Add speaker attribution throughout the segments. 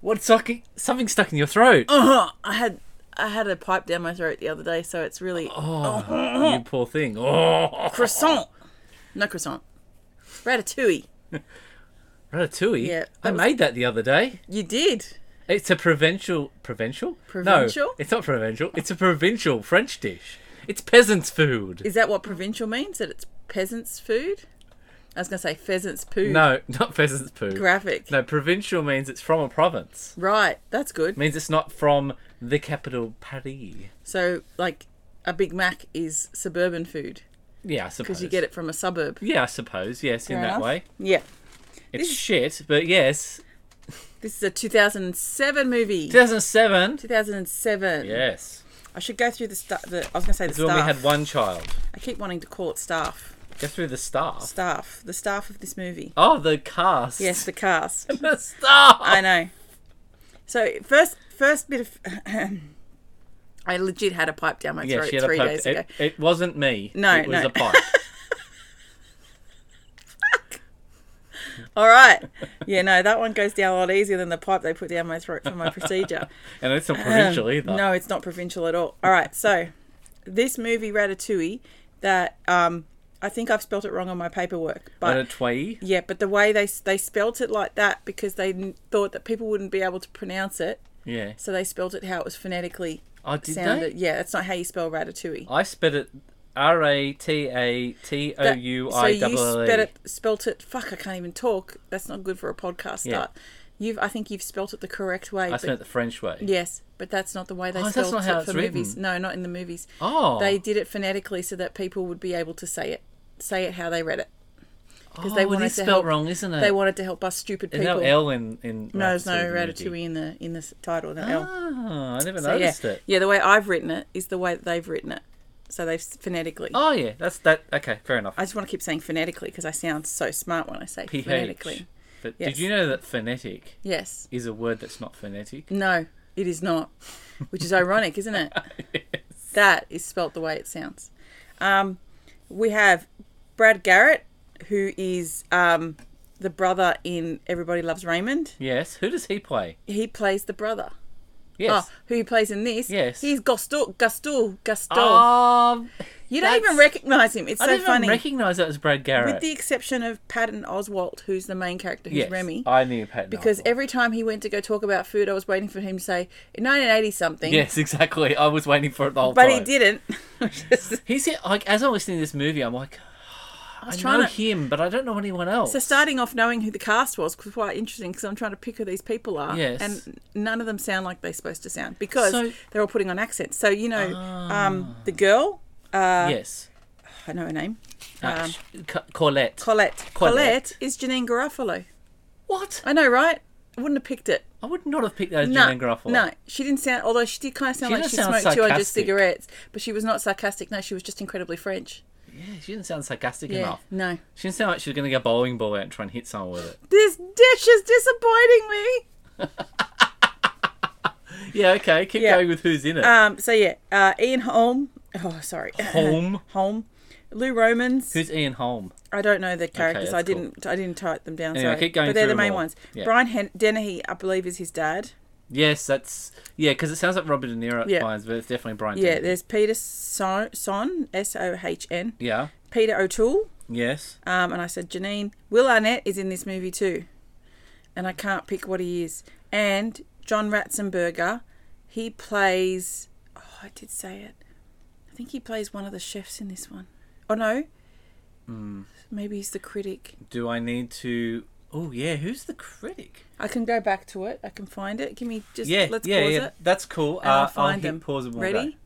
Speaker 1: What's stuck? Something stuck in your throat.
Speaker 2: Uh-huh. I had I had a pipe down my throat the other day, so it's really
Speaker 1: Oh. You poor thing. Oh,
Speaker 2: croissant. No croissant. Ratatouille.
Speaker 1: ratatouille.
Speaker 2: Yeah,
Speaker 1: I
Speaker 2: that was-
Speaker 1: made that the other day.
Speaker 2: You did.
Speaker 1: It's a provincial, provincial, No,
Speaker 2: Provincial?
Speaker 1: it's not provincial. It's a provincial French dish. It's peasants' food.
Speaker 2: Is that what provincial means? That it's peasants' food? I was gonna say pheasants' poo.
Speaker 1: no, not peasants' food.
Speaker 2: Graphic.
Speaker 1: No, provincial means it's from a province.
Speaker 2: Right. That's good.
Speaker 1: means it's not from the capital Paris.
Speaker 2: So like a Big Mac is suburban food
Speaker 1: Yeah, I suppose
Speaker 2: because you get it from a suburb.
Speaker 1: Yeah, I suppose. Yes, in
Speaker 2: Fair
Speaker 1: that
Speaker 2: enough.
Speaker 1: way,
Speaker 2: Yeah.
Speaker 1: it's shit. But yes,
Speaker 2: This is a 2007 movie.
Speaker 1: 2007.
Speaker 2: 2007.
Speaker 1: Yes,
Speaker 2: I should go through the stuff. The, I was gonna say the
Speaker 1: it's when
Speaker 2: staff.
Speaker 1: we had one child.
Speaker 2: I keep wanting to call it staff.
Speaker 1: Go through the staff.
Speaker 2: Staff. The staff of this movie.
Speaker 1: Oh, the cast.
Speaker 2: Yes, Uh, the cast.
Speaker 1: the staff.
Speaker 2: I know. So first, first bit of. I legit had a pipe down my
Speaker 1: Yeah,
Speaker 2: throat
Speaker 1: she had
Speaker 2: three
Speaker 1: a pipe.
Speaker 2: days ago.
Speaker 1: It, it wasn't me.
Speaker 2: No,
Speaker 1: it was
Speaker 2: no.
Speaker 1: a pipe.
Speaker 2: All right. Yeah, no, that one goes down a lot easier than the pipe they put down my throat for my procedure.
Speaker 1: and it's not provincial
Speaker 2: Um,
Speaker 1: either.
Speaker 2: No, it's not provincial at all. All right, so this movie Ratatouille that um, I think I've spelt it wrong on my paperwork, but
Speaker 1: But a twee.
Speaker 2: yeah, but the way they s- they spelt it like that because they n- thought that people wouldn't be able to pronounce it,
Speaker 1: Yeah.
Speaker 2: so they spelt it how it was phonetically
Speaker 1: Oh, did
Speaker 2: sounded.
Speaker 1: they?
Speaker 2: Yeah, that's not how you spell Ratatouille.
Speaker 1: I sped it R A T A T O
Speaker 2: That-
Speaker 1: U
Speaker 2: so
Speaker 1: I
Speaker 2: you
Speaker 1: double
Speaker 2: spelt
Speaker 1: E.
Speaker 2: it, spelt it. Fuck, I can't even talk. That's not good for a podcast
Speaker 1: Yeah.
Speaker 2: start. You've, I think you've spelt it the correct way.
Speaker 1: I
Speaker 2: but-
Speaker 1: spent it the French way.
Speaker 2: Yes, but that's not the way they
Speaker 1: Oh, that's
Speaker 2: spelled
Speaker 1: not how
Speaker 2: it
Speaker 1: it's
Speaker 2: for movies.
Speaker 1: written.
Speaker 2: No, not in the movies.
Speaker 1: Oh.
Speaker 2: They did it phonetically so that people would be able to say it, say it how they read it.
Speaker 1: because
Speaker 2: they
Speaker 1: well,
Speaker 2: wanted
Speaker 1: it's
Speaker 2: to
Speaker 1: Oh, spelled
Speaker 2: help-
Speaker 1: wrong, isn't it?
Speaker 2: They wanted to help us stupid
Speaker 1: There's
Speaker 2: people.
Speaker 1: no L in in.
Speaker 2: No, there's no
Speaker 1: Ratatouille movie.
Speaker 2: ratatouille in the in the s- title. No L.
Speaker 1: Ah, I never
Speaker 2: So, yeah,
Speaker 1: noticed it.
Speaker 2: yeah. The way I've written it is the way that they've written it. So they've s- phonetically.
Speaker 1: Oh yeah, that's that. Okay, fair enough.
Speaker 2: I just want to keep saying phonetically because I sound so smart when I say
Speaker 1: PH.
Speaker 2: phonetically.
Speaker 1: But did
Speaker 2: Yes.
Speaker 1: you know that phonetic
Speaker 2: Yes.
Speaker 1: is a word that's not phonetic?
Speaker 2: No, it is not. Which is ironic, isn't it? That is spelt the way it sounds. Um, we have Brad Garrett, who is um, the brother in Everybody Loves Raymond.
Speaker 1: Yes. Who does he play?
Speaker 2: He plays the brother.
Speaker 1: Yes.
Speaker 2: Oh, who he plays in this?
Speaker 1: Yes.
Speaker 2: He's Gustul. Gustul. Gustul.
Speaker 1: Um,
Speaker 2: you don't even
Speaker 1: that's-
Speaker 2: recognize him. It's
Speaker 1: I
Speaker 2: so
Speaker 1: didn't
Speaker 2: funny.
Speaker 1: even recognise that was Brad Garrett.
Speaker 2: With the exception of Patton Oswalt, who's the main character, who's
Speaker 1: yes,
Speaker 2: Remy.
Speaker 1: I knew Pat
Speaker 2: because
Speaker 1: Oswalt.
Speaker 2: every time he went to go talk about food, I was waiting for him to say, in 1980 something.
Speaker 1: Yes, exactly. I was waiting for it the whole
Speaker 2: But
Speaker 1: time.
Speaker 2: he didn't.
Speaker 1: He's the- like as I'm listening to this movie, I'm like, I,
Speaker 2: was
Speaker 1: know
Speaker 2: trying to-
Speaker 1: him, but I don't know anyone else.
Speaker 2: So starting off knowing who the cast was was quite interesting because I'm trying to pick who these people are,
Speaker 1: Yes.
Speaker 2: and none of them sound like they're supposed to sound because
Speaker 1: So- Ah.
Speaker 2: they're all putting on accents. So you know, um, the girl, uh,
Speaker 1: yes,
Speaker 2: I know her name,
Speaker 1: Ah,
Speaker 2: Um,
Speaker 1: sh- Co- Colette.
Speaker 2: Colette.
Speaker 1: Colette.
Speaker 2: is Janine Garofalo.
Speaker 1: what?
Speaker 2: I know, right? I wouldn't have picked it.
Speaker 1: I would not have picked that as
Speaker 2: No,
Speaker 1: Janine Garofalo.
Speaker 2: no, she didn't sound. Although she did kind of sound
Speaker 1: She
Speaker 2: like
Speaker 1: doesn't
Speaker 2: she
Speaker 1: sound
Speaker 2: smoked 200
Speaker 1: sarcastic.
Speaker 2: cigarettes, but she was not sarcastic. No, she was just incredibly French.
Speaker 1: Yeah, she didn't sound sarcastic
Speaker 2: Yeah,
Speaker 1: enough.
Speaker 2: no.
Speaker 1: She didn't sound like she was going to go bowling ball out and try and hit someone with it.
Speaker 2: This dish is disappointing me.
Speaker 1: Yeah, okay. Keep
Speaker 2: Yeah.
Speaker 1: going with who's in it.
Speaker 2: Um, so yeah, uh, Ian Holm. Oh, sorry,
Speaker 1: Holm.
Speaker 2: Holm. Lou Romans.
Speaker 1: Who's Ian Holm?
Speaker 2: I don't know the characters.
Speaker 1: that's
Speaker 2: I
Speaker 1: cool.
Speaker 2: didn't. I didn't type them down.
Speaker 1: Anyway,
Speaker 2: sorry.
Speaker 1: keep going
Speaker 2: but they're
Speaker 1: through
Speaker 2: the
Speaker 1: them
Speaker 2: main
Speaker 1: all.
Speaker 2: ones.
Speaker 1: Yeah.
Speaker 2: Brian Hen- Dennehy, I believe, is his dad.
Speaker 1: Yes, that's yeah, because it sounds like Robert De Niro at
Speaker 2: Yeah.
Speaker 1: times, but it's definitely Brian.
Speaker 2: Yeah.
Speaker 1: Dennehy.
Speaker 2: There's Peter Son, Son S O H N.
Speaker 1: yeah,
Speaker 2: Peter O'Toole.
Speaker 1: yes.
Speaker 2: Um, and I said Janine. Will Arnett is in this movie too, and I can't pick what he is. And John Ratzenberger, he plays. Oh, I did say it. I think he plays one of the chefs in this one. Oh no.
Speaker 1: Hmm.
Speaker 2: Maybe he's the critic.
Speaker 1: Do I need to? Oh yeah, who's the critic?
Speaker 2: I can go back to it. I can find it. Give me just
Speaker 1: Yeah,
Speaker 2: let's
Speaker 1: yeah,
Speaker 2: pause
Speaker 1: yeah.
Speaker 2: it.
Speaker 1: That's cool.
Speaker 2: and I'll
Speaker 1: Uh, I'll
Speaker 2: find
Speaker 1: hit
Speaker 2: them.
Speaker 1: pause and we'll
Speaker 2: Ready?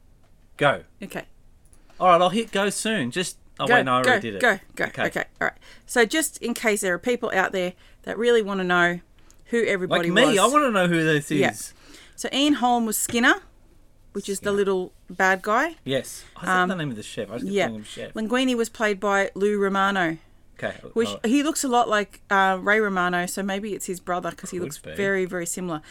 Speaker 1: Go. go.
Speaker 2: Okay.
Speaker 1: All right, I'll hit go soon. Just oh
Speaker 2: Go,
Speaker 1: wait, no, I
Speaker 2: go,
Speaker 1: already did it.
Speaker 2: go, go. Okay. All right. So just in case there are people out there that really want to know who
Speaker 1: Like
Speaker 2: everybody
Speaker 1: me,
Speaker 2: was.
Speaker 1: I want to know who this is.
Speaker 2: Yeah. so Ian Holm was Skinner, which is the little bad guy.
Speaker 1: Yes. I said the name of the chef. I just keep
Speaker 2: Um, Yeah.
Speaker 1: calling him chef.
Speaker 2: Linguini was played by Lou Romano,
Speaker 1: Okay.
Speaker 2: which
Speaker 1: all right.
Speaker 2: he looks a lot like uh, Ray Romano, so maybe it's his brother because he
Speaker 1: Could
Speaker 2: looks
Speaker 1: be.
Speaker 2: very, very similar.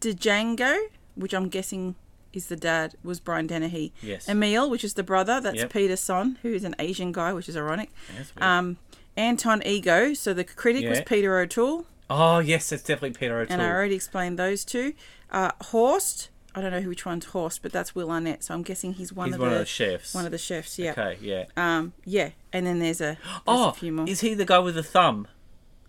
Speaker 2: DeJango, which I'm guessing is the dad, was Brian Dennehy.
Speaker 1: Yes.
Speaker 2: Emil, which is the brother, that's
Speaker 1: Yep.
Speaker 2: Peter Son, who is an Asian guy, which is ironic.
Speaker 1: That's weird.
Speaker 2: Um, Anton Ego, so the critic was
Speaker 1: Yeah.
Speaker 2: Peter O'Toole.
Speaker 1: Oh yes, it's definitely Peter O'Toole.
Speaker 2: and I already explained those two. Uh, Horst, I don't know which one's Horst, but that's Will Arnett, so I'm guessing he's one
Speaker 1: He's
Speaker 2: of
Speaker 1: one
Speaker 2: the
Speaker 1: of the chefs.
Speaker 2: one of the chefs. Yeah.
Speaker 1: Okay, yeah.
Speaker 2: Um, yeah, and then there's a, there's
Speaker 1: oh,
Speaker 2: a few more
Speaker 1: is he the guy with the thumb?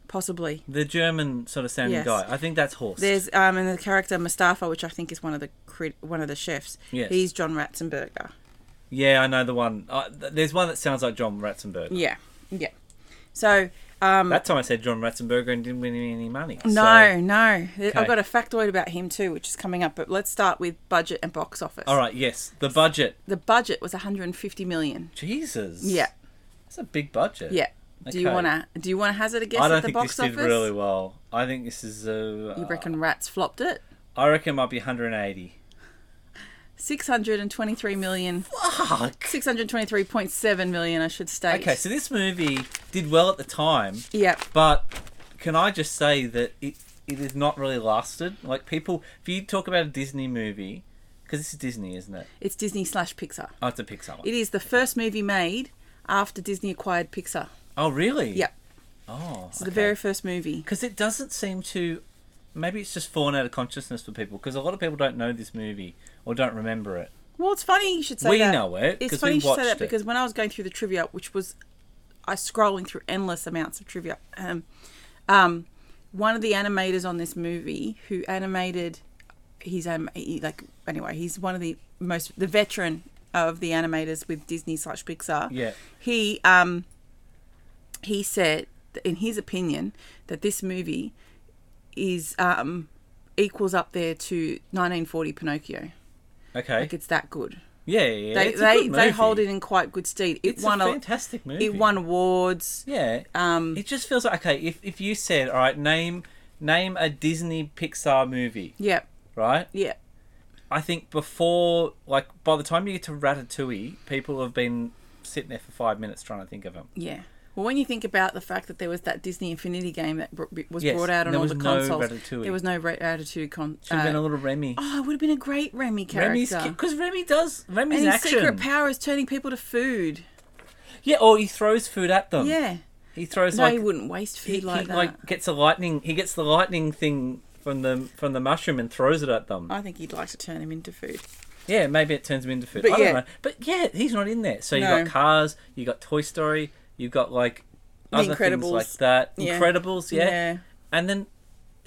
Speaker 2: possibly.
Speaker 1: The German sort of sounding
Speaker 2: Yes.
Speaker 1: guy. I think that's Horst.
Speaker 2: There's um, and the character Mustafa, which I think is one of the crit- one of the chefs.
Speaker 1: Yes.
Speaker 2: He's John Ratzenberger.
Speaker 1: Yeah, I know the one. Uh, th- there's one that sounds like John Ratzenberger.
Speaker 2: Yeah, yeah. So um,
Speaker 1: That time I said John Ratzenberger and didn't win any money. so-
Speaker 2: no, no, Th-
Speaker 1: Okay.
Speaker 2: I've got a factoid about him too, which is coming up. But let's start with budget and box office.
Speaker 1: All right. Yes, the budget.
Speaker 2: The budget was 150 million.
Speaker 1: Jesus.
Speaker 2: Yeah,
Speaker 1: That's a big budget.
Speaker 2: yeah. Do you
Speaker 1: Okay.
Speaker 2: wanna do you wanna hazard a guess
Speaker 1: I don't
Speaker 2: at the
Speaker 1: think
Speaker 2: box
Speaker 1: this
Speaker 2: office?
Speaker 1: did really well. I think this is uh,
Speaker 2: You reckon Rats flopped it?
Speaker 1: I reckon it might be 180.
Speaker 2: 623 million.
Speaker 1: Fuck.
Speaker 2: 623.7 million, I should state.
Speaker 1: Okay, so this movie did well at the time,
Speaker 2: Yep.
Speaker 1: but can I just say that it it has not really lasted. Like people, if you talk about a Disney movie, because this is Disney, isn't it?
Speaker 2: It's Disney slash Pixar.
Speaker 1: Oh, it's a Pixar. One.
Speaker 2: It is the first movie made after Disney acquired Pixar.
Speaker 1: oh, really?
Speaker 2: Yep.
Speaker 1: Oh,
Speaker 2: It's the very first movie.
Speaker 1: because it doesn't seem to. Maybe it's just fallen out of consciousness for people because a lot of people don't know this movie or don't remember it.
Speaker 2: Well, it's funny you should say
Speaker 1: We
Speaker 2: that.
Speaker 1: know it,
Speaker 2: It's
Speaker 1: 'cause
Speaker 2: funny
Speaker 1: we
Speaker 2: you should say
Speaker 1: watched
Speaker 2: that
Speaker 1: it.
Speaker 2: because when I was going through the trivia, which was I was scrolling through endless amounts of trivia, um, um, one of the animators on this movie who animated, he's um, he, like anyway, he's one of the most the veteran of the animators with Disney slash Pixar.
Speaker 1: Yeah.
Speaker 2: he um, he said that in his opinion that this movie is um equals up there to 1940 Pinocchio.
Speaker 1: Okay.
Speaker 2: Like it's that good.
Speaker 1: yeah, yeah, yeah.
Speaker 2: They
Speaker 1: it's a
Speaker 2: they,
Speaker 1: good
Speaker 2: they hold it
Speaker 1: movie.
Speaker 2: in quite good stead. It
Speaker 1: It's
Speaker 2: won
Speaker 1: a fantastic movie.
Speaker 2: it won awards.
Speaker 1: Yeah.
Speaker 2: Um,
Speaker 1: it just feels like okay. If if you said all right, name name a Disney Pixar movie,
Speaker 2: Yeah,
Speaker 1: right?
Speaker 2: yeah,
Speaker 1: I think before like by the time you get to Ratatouille, people have been sitting there for five minutes trying to think of them.
Speaker 2: yeah. Well, when you think about the fact that there was that Disney Infinity game that br- br- was
Speaker 1: Yes,
Speaker 2: brought out
Speaker 1: and
Speaker 2: on
Speaker 1: there
Speaker 2: all
Speaker 1: was
Speaker 2: the
Speaker 1: no
Speaker 2: consoles,
Speaker 1: Ratatouille.
Speaker 2: there was no Ra- Ratatouille. Con-
Speaker 1: Should have
Speaker 2: uh,
Speaker 1: been a little Remy.
Speaker 2: oh, it would have been a great Remy
Speaker 1: Remy's
Speaker 2: character.
Speaker 1: because Remy does Remy's
Speaker 2: and
Speaker 1: in
Speaker 2: his
Speaker 1: action.
Speaker 2: secret power is turning people to food.
Speaker 1: yeah, or he throws food at them.
Speaker 2: Yeah.
Speaker 1: he throws
Speaker 2: No,
Speaker 1: Um, like
Speaker 2: he wouldn't waste food
Speaker 1: he,
Speaker 2: like
Speaker 1: he,
Speaker 2: that.
Speaker 1: like gets a lightning. He gets the lightning thing from the from the mushroom and throws it at them.
Speaker 2: I think he'd like to turn him into food.
Speaker 1: Yeah, maybe it turns him into food.
Speaker 2: But
Speaker 1: I
Speaker 2: yeah.
Speaker 1: don't know. But yeah, he's not in there. So you
Speaker 2: No.
Speaker 1: got Cars, you got Toy Story, you got like
Speaker 2: The
Speaker 1: other things like
Speaker 2: Incredibles.
Speaker 1: that.
Speaker 2: Yeah.
Speaker 1: Incredibles, yeah.
Speaker 2: Yeah.
Speaker 1: And then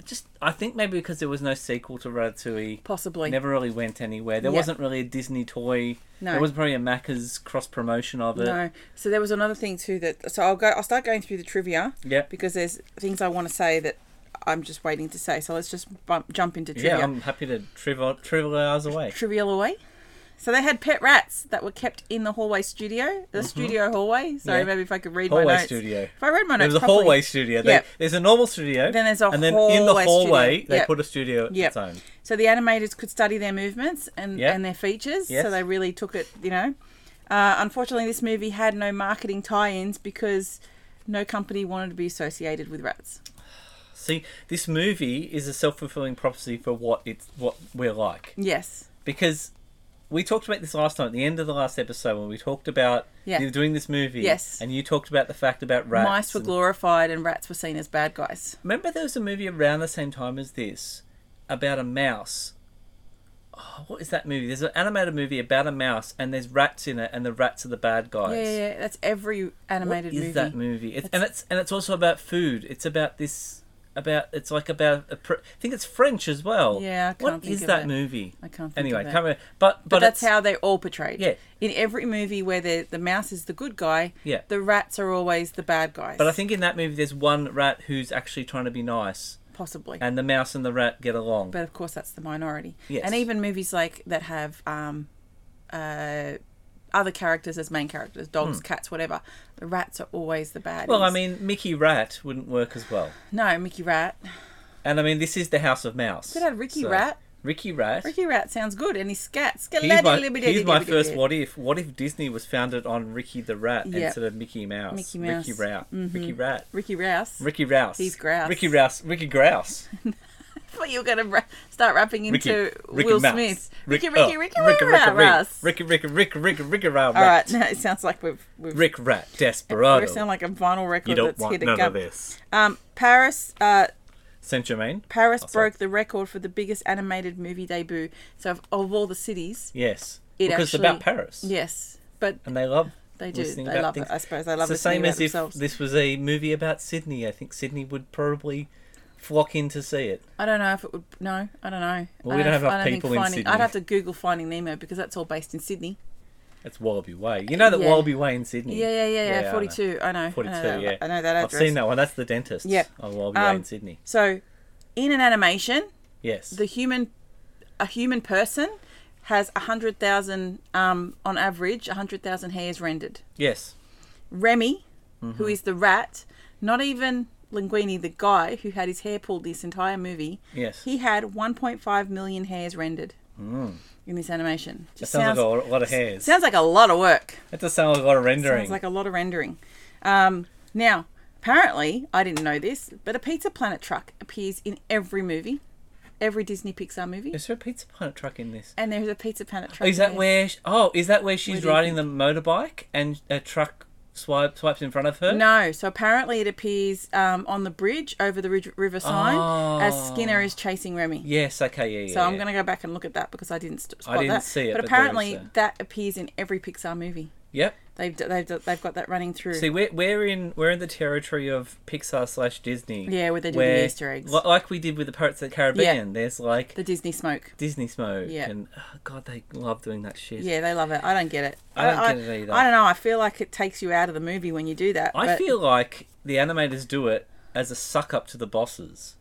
Speaker 1: just I think maybe because there was no sequel to Ratatouille,
Speaker 2: Possibly.
Speaker 1: never really went anywhere. There
Speaker 2: Yeah.
Speaker 1: wasn't really a Disney toy.
Speaker 2: No.
Speaker 1: There wasn't probably a Macca's cross promotion of it.
Speaker 2: No. So there was another thing too that. So I'll go. I'll start going through the trivia.
Speaker 1: Yep.
Speaker 2: Because there's things I want to say that I'm just waiting to say. So let's just bump, jump into trivia.
Speaker 1: Yeah, um, I'm happy to trivial trivialize away.
Speaker 2: Trivial away. So they had pet rats that were kept in the hallway studio, the studio hallway. Sorry,
Speaker 1: Mm-hmm. Yeah.
Speaker 2: maybe if I could read my
Speaker 1: Hallway
Speaker 2: notes.
Speaker 1: studio.
Speaker 2: If I read my
Speaker 1: There
Speaker 2: notes
Speaker 1: was a
Speaker 2: properly.
Speaker 1: hallway studio. They,
Speaker 2: Yep.
Speaker 1: There's a normal studio.
Speaker 2: Then there's a
Speaker 1: and then in the
Speaker 2: hallway
Speaker 1: hallway
Speaker 2: studio.
Speaker 1: they
Speaker 2: Yep.
Speaker 1: put a studio of
Speaker 2: Yep.
Speaker 1: its own.
Speaker 2: So the animators could study their movements and,
Speaker 1: Yep.
Speaker 2: and their features.
Speaker 1: Yes.
Speaker 2: So they really took it, you know. Uh, unfortunately, this movie had no marketing tie-ins because no company wanted to be associated with rats.
Speaker 1: See, this movie is a self-fulfilling prophecy for what it's what we're like
Speaker 2: Yes.
Speaker 1: because we talked about this last time at the end of the last episode when we talked about
Speaker 2: Yeah.
Speaker 1: you doing this movie.
Speaker 2: Yes.
Speaker 1: and you talked about the fact about rats.
Speaker 2: Mice were
Speaker 1: and-
Speaker 2: glorified and rats were seen as bad guys.
Speaker 1: Remember, there was a movie around the same time as this about a mouse. Oh, what is that movie? There's an animated movie about a mouse, and there's rats in it, and the rats are the bad guys.
Speaker 2: Yeah, yeah, yeah. That's every
Speaker 1: What
Speaker 2: animated
Speaker 1: is
Speaker 2: movie.
Speaker 1: that movie? It's, and it's and it's also about food. It's about this about it's like about a pr- I think it's French as well.
Speaker 2: Yeah, I
Speaker 1: What
Speaker 2: can't think
Speaker 1: is
Speaker 2: of
Speaker 1: that
Speaker 2: it.
Speaker 1: movie?
Speaker 2: I can't think
Speaker 1: anyway,
Speaker 2: of it.
Speaker 1: can't remember. But but,
Speaker 2: But, that's
Speaker 1: it's-
Speaker 2: how they're all portrayed.
Speaker 1: Yeah.
Speaker 2: In every movie where the the mouse is the good guy,
Speaker 1: Yeah.
Speaker 2: the rats are always the bad guys.
Speaker 1: But I think in that movie there's one rat who's actually trying to be nice,
Speaker 2: possibly.
Speaker 1: and the mouse and the rat get along.
Speaker 2: but of course, that's the minority.
Speaker 1: Yes.
Speaker 2: And even movies like that have um, uh, other characters as main characters, dogs, cats, whatever. The rats are always the bad.
Speaker 1: Hmm. well, I mean, Mickey Rat wouldn't work as well.
Speaker 2: no, Mickey Rat.
Speaker 1: And I mean, this is the House of Mouse.
Speaker 2: Could have Ricky Rat.
Speaker 1: Ricky Rat.
Speaker 2: Ricky Rat sounds good, and he scats.
Speaker 1: He's my, he's my first what if. What if Disney was founded on Ricky the Rat
Speaker 2: Yeah.
Speaker 1: instead of Mickey Mouse?
Speaker 2: Mickey
Speaker 1: Ricky
Speaker 2: Mouse.
Speaker 1: Rat. Ricky Rat.
Speaker 2: Ricky Rouse.
Speaker 1: Ricky Rouse.
Speaker 2: He's Grouse.
Speaker 1: Ricky Rouse. Ricky Grouse.
Speaker 2: Well, you're going to ra- start rapping
Speaker 1: Ricky.
Speaker 2: into
Speaker 1: Ricky
Speaker 2: Will
Speaker 1: Mouse.
Speaker 2: Smith.
Speaker 1: Rick-
Speaker 2: Ricky,
Speaker 1: oh,
Speaker 2: Ricky, Ricky, Ricky, Ricky, Rouse.
Speaker 1: Ricky, Ricky, Ricky, Ricky, Ricky, Rouse.
Speaker 2: All right, now it sounds like we've. we've
Speaker 1: Rick Rat.
Speaker 2: we
Speaker 1: Desperado.
Speaker 2: sound like a vinyl record
Speaker 1: You don't
Speaker 2: that's
Speaker 1: want
Speaker 2: hit a
Speaker 1: none
Speaker 2: gum.
Speaker 1: of this.
Speaker 2: Um, Paris, uh,
Speaker 1: Saint Germain.
Speaker 2: Paris
Speaker 1: Oh, sorry.
Speaker 2: broke the record for the biggest animated movie debut. So of, of all the cities,
Speaker 1: Yes.
Speaker 2: It
Speaker 1: because it's
Speaker 2: actually-
Speaker 1: about Paris.
Speaker 2: yes, but
Speaker 1: And they love
Speaker 2: they do.
Speaker 1: Listening
Speaker 2: They
Speaker 1: about
Speaker 2: love
Speaker 1: things.
Speaker 2: it. I suppose they love
Speaker 1: it's the
Speaker 2: listening
Speaker 1: same
Speaker 2: about
Speaker 1: as if
Speaker 2: themselves.
Speaker 1: this was a movie about Sydney. I think Sydney would probably flock in to see it.
Speaker 2: I don't know if it would. No, I don't know.
Speaker 1: Well,
Speaker 2: I
Speaker 1: we don't have
Speaker 2: I
Speaker 1: enough
Speaker 2: think
Speaker 1: people in
Speaker 2: finding,
Speaker 1: Sydney.
Speaker 2: I'd have to Google Finding Nemo because that's all based in Sydney.
Speaker 1: It's Wallaby Way. You know that
Speaker 2: Yeah.
Speaker 1: Wallaby Way in Sydney.
Speaker 2: Yeah, yeah, yeah, yeah.
Speaker 1: Hmm. I know.
Speaker 2: Forty-two. I know. I
Speaker 1: 42,
Speaker 2: know that,
Speaker 1: yeah.
Speaker 2: I know that
Speaker 1: I've
Speaker 2: address.
Speaker 1: seen that one. That's the dentist.
Speaker 2: Yep.
Speaker 1: On Wallaby Way
Speaker 2: Um,
Speaker 1: in Sydney.
Speaker 2: So, in an animation,
Speaker 1: Yes.
Speaker 2: the human, a human person, has hundred thousand, um, on average, hundred thousand hairs rendered.
Speaker 1: yes.
Speaker 2: Remy,
Speaker 1: Mm-hmm.
Speaker 2: who is the rat, not even Linguini, the guy who had his hair pulled this entire movie,
Speaker 1: Yes. Mm.
Speaker 2: he had 1.5 million hairs rendered in this animation.
Speaker 1: That
Speaker 2: Just
Speaker 1: sounds, like a lot of hairs.
Speaker 2: sounds like a lot of work.
Speaker 1: That does sound like a lot of rendering.
Speaker 2: Sounds like a lot of rendering. Um, now, apparently, I didn't know this, but a Pizza Planet truck appears in every movie, every Disney Pixar movie,
Speaker 1: Is there a Pizza Planet truck in this?
Speaker 2: and there's a Pizza Planet truck.
Speaker 1: Is that
Speaker 2: there.
Speaker 1: where? She, oh, is that where
Speaker 2: Where
Speaker 1: she's
Speaker 2: do you
Speaker 1: riding the motorbike and a truck swipe, swipes in front of her?
Speaker 2: No, so apparently it appears um, on the bridge over the rid- river sign as
Speaker 1: Oh.
Speaker 2: Skinner is chasing Remy.
Speaker 1: Yes. Okay. Yeah. Yeah.
Speaker 2: So I'm
Speaker 1: yeah.
Speaker 2: going to go back and look at that because I didn't st- spot
Speaker 1: didn't
Speaker 2: that.
Speaker 1: see it,
Speaker 2: but
Speaker 1: but there is
Speaker 2: apparently
Speaker 1: a-
Speaker 2: that appears in every Pixar movie.
Speaker 1: Yep.
Speaker 2: They've d- they've d- they've got that running through.
Speaker 1: See, we're, we're in we're in the territory of Pixar slash Disney.
Speaker 2: Yeah, where they do the Easter eggs.
Speaker 1: li- like we did with the Pirates of the Caribbean. There's like
Speaker 2: the Disney smoke.
Speaker 1: Disney smoke,
Speaker 2: Yeah.
Speaker 1: and oh, God, they love doing that shit.
Speaker 2: Yeah, they love it. I don't get it.
Speaker 1: I don't get it either.
Speaker 2: I don't know. I feel like it takes you out of the movie when you do that.
Speaker 1: I
Speaker 2: but-
Speaker 1: feel like the animators do it as a suck up to the bosses.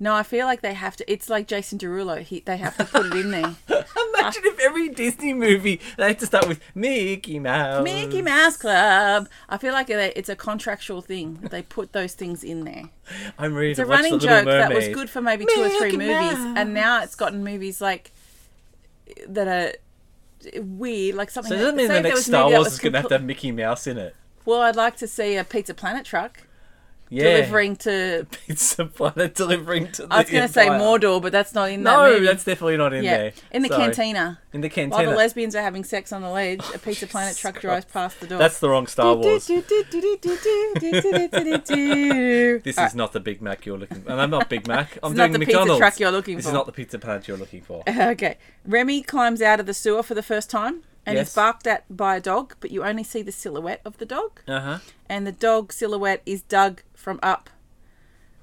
Speaker 2: no. I feel like they have to. It's like Jason Derulo. He they have to put it in there.
Speaker 1: Imagine if every Disney movie they had to start with Mickey Mouse.
Speaker 2: Mickey Mouse Club. I feel like it, it's a contractual thing. They put those things in there.
Speaker 1: I'm ready
Speaker 2: It's a
Speaker 1: to watch
Speaker 2: running
Speaker 1: the Little
Speaker 2: joke that was
Speaker 1: Mermaid.
Speaker 2: good for maybe two or three
Speaker 1: Mickey
Speaker 2: movies, and
Speaker 1: Mouse.
Speaker 2: now it's gotten movies like that are weird, like something.
Speaker 1: So does
Speaker 2: that,
Speaker 1: that mean
Speaker 2: say
Speaker 1: the
Speaker 2: if there
Speaker 1: next
Speaker 2: was a movie
Speaker 1: Star
Speaker 2: that
Speaker 1: Wars
Speaker 2: was
Speaker 1: is going to have
Speaker 2: compl-
Speaker 1: to have Mickey Mouse in it?
Speaker 2: Well, I'd like to see a Pizza Planet truck
Speaker 1: Yeah,
Speaker 2: delivering to.
Speaker 1: Pizza Planet delivering to the.
Speaker 2: I was going to say
Speaker 1: Empire.
Speaker 2: Mordor, but that's not in that
Speaker 1: No,
Speaker 2: movie.
Speaker 1: that's definitely not in
Speaker 2: yeah,
Speaker 1: there.
Speaker 2: in the
Speaker 1: Sorry.
Speaker 2: cantina.
Speaker 1: In the
Speaker 2: While
Speaker 1: cantina.
Speaker 2: the lesbians are having sex on the ledge, a Pizza Planet truck drives past the door.
Speaker 1: That's the wrong Star Wars. This
Speaker 2: This
Speaker 1: is not the Big Mac you're looking for. And I'm not Big Mac. I'm doing
Speaker 2: It's not the
Speaker 1: McDonald's.
Speaker 2: pizza truck you're looking
Speaker 1: this
Speaker 2: for.
Speaker 1: is not the pizza planet you're looking for.
Speaker 2: Okay. Remy climbs out of the sewer for the first time and is
Speaker 1: Yes.
Speaker 2: barked at by a dog, but you only see the silhouette of the dog.
Speaker 1: Uh huh.
Speaker 2: And the dog silhouette is Doug from Up,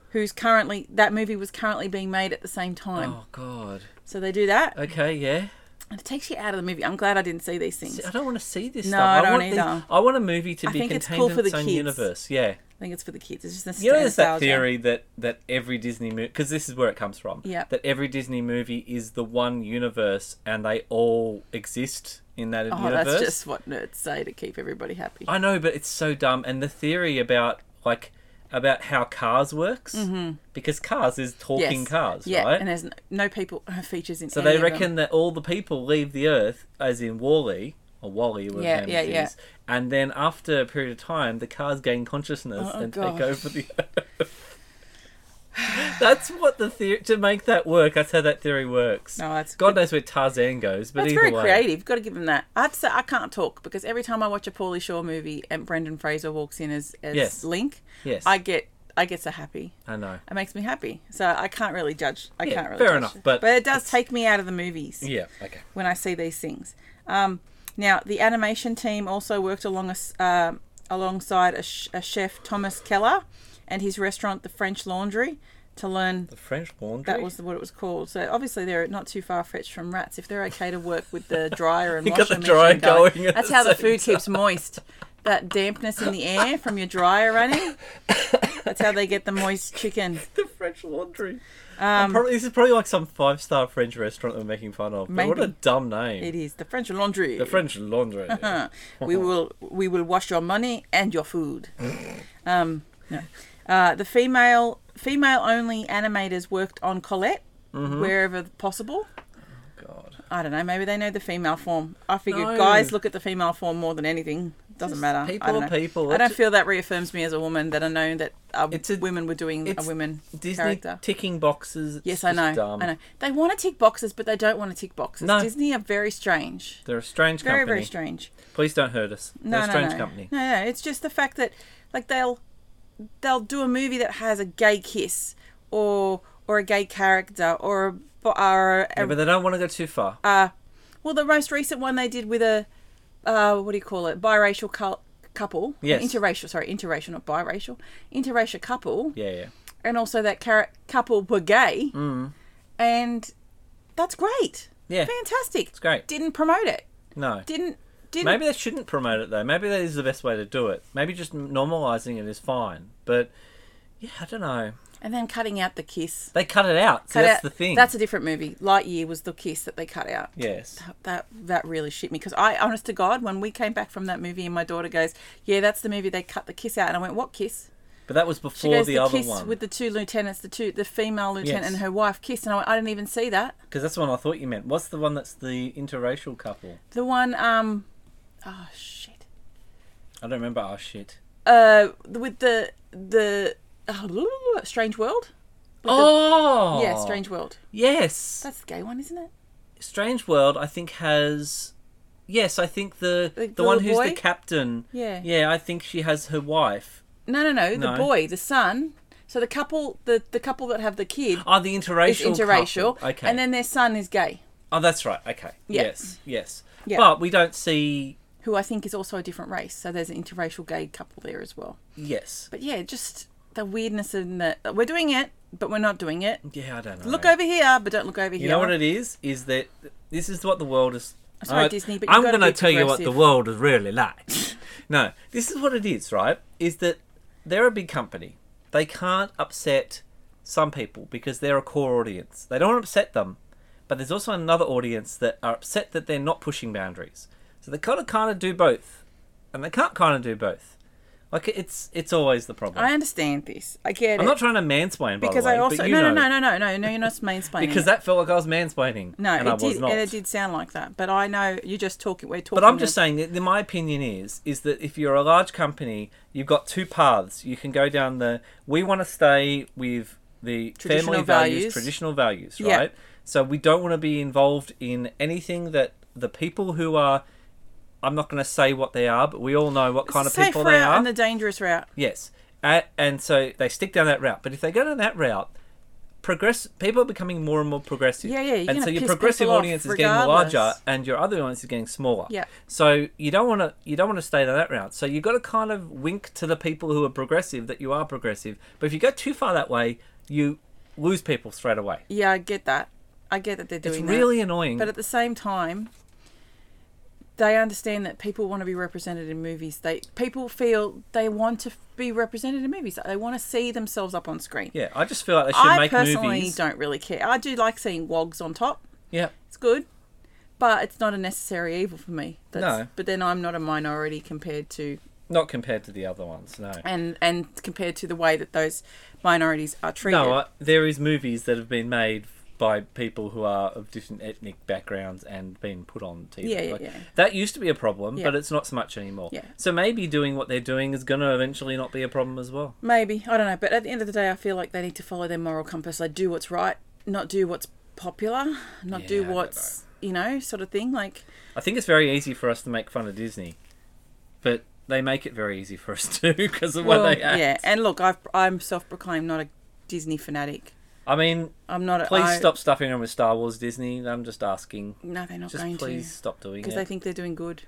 Speaker 2: who's currently, that movie was currently being made at the same time.
Speaker 1: Oh Uh, God.
Speaker 2: So they do that.
Speaker 1: Okay. Yeah.
Speaker 2: And it takes you out of the movie. I'm glad I didn't see these things.
Speaker 1: See, uh, I don't want to see this
Speaker 2: No,
Speaker 1: stuff.
Speaker 2: I don't
Speaker 1: want
Speaker 2: either.
Speaker 1: The, I want a movie to
Speaker 2: I
Speaker 1: be
Speaker 2: think
Speaker 1: contained
Speaker 2: it's cool
Speaker 1: in
Speaker 2: for the
Speaker 1: its own
Speaker 2: kids.
Speaker 1: universe. Yeah.
Speaker 2: I think it's for the kids. It's just
Speaker 1: You know, there's that
Speaker 2: nostalgia.
Speaker 1: theory that that every Disney movie, because this is where it comes from.
Speaker 2: Yeah.
Speaker 1: That every Disney movie is the one universe, and they all exist in that
Speaker 2: Oh,
Speaker 1: universe.
Speaker 2: that's just what nerds say to keep everybody happy.
Speaker 1: I know, but it's so dumb. And the theory about like about how cars works because cars is talking cars,
Speaker 2: Mm-hmm. yeah,
Speaker 1: right?
Speaker 2: and there's no, no people features in.
Speaker 1: so
Speaker 2: any
Speaker 1: they
Speaker 2: of them.
Speaker 1: reckon that all the people leave the Earth, as in Wally or Wally, whatever
Speaker 2: Yeah,
Speaker 1: name
Speaker 2: yeah,
Speaker 1: it
Speaker 2: yeah.
Speaker 1: is, and then after a period of time, the cars gain consciousness
Speaker 2: Oh, oh,
Speaker 1: and
Speaker 2: God.
Speaker 1: take over the Earth. that's what the theory to make that work. That's how that theory works.
Speaker 2: No, that's
Speaker 1: God knows where Tarzan goes, but
Speaker 2: That's
Speaker 1: either
Speaker 2: very
Speaker 1: way,
Speaker 2: creative. Got to give him that. I'd say I can't talk because every time I watch a Paulie Shaw movie and Brendan Fraser walks in as, as
Speaker 1: Yes.
Speaker 2: Link,
Speaker 1: Yes,
Speaker 2: I get I get so happy.
Speaker 1: I know.
Speaker 2: It makes me happy. So I can't really judge. I
Speaker 1: Yeah,
Speaker 2: can't really.
Speaker 1: fair
Speaker 2: judge
Speaker 1: enough,
Speaker 2: it.
Speaker 1: but
Speaker 2: it does
Speaker 1: it's-
Speaker 2: take me out of the movies
Speaker 1: Yeah. Okay.
Speaker 2: when I see these things. Um, now the animation team also worked along a s um alongside a, sh- a chef Thomas Keller and his restaurant, the French Laundry, to learn
Speaker 1: The French Laundry.
Speaker 2: that was what it was called. So obviously they're not too far fetched from rats if they're okay to work with the dryer and
Speaker 1: You got
Speaker 2: washing
Speaker 1: the dryer
Speaker 2: machine going.
Speaker 1: going at
Speaker 2: That's
Speaker 1: the
Speaker 2: how the
Speaker 1: same
Speaker 2: food keeps moist. That dampness in the air from your dryer running. That's how they get the moist chicken.
Speaker 1: the French Laundry.
Speaker 2: Um,
Speaker 1: I'm probably, this is probably like some five star French restaurant they're making fun of. But what a
Speaker 2: Maybe.
Speaker 1: dumb name.
Speaker 2: It is the French laundry.
Speaker 1: The French Laundry.
Speaker 2: Huh. we will we will wash your money and your food. um, no. uh, the female female only animators worked on Colette
Speaker 1: Mm-hmm.
Speaker 2: wherever possible.
Speaker 1: God.
Speaker 2: I don't know. Maybe they know the female form. I figure
Speaker 1: No.
Speaker 2: guys look at the female form more than anything. Doesn't
Speaker 1: Just
Speaker 2: matter.
Speaker 1: people
Speaker 2: I don't
Speaker 1: are
Speaker 2: know.
Speaker 1: people.
Speaker 2: I
Speaker 1: It's
Speaker 2: don't
Speaker 1: a-
Speaker 2: feel that reaffirms me as a woman that I know that uh,
Speaker 1: It's a-
Speaker 2: women were doing a
Speaker 1: it's
Speaker 2: women
Speaker 1: Disney
Speaker 2: character.
Speaker 1: ticking boxes. it's
Speaker 2: Yes, I
Speaker 1: just
Speaker 2: know.
Speaker 1: Dumb.
Speaker 2: I know. They want to tick boxes, but they don't want to tick boxes.
Speaker 1: No.
Speaker 2: Disney are very strange.
Speaker 1: They're a strange
Speaker 2: Very,
Speaker 1: company.
Speaker 2: very strange.
Speaker 1: Please don't hurt us.
Speaker 2: No,
Speaker 1: They're a
Speaker 2: no,
Speaker 1: strange
Speaker 2: no.
Speaker 1: company.
Speaker 2: No, no. It's just the fact that, like, they'll they'll do a movie that has a gay kiss or or a gay character or a, bo- or a,
Speaker 1: Yeah, but they don't want to go too far.
Speaker 2: uh, well, the most recent one they did with a, uh, what do you call it, biracial cou- couple?
Speaker 1: Yes.
Speaker 2: Interracial, sorry, interracial, not biracial. Interracial couple.
Speaker 1: yeah, yeah.
Speaker 2: And also that car- couple were gay. Mm. And that's great.
Speaker 1: Yeah.
Speaker 2: Fantastic. It's
Speaker 1: great.
Speaker 2: Didn't promote it.
Speaker 1: No.
Speaker 2: Didn't, didn't.
Speaker 1: Maybe they shouldn't promote it though. Maybe that is the best way to do it. Maybe just normalizing it is fine. But yeah, I don't know.
Speaker 2: And then cutting out the kiss.
Speaker 1: They cut it out. So
Speaker 2: Cut
Speaker 1: that's
Speaker 2: out-
Speaker 1: the thing.
Speaker 2: That's a different movie. Lightyear was the kiss that they cut out.
Speaker 1: yes.
Speaker 2: That that really shit me because I, honest to God, when we came back from that movie and my daughter goes, "Yeah, that's the movie they cut the kiss out," and I went, "What kiss?"
Speaker 1: But that was
Speaker 2: She
Speaker 1: before
Speaker 2: goes
Speaker 1: the,
Speaker 2: the,
Speaker 1: other
Speaker 2: kiss
Speaker 1: one.
Speaker 2: with the two lieutenants, the two the female lieutenant
Speaker 1: Yes.
Speaker 2: and her wife kissed, and I, went, I didn't even see that.
Speaker 1: Because that's the one I thought you meant. What's the one that's the interracial couple?
Speaker 2: The one, um, oh shit,
Speaker 1: I don't remember. Oh shit.
Speaker 2: uh, with the the oh, Strange World. With
Speaker 1: Oh.
Speaker 2: the, yeah, Strange World.
Speaker 1: Yes.
Speaker 2: That's the gay one, isn't it?
Speaker 1: Strange World. I think has. Yes, I think the
Speaker 2: The
Speaker 1: the, one
Speaker 2: little
Speaker 1: who's the
Speaker 2: boy?
Speaker 1: captain.
Speaker 2: Yeah.
Speaker 1: Yeah, I think she has her wife.
Speaker 2: No, no, no. The
Speaker 1: No.
Speaker 2: boy, the son. So the couple, the the couple that have the kid
Speaker 1: Oh, the interracial.
Speaker 2: is interracial,
Speaker 1: couple. Okay.
Speaker 2: and then their son is gay,
Speaker 1: Oh, that's right. Okay.
Speaker 2: Yeah.
Speaker 1: Yes. Yes.
Speaker 2: Yeah.
Speaker 1: But we don't see.
Speaker 2: who I think is also a different race. So there's an interracial gay couple there as well.
Speaker 1: Yes.
Speaker 2: But yeah, just the weirdness in the we're doing it, but we're not doing it.
Speaker 1: Yeah, I don't know.
Speaker 2: Look over here, but don't look over here.
Speaker 1: You know what it is? Is that this is what the world is. I'm
Speaker 2: sorry, Disney, but you've
Speaker 1: I'm
Speaker 2: gotta
Speaker 1: gonna
Speaker 2: be
Speaker 1: tell you what the
Speaker 2: progressive.
Speaker 1: world is really like. no, this is what it is, right? Is that they're a big company. They can't upset some people because they're a core audience. They don't want to upset them, but there's also another audience that are upset that they're not pushing boundaries. So they kind of kind of do both, and they can't kind of do both. Like it's it's always the problem.
Speaker 2: I understand this. I get
Speaker 1: I'm
Speaker 2: it.
Speaker 1: not trying to mansplain, by
Speaker 2: because
Speaker 1: the way,
Speaker 2: I also
Speaker 1: but
Speaker 2: no
Speaker 1: you
Speaker 2: no
Speaker 1: know,
Speaker 2: no no no no no you're not mansplaining.
Speaker 1: because
Speaker 2: it.
Speaker 1: that felt like I was mansplaining,
Speaker 2: no,
Speaker 1: and
Speaker 2: it
Speaker 1: I was
Speaker 2: did
Speaker 1: not.
Speaker 2: and it did sound like that. But I know you're just talking. We're talking.
Speaker 1: But I'm just
Speaker 2: of-
Speaker 1: saying that my opinion is is that if you're a large company, you've got two paths. You can go down the we want to stay with the
Speaker 2: Traditional
Speaker 1: family values,
Speaker 2: values.
Speaker 1: traditional values,
Speaker 2: Yeah.
Speaker 1: right? So we don't want to be involved in anything that the people who are I'm not going to say what they are, but we all know what kind of
Speaker 2: safe
Speaker 1: people
Speaker 2: route
Speaker 1: they are.
Speaker 2: and the dangerous route.
Speaker 1: Yes, A and so they stick down that route. But if they go down that route, progress people are becoming more and more progressive.
Speaker 2: Yeah, yeah, you're
Speaker 1: And
Speaker 2: gonna
Speaker 1: so your
Speaker 2: piss
Speaker 1: progressive
Speaker 2: people off
Speaker 1: audience is getting larger,
Speaker 2: regardless.
Speaker 1: and your other audience is getting smaller.
Speaker 2: Yeah.
Speaker 1: So you don't want to you don't want to stay down that route. So you've got to kind of wink to the people who are progressive that you are progressive. But if you go too far that way, you lose people straight away.
Speaker 2: Yeah, I get that. I get that they're
Speaker 1: It's
Speaker 2: doing that.
Speaker 1: really annoying.
Speaker 2: But at the same time, they understand that people want to be represented in movies. They people feel they want to be represented in movies. They want to see themselves up on screen.
Speaker 1: yeah, I just feel like they should
Speaker 2: I
Speaker 1: make
Speaker 2: personally
Speaker 1: movies.
Speaker 2: don't really care. I do like seeing wogs on top.
Speaker 1: Yeah.
Speaker 2: It's good, but it's not a necessary evil for me. That's,
Speaker 1: No.
Speaker 2: But then I'm not a minority compared to
Speaker 1: Not compared to the other ones, no.
Speaker 2: and and compared to the way that those minorities are treated.
Speaker 1: No, I, there is movies that have been made by people who are of different ethnic backgrounds and been put on TV.
Speaker 2: Yeah, yeah, yeah.
Speaker 1: That used to be a problem,
Speaker 2: Yeah.
Speaker 1: but it's not so much anymore.
Speaker 2: Yeah.
Speaker 1: So maybe doing what they're doing is going to eventually not be a problem as well.
Speaker 2: Maybe I don't know, but at the end of the day, I feel like they need to follow their moral compass. Like do what's right, not do what's popular, not
Speaker 1: Yeah, I
Speaker 2: do
Speaker 1: don't
Speaker 2: what's you know sort of thing. Like
Speaker 1: I think it's very easy for us to make fun of Disney, but they make it very easy for us too because of
Speaker 2: well,
Speaker 1: what they act.
Speaker 2: yeah. And look, I've, I'm self-proclaimed not a Disney fanatic.
Speaker 1: I mean,
Speaker 2: I'm not. A,
Speaker 1: please
Speaker 2: I-
Speaker 1: stop stuffing them with Star Wars Disney. I'm just asking.
Speaker 2: No, they're not
Speaker 1: Just
Speaker 2: going
Speaker 1: please
Speaker 2: to
Speaker 1: stop doing it.
Speaker 2: because they think they're doing good,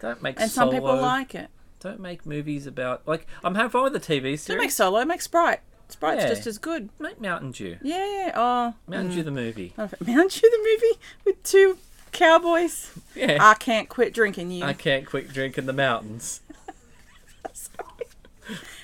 Speaker 1: Don't make
Speaker 2: and
Speaker 1: solo.
Speaker 2: some people like it.
Speaker 1: Don't make movies about like I'm having fun with the TV series.
Speaker 2: Don't make Solo, make Sprite. Sprite's
Speaker 1: Yeah.
Speaker 2: just as good.
Speaker 1: make Mountain Dew.
Speaker 2: Yeah. Oh,
Speaker 1: Mountain Dew the movie.
Speaker 2: Mount Mount Dew the movie with two cowboys.
Speaker 1: Yeah.
Speaker 2: I can't quit drinking you.
Speaker 1: I can't quit drinking the mountains.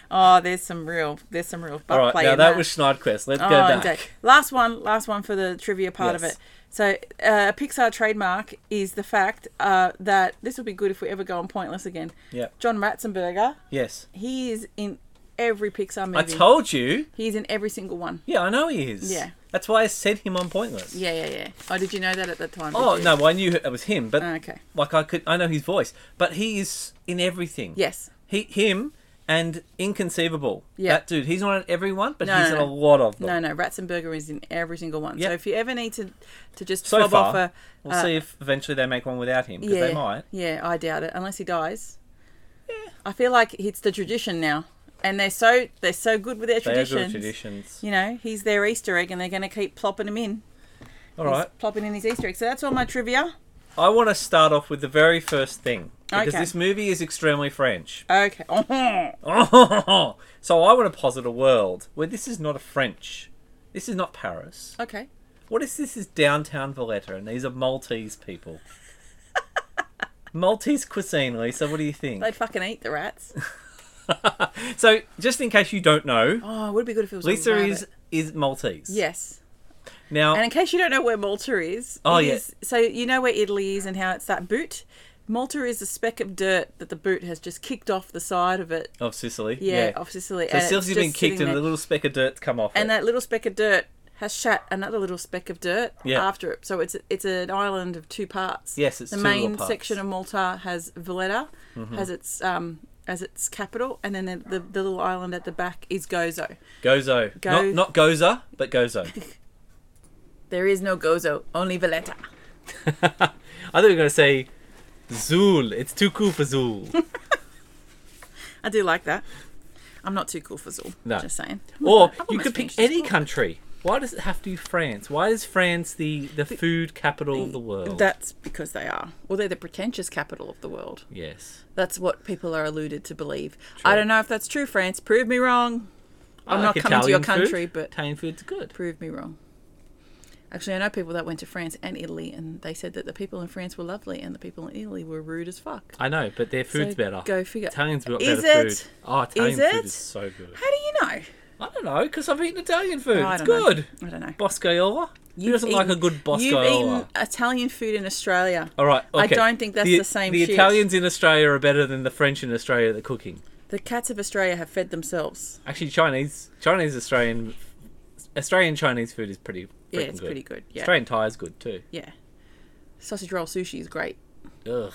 Speaker 2: Oh, there's some real, there's some real butt
Speaker 1: All right,
Speaker 2: play
Speaker 1: now
Speaker 2: in
Speaker 1: that, was Schneidquest. Let's go
Speaker 2: Oh,
Speaker 1: back.
Speaker 2: indeed. Last one, last one for the trivia part of
Speaker 1: Yes.
Speaker 2: it. So, uh, Pixar trademark is the fact uh, that this will be good if we ever go on Pointless again.
Speaker 1: Yep.
Speaker 2: John Ratzenberger,
Speaker 1: Yes.
Speaker 2: he is in every Pixar movie.
Speaker 1: I told you.
Speaker 2: He's in every single one.
Speaker 1: Yeah, I know he is.
Speaker 2: Yeah.
Speaker 1: That's why I said him on Pointless.
Speaker 2: Yeah, yeah, yeah. Oh, did you know that at the time? did
Speaker 1: Oh
Speaker 2: you?
Speaker 1: no, well, I knew it was him, but
Speaker 2: Oh, Okay.
Speaker 1: like I could, I know his voice, but he is in everything.
Speaker 2: Yes.
Speaker 1: He, him, and inconceivable.
Speaker 2: Yeah.
Speaker 1: That dude. He's not in everyone, but
Speaker 2: No,
Speaker 1: he's
Speaker 2: no,
Speaker 1: in a
Speaker 2: no.
Speaker 1: lot of them.
Speaker 2: No, no. Ratzenberger is in every single one.
Speaker 1: Yep.
Speaker 2: So if you ever need to, to just
Speaker 1: So
Speaker 2: fob
Speaker 1: far,
Speaker 2: off a,
Speaker 1: we'll
Speaker 2: uh,
Speaker 1: see if eventually they make one without him because
Speaker 2: yeah,
Speaker 1: they might.
Speaker 2: yeah, I doubt it. Unless he dies. Yeah. I feel like it's the tradition now. and they're so they're so good with their
Speaker 1: They are good
Speaker 2: traditions.
Speaker 1: traditions.
Speaker 2: You know, he's their Easter egg, and they're going to keep plopping him in.
Speaker 1: All
Speaker 2: He's
Speaker 1: right.
Speaker 2: plopping in his Easter egg. So that's all my trivia.
Speaker 1: I want to start off with the very first thing because
Speaker 2: Okay.
Speaker 1: this movie is extremely French.
Speaker 2: Okay. Oh,
Speaker 1: so I want to posit a world where this is not a French. This is not Paris.
Speaker 2: okay.
Speaker 1: What is this? Is downtown Valletta, and these are Maltese people. Maltese cuisine, Lisa. What do you think?
Speaker 2: They'd fucking eat the rats.
Speaker 1: so, just in case you don't know,
Speaker 2: Oh, it would be good if it was a
Speaker 1: Lisa
Speaker 2: rabbit.
Speaker 1: is is Maltese.
Speaker 2: Yes.
Speaker 1: Now,
Speaker 2: And in case you don't know where Malta is,
Speaker 1: Oh,
Speaker 2: it
Speaker 1: yeah.
Speaker 2: is- so you know where Italy is and how it's that boot. Malta is a speck of dirt that the boot has just kicked off the side of it.
Speaker 1: of Sicily.
Speaker 2: Yeah, off Sicily.
Speaker 1: So
Speaker 2: and it's
Speaker 1: Sicily's been
Speaker 2: just
Speaker 1: kicked,
Speaker 2: sitting
Speaker 1: and a
Speaker 2: there.
Speaker 1: little speck of dirt's come off.
Speaker 2: and
Speaker 1: it.
Speaker 2: that little speck of dirt has shat another little speck of dirt
Speaker 1: Yeah.
Speaker 2: after it. So it's it's an island of two parts.
Speaker 1: Yes, it's
Speaker 2: the
Speaker 1: two little
Speaker 2: main
Speaker 1: parts. Mm-hmm.
Speaker 2: section of Malta has Valletta has its um as its capital, and then the, the, the little island at the back is Gozo.
Speaker 1: Gozo.
Speaker 2: Go-
Speaker 1: Not, not Goza, but Gozo.
Speaker 2: There is no Gozo, only Valletta.
Speaker 1: I thought you were going to say Zool. It's too cool for Zool.
Speaker 2: I do like that. I'm not too cool for Zool.
Speaker 1: No.
Speaker 2: Just saying.
Speaker 1: or
Speaker 2: I've
Speaker 1: you
Speaker 2: almost
Speaker 1: could pick
Speaker 2: finished this
Speaker 1: any
Speaker 2: book.
Speaker 1: country. Why does it have to be France? Why is France the, the food capital of the world?
Speaker 2: That's because they are. Well, they're the pretentious capital of the world.
Speaker 1: yes.
Speaker 2: That's what people are alluded to believe. I don't know if that's true, France. Prove me wrong. I'm
Speaker 1: I
Speaker 2: not
Speaker 1: like
Speaker 2: coming to your
Speaker 1: Italian
Speaker 2: country,
Speaker 1: food.
Speaker 2: but
Speaker 1: Italian food's good.
Speaker 2: prove me wrong. Actually, I know people that went to France and Italy, and they said that the people in France were lovely and the people in Italy were rude as fuck.
Speaker 1: I know, but their food's better.
Speaker 2: go figure.
Speaker 1: Italian's got
Speaker 2: Is
Speaker 1: better
Speaker 2: it?
Speaker 1: food. Oh, Italian
Speaker 2: Is
Speaker 1: food
Speaker 2: it?
Speaker 1: is so good.
Speaker 2: How do you know?
Speaker 1: I don't know, because I've eaten Italian food.
Speaker 2: Oh, I
Speaker 1: it's
Speaker 2: don't know.
Speaker 1: good.
Speaker 2: I don't know.
Speaker 1: Boscaiola? Who doesn't like a good Boscaiola?
Speaker 2: You've eaten Italian food in Australia.
Speaker 1: All right. Okay.
Speaker 2: I don't think that's the, same
Speaker 1: The
Speaker 2: shit.
Speaker 1: Italians in Australia are better than the French in Australia at the cooking.
Speaker 2: The cats of Australia have fed themselves.
Speaker 1: Actually, Chinese, Chinese Australian, Australian Chinese food is pretty.
Speaker 2: Yeah,
Speaker 1: freaking
Speaker 2: it's pretty good. Yeah.
Speaker 1: Australian Thai is good too.
Speaker 2: Yeah. Sausage roll sushi is great.
Speaker 1: Ugh.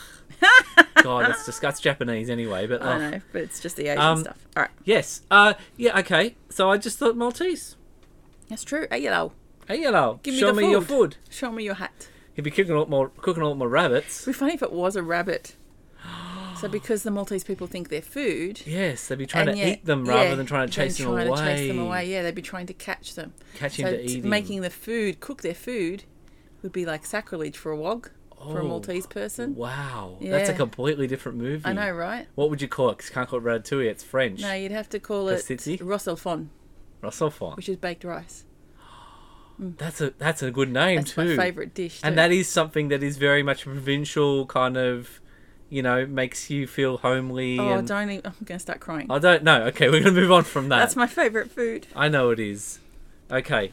Speaker 1: God, it's just that's Japanese anyway. But
Speaker 2: I
Speaker 1: ugh.
Speaker 2: know, but it's just the Asian
Speaker 1: Um,
Speaker 2: stuff. All right.
Speaker 1: yes. Uh, yeah. Okay. So I just thought Maltese.
Speaker 2: That's true. Hey, hello.
Speaker 1: Hey, hello.
Speaker 2: Give me
Speaker 1: Show
Speaker 2: the
Speaker 1: me your
Speaker 2: food.
Speaker 1: food.
Speaker 2: Show me your hat.
Speaker 1: He'd be cooking all more, cooking all my rabbits.
Speaker 2: It'd be funny if it was a rabbit. So because the Maltese people think they're food,
Speaker 1: Yes, they'd be trying
Speaker 2: and
Speaker 1: to
Speaker 2: yet-
Speaker 1: eat them rather
Speaker 2: yeah,
Speaker 1: than trying to
Speaker 2: than
Speaker 1: chase them
Speaker 2: trying
Speaker 1: away.
Speaker 2: to chase them away. Yeah, they'd be trying to catch them.
Speaker 1: Catching
Speaker 2: so
Speaker 1: to
Speaker 2: t-
Speaker 1: eating.
Speaker 2: making the food, cook their food, would be like sacrilege for a wog, for a
Speaker 1: Oh,
Speaker 2: Maltese person.
Speaker 1: Wow, that's a
Speaker 2: Yeah.
Speaker 1: completely different movie.
Speaker 2: I know, right?
Speaker 1: What would you call it? 'Cause you can't call it ratatouille. It's French.
Speaker 2: No, you'd have to call it
Speaker 1: Pasticci?
Speaker 2: Rosselfon,
Speaker 1: Russell Fon.
Speaker 2: which is baked rice.
Speaker 1: That's a that's a good name
Speaker 2: That's
Speaker 1: too.
Speaker 2: my favourite dish.
Speaker 1: And
Speaker 2: too.
Speaker 1: that is something that is very much provincial kind of, you know, makes you feel homely.
Speaker 2: Oh,
Speaker 1: and...
Speaker 2: don't even. I'm going to start crying.
Speaker 1: um, I don't know. Okay, we're gonna move on from that.
Speaker 2: That's my favourite food.
Speaker 1: I know it is. Okay,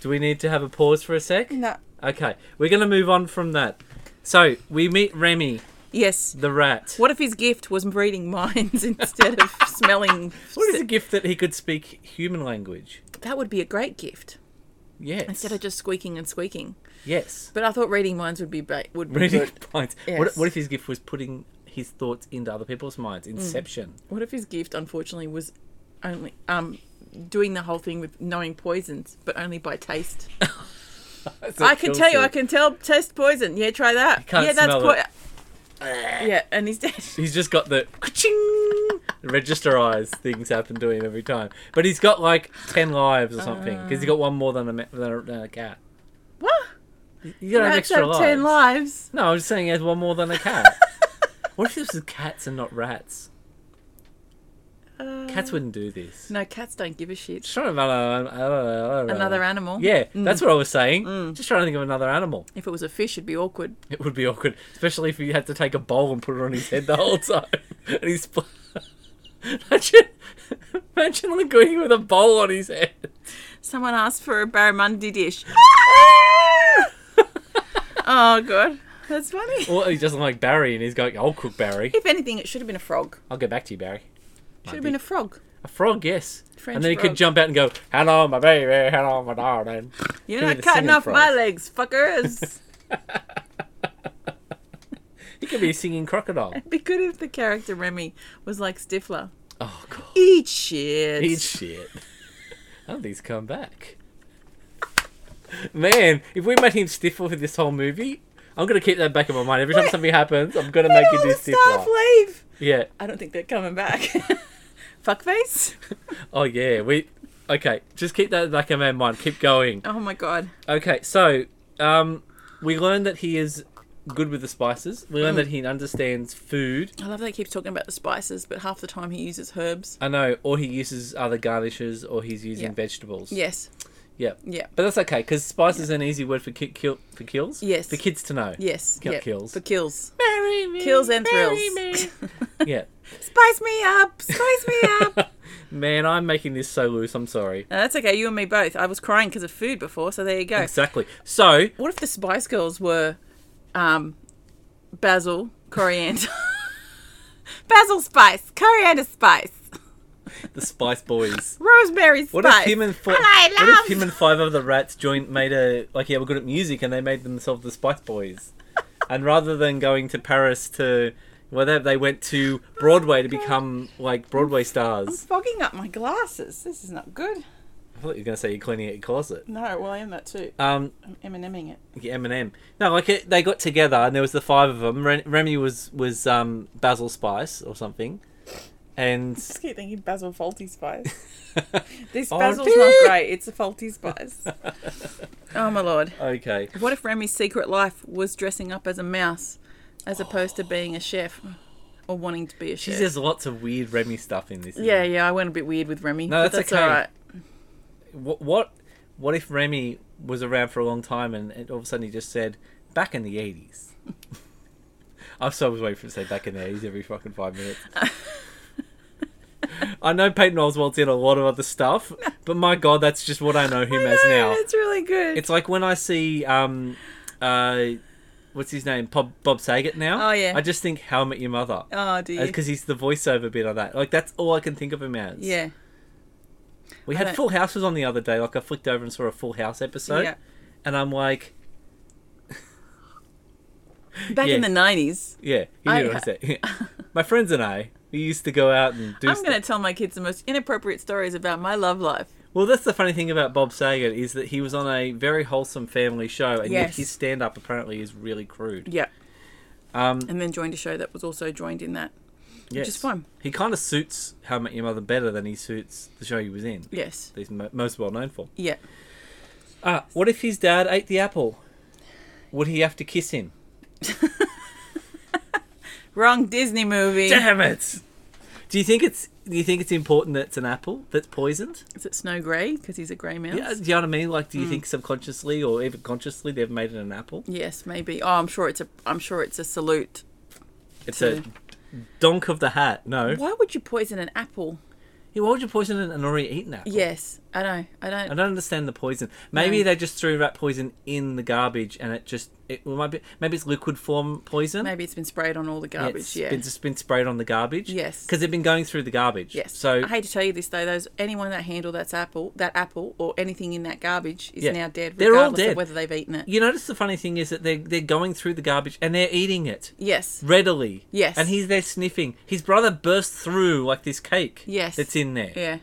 Speaker 1: do we need to have a pause for a sec?
Speaker 2: No.
Speaker 1: Okay, we're gonna move on from that. So we meet Remy
Speaker 2: Yes.
Speaker 1: the rat.
Speaker 2: What if his gift was reading minds instead of smelling?
Speaker 1: What is a gift that he could speak human language?
Speaker 2: That would be a great gift
Speaker 1: Yes.
Speaker 2: instead of just squeaking and squeaking.
Speaker 1: yes.
Speaker 2: But I thought reading minds would be ba- would be
Speaker 1: Reading
Speaker 2: good.
Speaker 1: minds. What,
Speaker 2: Yes. Mm.
Speaker 1: what if his gift was putting his thoughts into other people's minds? Inception.
Speaker 2: What if his gift, unfortunately, was only um doing the whole thing with knowing poisons, but only by taste?
Speaker 1: That's what
Speaker 2: I can
Speaker 1: kills
Speaker 2: tell you,
Speaker 1: it.
Speaker 2: I can tell taste poison. Yeah, try that.
Speaker 1: can't
Speaker 2: yeah, that's
Speaker 1: smell it.
Speaker 2: Yeah, and he's dead.
Speaker 1: He's just got the ka-ching, register eyes things happen to him every time. But he's got like 10 lives or something because he's got one more than a, ma- than a, than a cat.
Speaker 2: What?
Speaker 1: You got an
Speaker 2: Rats
Speaker 1: extra
Speaker 2: have
Speaker 1: life.
Speaker 2: ten lives.
Speaker 1: No, I'm just saying he has one more than a cat. what if this was cats and not rats?
Speaker 2: Uh,
Speaker 1: Cats wouldn't do this.
Speaker 2: No, cats don't give a shit.
Speaker 1: Just trying to I don't know, I don't know, I don't know.
Speaker 2: Another animal. Mm.
Speaker 1: Yeah, that's what I was saying. Just trying to think of another animal.
Speaker 2: If it was a fish, it'd be awkward.
Speaker 1: It would be awkward, especially if you had to take a bowl and put it on his head the whole time. and he's spl- imagine, imagine Linguini with a bowl on his head.
Speaker 2: Someone asked for a barramundi dish. oh god, Ah! that's funny.
Speaker 1: Or he doesn't like Barry, and he's going, "I'll cook Barry.
Speaker 2: If anything, it should have been a frog.
Speaker 1: I'll get back to you, Barry."
Speaker 2: Should have
Speaker 1: Might
Speaker 2: been
Speaker 1: be.
Speaker 2: a frog.
Speaker 1: a frog, yes.
Speaker 2: French
Speaker 1: and then he
Speaker 2: frog.
Speaker 1: could jump out and go, "Hello, my baby. Hello, my darling."
Speaker 2: You're
Speaker 1: Give me
Speaker 2: not
Speaker 1: the
Speaker 2: cutting
Speaker 1: singing
Speaker 2: off
Speaker 1: frog.
Speaker 2: my legs, fuckers.
Speaker 1: He could be a singing crocodile.
Speaker 2: be good if the character Remy was like Stifler.
Speaker 1: Oh god,
Speaker 2: Eat shit.
Speaker 1: he's shit. How did these come back? Man, if we made him stiffer for this whole movie, I'm gonna keep that back in my mind. Every time something happens, I'm gonna
Speaker 2: Where
Speaker 1: make
Speaker 2: did
Speaker 1: you
Speaker 2: all
Speaker 1: do
Speaker 2: the
Speaker 1: stiffer.
Speaker 2: staff leave.
Speaker 1: Yeah.
Speaker 2: I don't think they're coming back. Fuckface?
Speaker 1: Oh yeah, we. Okay, just keep that in the back of our mind. Keep going.
Speaker 2: Oh my god.
Speaker 1: Okay, so um, we learned that he is good with the spices. We
Speaker 2: Mm.
Speaker 1: learned that he understands food.
Speaker 2: I love that he keeps talking about the spices, but half the time he uses herbs.
Speaker 1: I know, or he uses other garnishes, or he's using
Speaker 2: Yeah.
Speaker 1: vegetables.
Speaker 2: Yes.
Speaker 1: Yeah.
Speaker 2: Yeah.
Speaker 1: But that's okay, because spice is an easy word for ki- kill for kills.
Speaker 2: Yes.
Speaker 1: For kids to know.
Speaker 2: Yes.
Speaker 1: Kill-
Speaker 2: Yep.
Speaker 1: kills.
Speaker 2: For kills.
Speaker 1: Marry me.
Speaker 2: Kills and
Speaker 1: marry
Speaker 2: thrills.
Speaker 1: me. yeah.
Speaker 2: Spice me up. Spice me up.
Speaker 1: Man, I'm making this so loose. I'm sorry.
Speaker 2: No, that's okay. You and me both. I was crying because of food before, so there you go.
Speaker 1: Exactly. So
Speaker 2: What if the Spice Girls were um, basil, coriander, basil spice, coriander spice,
Speaker 1: the Spice Boys.
Speaker 2: rosemary spice?
Speaker 1: What if him and fi-
Speaker 2: I
Speaker 1: what if
Speaker 2: love-
Speaker 1: him and five other rats joint made a like yeah we're good at music and they made themselves the Spice Boys, and rather than going to Paris to whether they went to Broadway to become like Broadway stars.
Speaker 2: Fogging up my glasses. This is not good.
Speaker 1: I thought you were going to say you're cleaning out your closet.
Speaker 2: No, well I am that too.
Speaker 1: Um,
Speaker 2: I'm M&Ming it.
Speaker 1: Yeah, Eminem. No, like it, they got together and there was the five of them. Ren- Remy was was um, Basil Spice or something, and
Speaker 2: Just keep thinking basil faulty spice. This
Speaker 1: Oh,
Speaker 2: basil's not
Speaker 1: dear.
Speaker 2: great. It's a faulty spice. oh my lord.
Speaker 1: okay,
Speaker 2: What if Remy's secret life was dressing up as a mouse as opposed to being a chef or wanting to be a
Speaker 1: she
Speaker 2: chef?
Speaker 1: says lots of weird Remy stuff in this.
Speaker 2: yeah, yeah, I went a bit weird with Remy.
Speaker 1: No,
Speaker 2: but
Speaker 1: that's
Speaker 2: that's
Speaker 1: okay.
Speaker 2: all right.
Speaker 1: What, what what if Remy was around for a long time and, and all of a sudden he just said, "Back in the '80s." I was always waiting for him to say "back in the '80s" every fucking five minutes. I know Peyton Oswald did a lot of other stuff, but my god, that's just what I know him as now.
Speaker 2: It's really good.
Speaker 1: It's like when I see um, uh, what's his name, Bob Bob Saget now.
Speaker 2: Oh, yeah.
Speaker 1: I just think How I Met Your Mother
Speaker 2: oh, do you?
Speaker 1: because he's the voiceover bit on that. Like that's all I can think of him as.
Speaker 2: Yeah,
Speaker 1: we
Speaker 2: I
Speaker 1: had
Speaker 2: don't-
Speaker 1: Full Houses on the other day. Like I flicked over and saw a Full House episode,
Speaker 2: yeah.
Speaker 1: and I'm like,
Speaker 2: Back in
Speaker 1: Yeah.
Speaker 2: the nineties,
Speaker 1: yeah, you
Speaker 2: I-
Speaker 1: know what I said. my friends and I. We used to go out and do
Speaker 2: I'm
Speaker 1: stuff.
Speaker 2: going to tell my kids the most inappropriate stories about my love life.
Speaker 1: Well, that's the funny thing about Bob Saget is that he was on a very wholesome family show, and yet
Speaker 2: Yes.
Speaker 1: his stand-up apparently is really crude.
Speaker 2: Yeah,
Speaker 1: Um,
Speaker 2: and then joined a show that was also joined in that.
Speaker 1: yes.
Speaker 2: is fine.
Speaker 1: He kind of suits How I Met Your Mother better than he suits the show he was in.
Speaker 2: Yes.
Speaker 1: that he's mo- most well known for.
Speaker 2: Yeah.
Speaker 1: Ah, what if his dad ate the apple? Would he have to kiss him?
Speaker 2: Wrong Disney movie.
Speaker 1: Damn it! Do you think it's do you think it's important that it's an apple that's poisoned?
Speaker 2: Is it Snow Grey? Because he's a grey mouse.
Speaker 1: Yeah, do you know what I mean? Like, do
Speaker 2: Hmm.
Speaker 1: you think subconsciously or even consciously they've made it an apple?
Speaker 2: Yes, maybe. Oh, I'm sure it's a. I'm sure it's a salute.
Speaker 1: It's a donk of the hat. No.
Speaker 2: Why would you poison an apple?
Speaker 1: Yeah, why would you poison an already eaten apple?
Speaker 2: Yes, I know. I don't.
Speaker 1: I don't understand the poison. Maybe
Speaker 2: No.
Speaker 1: they just threw rat poison in the garbage and it just it well, might be maybe it's liquid form poison.
Speaker 2: Maybe it's been sprayed on all the garbage.
Speaker 1: It's
Speaker 2: Yeah.
Speaker 1: been, just been sprayed on the garbage.
Speaker 2: Yes.
Speaker 1: Because they've been going through the garbage.
Speaker 2: Yes.
Speaker 1: So
Speaker 2: I hate to tell you this though. Those anyone that handled that apple, that apple, or anything in that garbage is
Speaker 1: Yeah.
Speaker 2: now dead.
Speaker 1: They're all
Speaker 2: regardless
Speaker 1: dead.
Speaker 2: Of whether they've eaten it.
Speaker 1: you notice the funny thing is that they're, they're going through the garbage and they're eating it
Speaker 2: Yes.
Speaker 1: readily.
Speaker 2: Yes.
Speaker 1: And he's there sniffing. His brother bursts through like this cake
Speaker 2: Yes.
Speaker 1: that's in there.
Speaker 2: Yeah.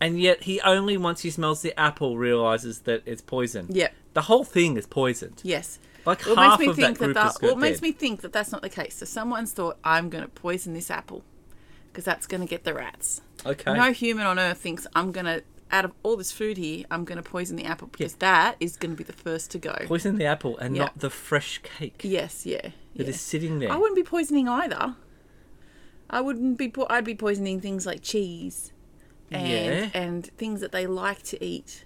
Speaker 1: And yet he only, once he smells the apple, realizes that it's poisoned.
Speaker 2: Yep.
Speaker 1: The whole thing is poisoned.
Speaker 2: Yes.
Speaker 1: Like
Speaker 2: Well,
Speaker 1: half
Speaker 2: it makes
Speaker 1: of
Speaker 2: me
Speaker 1: that
Speaker 2: think
Speaker 1: group
Speaker 2: that,
Speaker 1: is
Speaker 2: that well, it
Speaker 1: good
Speaker 2: makes
Speaker 1: dead.
Speaker 2: me think that that's not the case. So someone's thought, I'm going to poison this apple because that's going to get the rats.
Speaker 1: Okay.
Speaker 2: No human on earth thinks I'm going to. Out of all this food here, I'm going to poison the apple because that is going to be the first to go.
Speaker 1: Poison the apple and
Speaker 2: Yeah.
Speaker 1: not the fresh cake that is
Speaker 2: yes, yeah. yeah.
Speaker 1: sitting there.
Speaker 2: I wouldn't be poisoning either. I wouldn't be. Po- I'd be poisoning things like cheese, and
Speaker 1: Yeah.
Speaker 2: and things that they like to eat.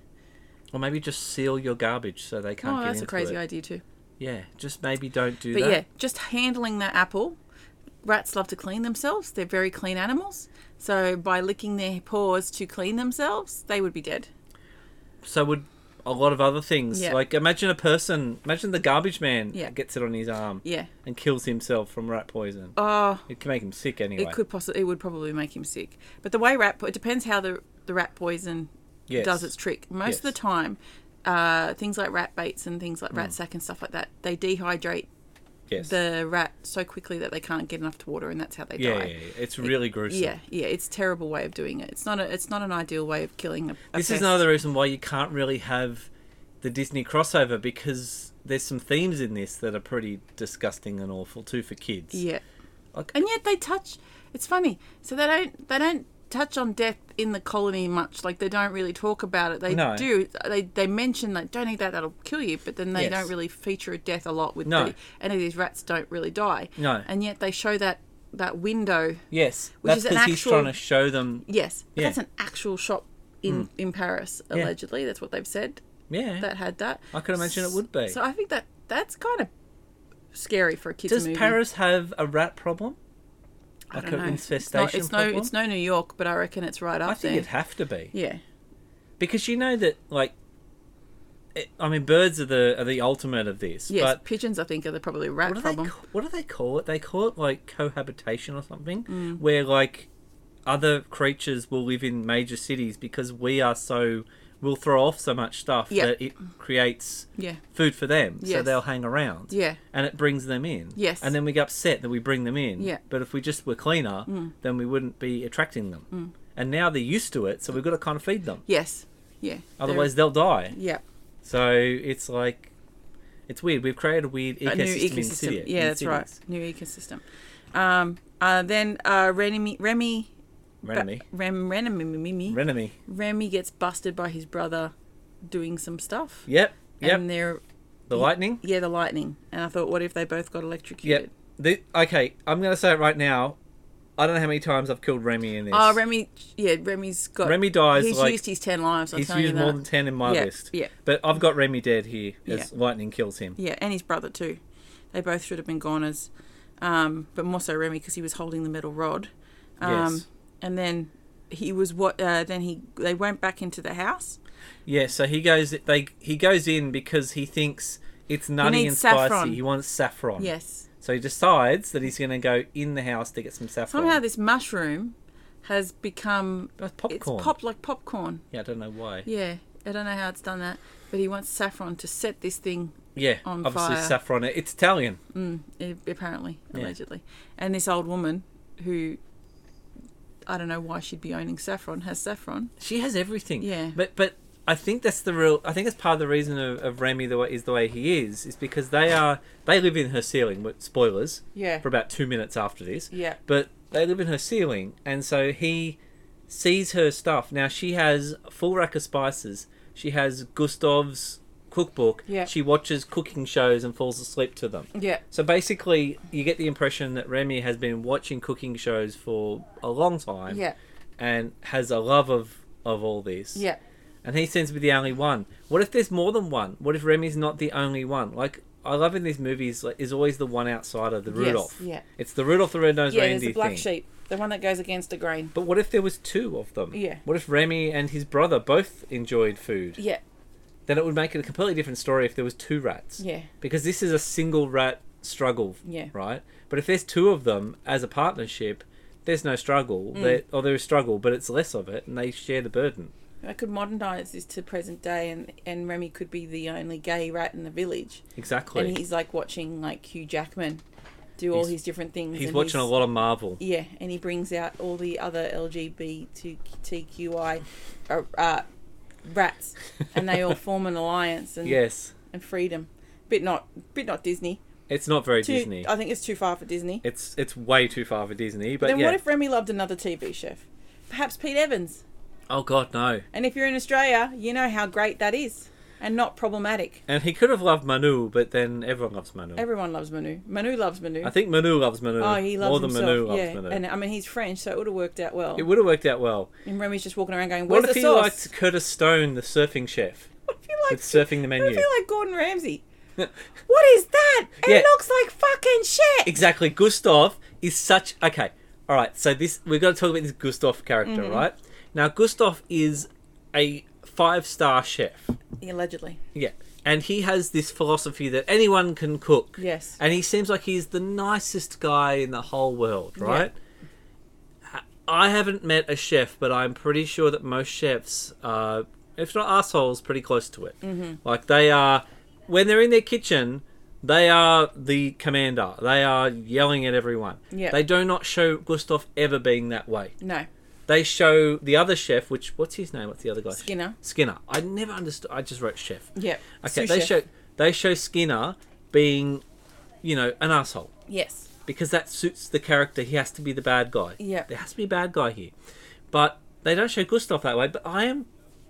Speaker 1: Or maybe just seal your garbage so they can't
Speaker 2: Oh,
Speaker 1: get
Speaker 2: that's a
Speaker 1: into
Speaker 2: crazy
Speaker 1: it.
Speaker 2: idea too.
Speaker 1: Yeah, just maybe don't do
Speaker 2: But
Speaker 1: that.
Speaker 2: yeah, just handling that apple. Rats love to clean themselves. They're very clean animals. So by licking their paws to clean themselves, they would be dead.
Speaker 1: So would a lot of other things.
Speaker 2: Yeah.
Speaker 1: Like imagine a person, imagine the garbage man
Speaker 2: Yeah.
Speaker 1: gets it on his arm
Speaker 2: Yeah.
Speaker 1: and kills himself from rat poison.
Speaker 2: Oh,
Speaker 1: It can make him sick anyway.
Speaker 2: it could possibly. It would probably make him sick. But the way rat. Po- it depends how the the rat poison
Speaker 1: yes.
Speaker 2: does its trick. Most of the
Speaker 1: Yes. Mm.
Speaker 2: time, uh, things like rat baits and things like rat sack and stuff like that, they dehydrate
Speaker 1: yes.
Speaker 2: the rat so quickly that they can't get enough water, and that's how they
Speaker 1: yeah, yeah,
Speaker 2: die.
Speaker 1: yeah. It's really gruesome.
Speaker 2: Yeah, yeah, it's a terrible way of doing it. It's not a, it's not an ideal way of killing a. a
Speaker 1: This is
Speaker 2: pest.
Speaker 1: another reason why you can't really have the Disney crossover because there's some themes in this that are pretty disgusting and awful too for kids.
Speaker 2: Yeah,
Speaker 1: Like-
Speaker 2: and yet they touch. It's funny. So they don't they don't touch on death in the colony much. Like they don't really talk about it. They
Speaker 1: No.
Speaker 2: do. They they mention like don't eat that, that'll kill you. But then they
Speaker 1: Yes.
Speaker 2: don't really feature a death a lot with
Speaker 1: No.
Speaker 2: the, any of these rats don't really die.
Speaker 1: No.
Speaker 2: And yet they show that that window.
Speaker 1: Yes,
Speaker 2: Which
Speaker 1: that's
Speaker 2: is an
Speaker 1: because he's
Speaker 2: actual-
Speaker 1: trying to show them.
Speaker 2: Yes, but
Speaker 1: Yeah. Mm.
Speaker 2: that's an actual shop in in Paris
Speaker 1: Yeah.
Speaker 2: allegedly. That's what they've said.
Speaker 1: Yeah,
Speaker 2: That had that.
Speaker 1: I could imagine it would be.
Speaker 2: So I think that that's kind of scary for a kids
Speaker 1: Does
Speaker 2: movie.
Speaker 1: Paris have a rat problem?
Speaker 2: I
Speaker 1: Like
Speaker 2: don't
Speaker 1: an
Speaker 2: know.
Speaker 1: infestation
Speaker 2: it's no,
Speaker 1: problem?
Speaker 2: It's no, it's no New York, but I reckon it's right up
Speaker 1: I think
Speaker 2: there.
Speaker 1: it'd have to be
Speaker 2: yeah.
Speaker 1: because you know that like. It, I mean, birds are the are the ultimate of this.
Speaker 2: Yes,
Speaker 1: but
Speaker 2: pigeons I think are the probably a rat
Speaker 1: what do
Speaker 2: problem.
Speaker 1: they ca- what do they call it? They call it like cohabitation or something,
Speaker 2: Mm.
Speaker 1: where like other creatures will live in major cities because we are so we'll throw off so much stuff
Speaker 2: Yeah.
Speaker 1: that it creates
Speaker 2: yeah.
Speaker 1: food for them, so
Speaker 2: Yes.
Speaker 1: they'll hang around.
Speaker 2: Yeah.
Speaker 1: and it brings them in.
Speaker 2: Yes.
Speaker 1: and then we get upset that we bring them in.
Speaker 2: Yeah. Mm.
Speaker 1: but if we just were cleaner, then we wouldn't be attracting them. And now they're used to it, so we've got to kind of feed them.
Speaker 2: Yes. Yeah. They're-
Speaker 1: Otherwise, they'll die.
Speaker 2: yeah.
Speaker 1: So it's like, it's weird. We've created a weird ecosystem,
Speaker 2: A new
Speaker 1: in
Speaker 2: ecosystem.
Speaker 1: city.
Speaker 2: yeah,
Speaker 1: in
Speaker 2: that's right.
Speaker 1: cities.
Speaker 2: New ecosystem. Um, uh, then uh, Remy, Remy,
Speaker 1: Renemy.
Speaker 2: Rem, Remy, Remy,
Speaker 1: Renemy.
Speaker 2: Remy gets busted by his brother doing some stuff.
Speaker 1: Yep. Yep.
Speaker 2: And they're
Speaker 1: the lightning.
Speaker 2: yeah the lightning. And I thought, what if they both got
Speaker 1: Yep.
Speaker 2: electrocuted?
Speaker 1: The, okay, I'm gonna say it right now. I don't know how many times I've killed Remy in this.
Speaker 2: Oh, Remy. Yeah, Remy's got.
Speaker 1: Remy dies,
Speaker 2: He's
Speaker 1: like-
Speaker 2: used his ten lives. I'm
Speaker 1: He's
Speaker 2: telling
Speaker 1: used
Speaker 2: you that.
Speaker 1: more than ten in my
Speaker 2: Yeah,
Speaker 1: list.
Speaker 2: yeah.
Speaker 1: But I've got Remy dead here as
Speaker 2: Yeah.
Speaker 1: lightning kills him.
Speaker 2: Yeah, and his brother too. They both should have been goners, um, but more so Remy because he was holding the metal rod. Um,
Speaker 1: Yes.
Speaker 2: And then he was what? Uh, then he they went back into the house.
Speaker 1: Yeah, so he goes they he goes in because he thinks it's nutty
Speaker 2: needs
Speaker 1: and spicy.
Speaker 2: saffron.
Speaker 1: He wants saffron.
Speaker 2: Yes.
Speaker 1: So he decides that he's gonna go in the house to get some saffron.
Speaker 2: Somehow this mushroom has become
Speaker 1: That's popcorn.
Speaker 2: It's popped like popcorn.
Speaker 1: yeah, I don't know why.
Speaker 2: Yeah, I don't know how it's done that, but he wants saffron to set this thing
Speaker 1: Yeah,
Speaker 2: On
Speaker 1: obviously
Speaker 2: fire.
Speaker 1: saffron. It's Italian.
Speaker 2: a- eh, apparently, allegedly. And this old woman who I don't know why she'd be owning saffron has saffron.
Speaker 1: She has everything.
Speaker 2: Yeah.
Speaker 1: But but I think that's the real. I think that's part of the reason of, of Remy the way is the way he is is because they are they live in her ceiling. with- Spoilers.
Speaker 2: Yeah.
Speaker 1: For about two minutes after this.
Speaker 2: Yeah.
Speaker 1: But they live in her ceiling, and so he sees her stuff. Now she has a full rack of spices. She has Gustav's cookbook.
Speaker 2: Yeah.
Speaker 1: She watches cooking shows and falls asleep to them.
Speaker 2: Yeah.
Speaker 1: So basically, you get the impression that Remy has been watching cooking shows for a long time
Speaker 2: Yeah.
Speaker 1: and has a love of of all this.
Speaker 2: Yeah.
Speaker 1: And he seems to be the only one. What if there's more than one? What if Remy's not the only one? Like I love in these movies like, is always the one outsider, the Rudolph.
Speaker 2: yeah.
Speaker 1: It's the Rudolph the Red Nosed
Speaker 2: Yeah, there's
Speaker 1: Reindeer
Speaker 2: the black
Speaker 1: thing.
Speaker 2: sheep, the one that goes against the grain.
Speaker 1: But what if there was two of them?
Speaker 2: Yeah.
Speaker 1: What if Remy and his brother both enjoyed food?
Speaker 2: Yeah,
Speaker 1: Then it would make it a completely different story if there was two rats.
Speaker 2: yeah,
Speaker 1: Because this is a single rat struggle.
Speaker 2: Yeah.
Speaker 1: Right? But if there's two of them as a partnership, there's no struggle.
Speaker 2: Mm.
Speaker 1: There or there is struggle, but it's less of it and they share the burden.
Speaker 2: I could modernise this to present day, and and Remy could be the only gay rat in the village,
Speaker 1: Exactly.
Speaker 2: and he's like watching like Hugh Jackman do all
Speaker 1: He's-
Speaker 2: his different things.
Speaker 1: He's
Speaker 2: and
Speaker 1: watching a lot of Marvel.
Speaker 2: Yeah, and he brings out all the other LGBTQI uh, uh, rats, and they all form an alliance and
Speaker 1: Yes,
Speaker 2: and freedom. Bit not bit not Disney.
Speaker 1: it's not very
Speaker 2: Too,
Speaker 1: Disney.
Speaker 2: I think it's too far for Disney.
Speaker 1: It's it's way too far for Disney. But
Speaker 2: then
Speaker 1: yeah.
Speaker 2: what if Remy loved another TV chef? Perhaps Pete Evans.
Speaker 1: oh God, no.
Speaker 2: And if you're in Australia, you know how great that is and not problematic.
Speaker 1: And he could have loved Manu, but then everyone loves Manu.
Speaker 2: Everyone loves Manu. Manu loves Manu.
Speaker 1: I think Manu loves Manu.
Speaker 2: oh, he loves
Speaker 1: more than
Speaker 2: himself.
Speaker 1: Manu loves
Speaker 2: yeah.
Speaker 1: Manu.
Speaker 2: And uh, I mean, he's French, so it would have worked out well.
Speaker 1: it would have worked out well.
Speaker 2: and Remy's just walking around going,
Speaker 1: What if
Speaker 2: "Where's the
Speaker 1: he
Speaker 2: sauce?"
Speaker 1: liked Curtis Stone, the surfing chef?
Speaker 2: I feel like
Speaker 1: with surfing the
Speaker 2: I
Speaker 1: menu?
Speaker 2: feel like Gordon Ramsay. What is that? It
Speaker 1: Yeah.
Speaker 2: looks like fucking shit.
Speaker 1: exactly. Gustav is such okay. All right, so this we've got to talk about this Gustav character,
Speaker 2: Mm-hmm.
Speaker 1: right? Now Gustav is a five-star chef.
Speaker 2: Allegedly,
Speaker 1: Yeah. And he has this philosophy that anyone can cook.
Speaker 2: Yes.
Speaker 1: And he seems like he's the nicest guy in the whole world, right? I haven't met a chef, but I'm pretty sure that most chefs are, if not assholes, pretty close to it. Mm-hmm. Like they are, when they're in their kitchen, they are the commander. They are yelling at everyone.
Speaker 2: Yeah.
Speaker 1: They do not show Gustav ever being that way.
Speaker 2: no.
Speaker 1: They show the other chef, which, what's his name? What's the other guy?
Speaker 2: Skinner.
Speaker 1: Skinner. I never understood. I just wrote chef.
Speaker 2: Yep.
Speaker 1: Okay,
Speaker 2: Sous
Speaker 1: they
Speaker 2: chef.
Speaker 1: show they show Skinner being, you know, an asshole
Speaker 2: Yes.
Speaker 1: because that suits the character. He has to be the bad guy.
Speaker 2: Yeah.
Speaker 1: there has to be a bad guy here. But they don't show Gustav that way. But I am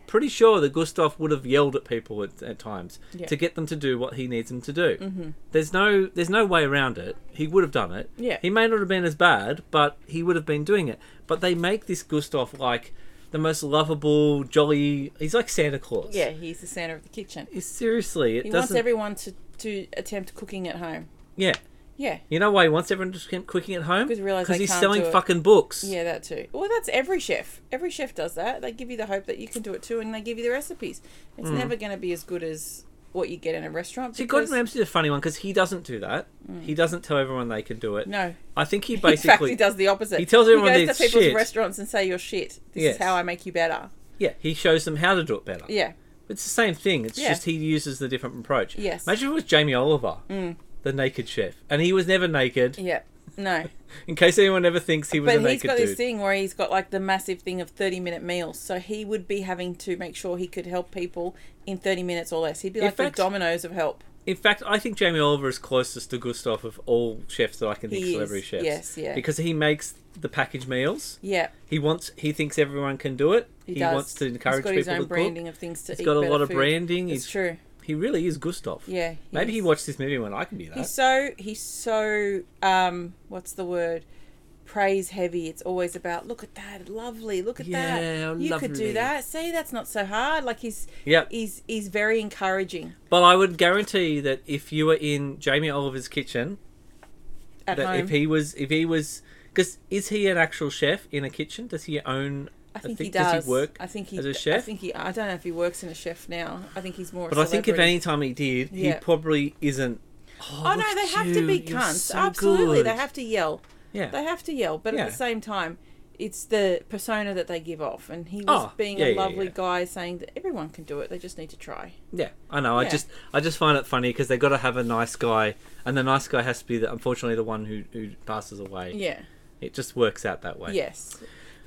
Speaker 1: pretty sure that Gustav would have yelled at people at, at times
Speaker 2: Yeah. Mm-hmm.
Speaker 1: to get them to do what he needs them to do. There's no there's no way around it. He would have done it.
Speaker 2: Yeah.
Speaker 1: He may not have been as bad, but he would have been doing it. But they make this Gustav like the most lovable, jolly. He's like Santa Claus.
Speaker 2: Yeah, he's the center of the kitchen.
Speaker 1: He's- seriously, it
Speaker 2: He wants
Speaker 1: doesn't.
Speaker 2: everyone to, to attempt cooking at home.
Speaker 1: yeah.
Speaker 2: Yeah,
Speaker 1: You know why he wants everyone to keep cooking at home?
Speaker 2: Because they realise they
Speaker 1: he's
Speaker 2: can't
Speaker 1: selling
Speaker 2: do it.
Speaker 1: fucking books.
Speaker 2: yeah, that too. Well, that's every chef. Every chef does that. They give you the hope that you can do it too, and they give you the recipes. It's never going to be as good as what you get in a restaurant.
Speaker 1: Mm. See,
Speaker 2: because- Mm.
Speaker 1: Gordon Ramsay's a funny one because he doesn't do that. He doesn't tell everyone they can do it.
Speaker 2: No,
Speaker 1: I think he
Speaker 2: in fact,
Speaker 1: basically
Speaker 2: he does the opposite.
Speaker 1: he tells everyone
Speaker 2: he
Speaker 1: that
Speaker 2: goes to
Speaker 1: it's
Speaker 2: people's
Speaker 1: shit.
Speaker 2: restaurants and say you're shit. This
Speaker 1: Yes.
Speaker 2: is how I make you better.
Speaker 1: yeah he shows them how to do it better.
Speaker 2: Yeah,
Speaker 1: It's the same thing. It's
Speaker 2: Yeah.
Speaker 1: just he uses the different approach.
Speaker 2: Yes. Mm.
Speaker 1: Imagine if it was Jamie Oliver, the naked chef, and he was never naked.
Speaker 2: yeah. No,
Speaker 1: In case anyone ever thinks he was
Speaker 2: but
Speaker 1: a
Speaker 2: he's
Speaker 1: naked
Speaker 2: got
Speaker 1: dude.
Speaker 2: this thing where he's got like the massive thing of 30 minute meals so he would be having to make sure he could help people in 30 minutes or less he'd be
Speaker 1: In
Speaker 2: like
Speaker 1: fact-
Speaker 2: the dominoes of help
Speaker 1: In fact, I think Jamie Oliver is closest to Gustav of all chefs that I can think,
Speaker 2: He
Speaker 1: celebrity
Speaker 2: is,
Speaker 1: chefs.
Speaker 2: yes, yeah.
Speaker 1: Because he makes the package meals.
Speaker 2: yeah
Speaker 1: He wants. He thinks everyone can do it. He,
Speaker 2: does.
Speaker 1: wants to
Speaker 2: he's
Speaker 1: encourage
Speaker 2: got
Speaker 1: people
Speaker 2: his own
Speaker 1: to
Speaker 2: branding
Speaker 1: cook.
Speaker 2: of things to
Speaker 1: He's
Speaker 2: eat
Speaker 1: got a
Speaker 2: better
Speaker 1: lot of
Speaker 2: food.
Speaker 1: branding.
Speaker 2: it's
Speaker 1: he's,
Speaker 2: true
Speaker 1: He really is Gustav.
Speaker 2: yeah he
Speaker 1: Maybe he
Speaker 2: is.
Speaker 1: watched this movie when I can be that.
Speaker 2: he's so he's so um what's the word praise heavy it's always about look at that lovely look at
Speaker 1: Yeah,
Speaker 2: that you could
Speaker 1: lovely.
Speaker 2: do that see that's not so hard like he's
Speaker 1: Yeah.
Speaker 2: he's he's very encouraging
Speaker 1: But I would guarantee that if you were in Jamie Oliver's kitchen,
Speaker 2: at
Speaker 1: that
Speaker 2: home
Speaker 1: if he was, if he was, because is he an actual chef in a kitchen? Does he own?
Speaker 2: I think, he
Speaker 1: does.
Speaker 2: does.
Speaker 1: he work?
Speaker 2: I think he,
Speaker 1: as a
Speaker 2: I
Speaker 1: chef?
Speaker 2: think he. I don't know if he works in a chef now. I think he's more.
Speaker 1: but I think if any time he did, he
Speaker 2: Yeah.
Speaker 1: probably isn't. Oh,
Speaker 2: Oh
Speaker 1: look
Speaker 2: no,
Speaker 1: at
Speaker 2: they have
Speaker 1: you,
Speaker 2: to be
Speaker 1: you're
Speaker 2: cunts.
Speaker 1: so
Speaker 2: Absolutely,
Speaker 1: good.
Speaker 2: they have to yell.
Speaker 1: Yeah.
Speaker 2: They have to yell. But
Speaker 1: Yeah.
Speaker 2: at the same time, it's the persona that they give off, and he was
Speaker 1: Oh,
Speaker 2: being
Speaker 1: yeah,
Speaker 2: a
Speaker 1: yeah,
Speaker 2: lovely
Speaker 1: yeah.
Speaker 2: guy, saying that everyone can do it. They just need to try.
Speaker 1: Yeah, I know. I
Speaker 2: Yeah.
Speaker 1: just I just find it funny because they got to have a nice guy, and the nice guy has to be the unfortunately the one who who passes away.
Speaker 2: Yeah.
Speaker 1: It just works out that way.
Speaker 2: Yes.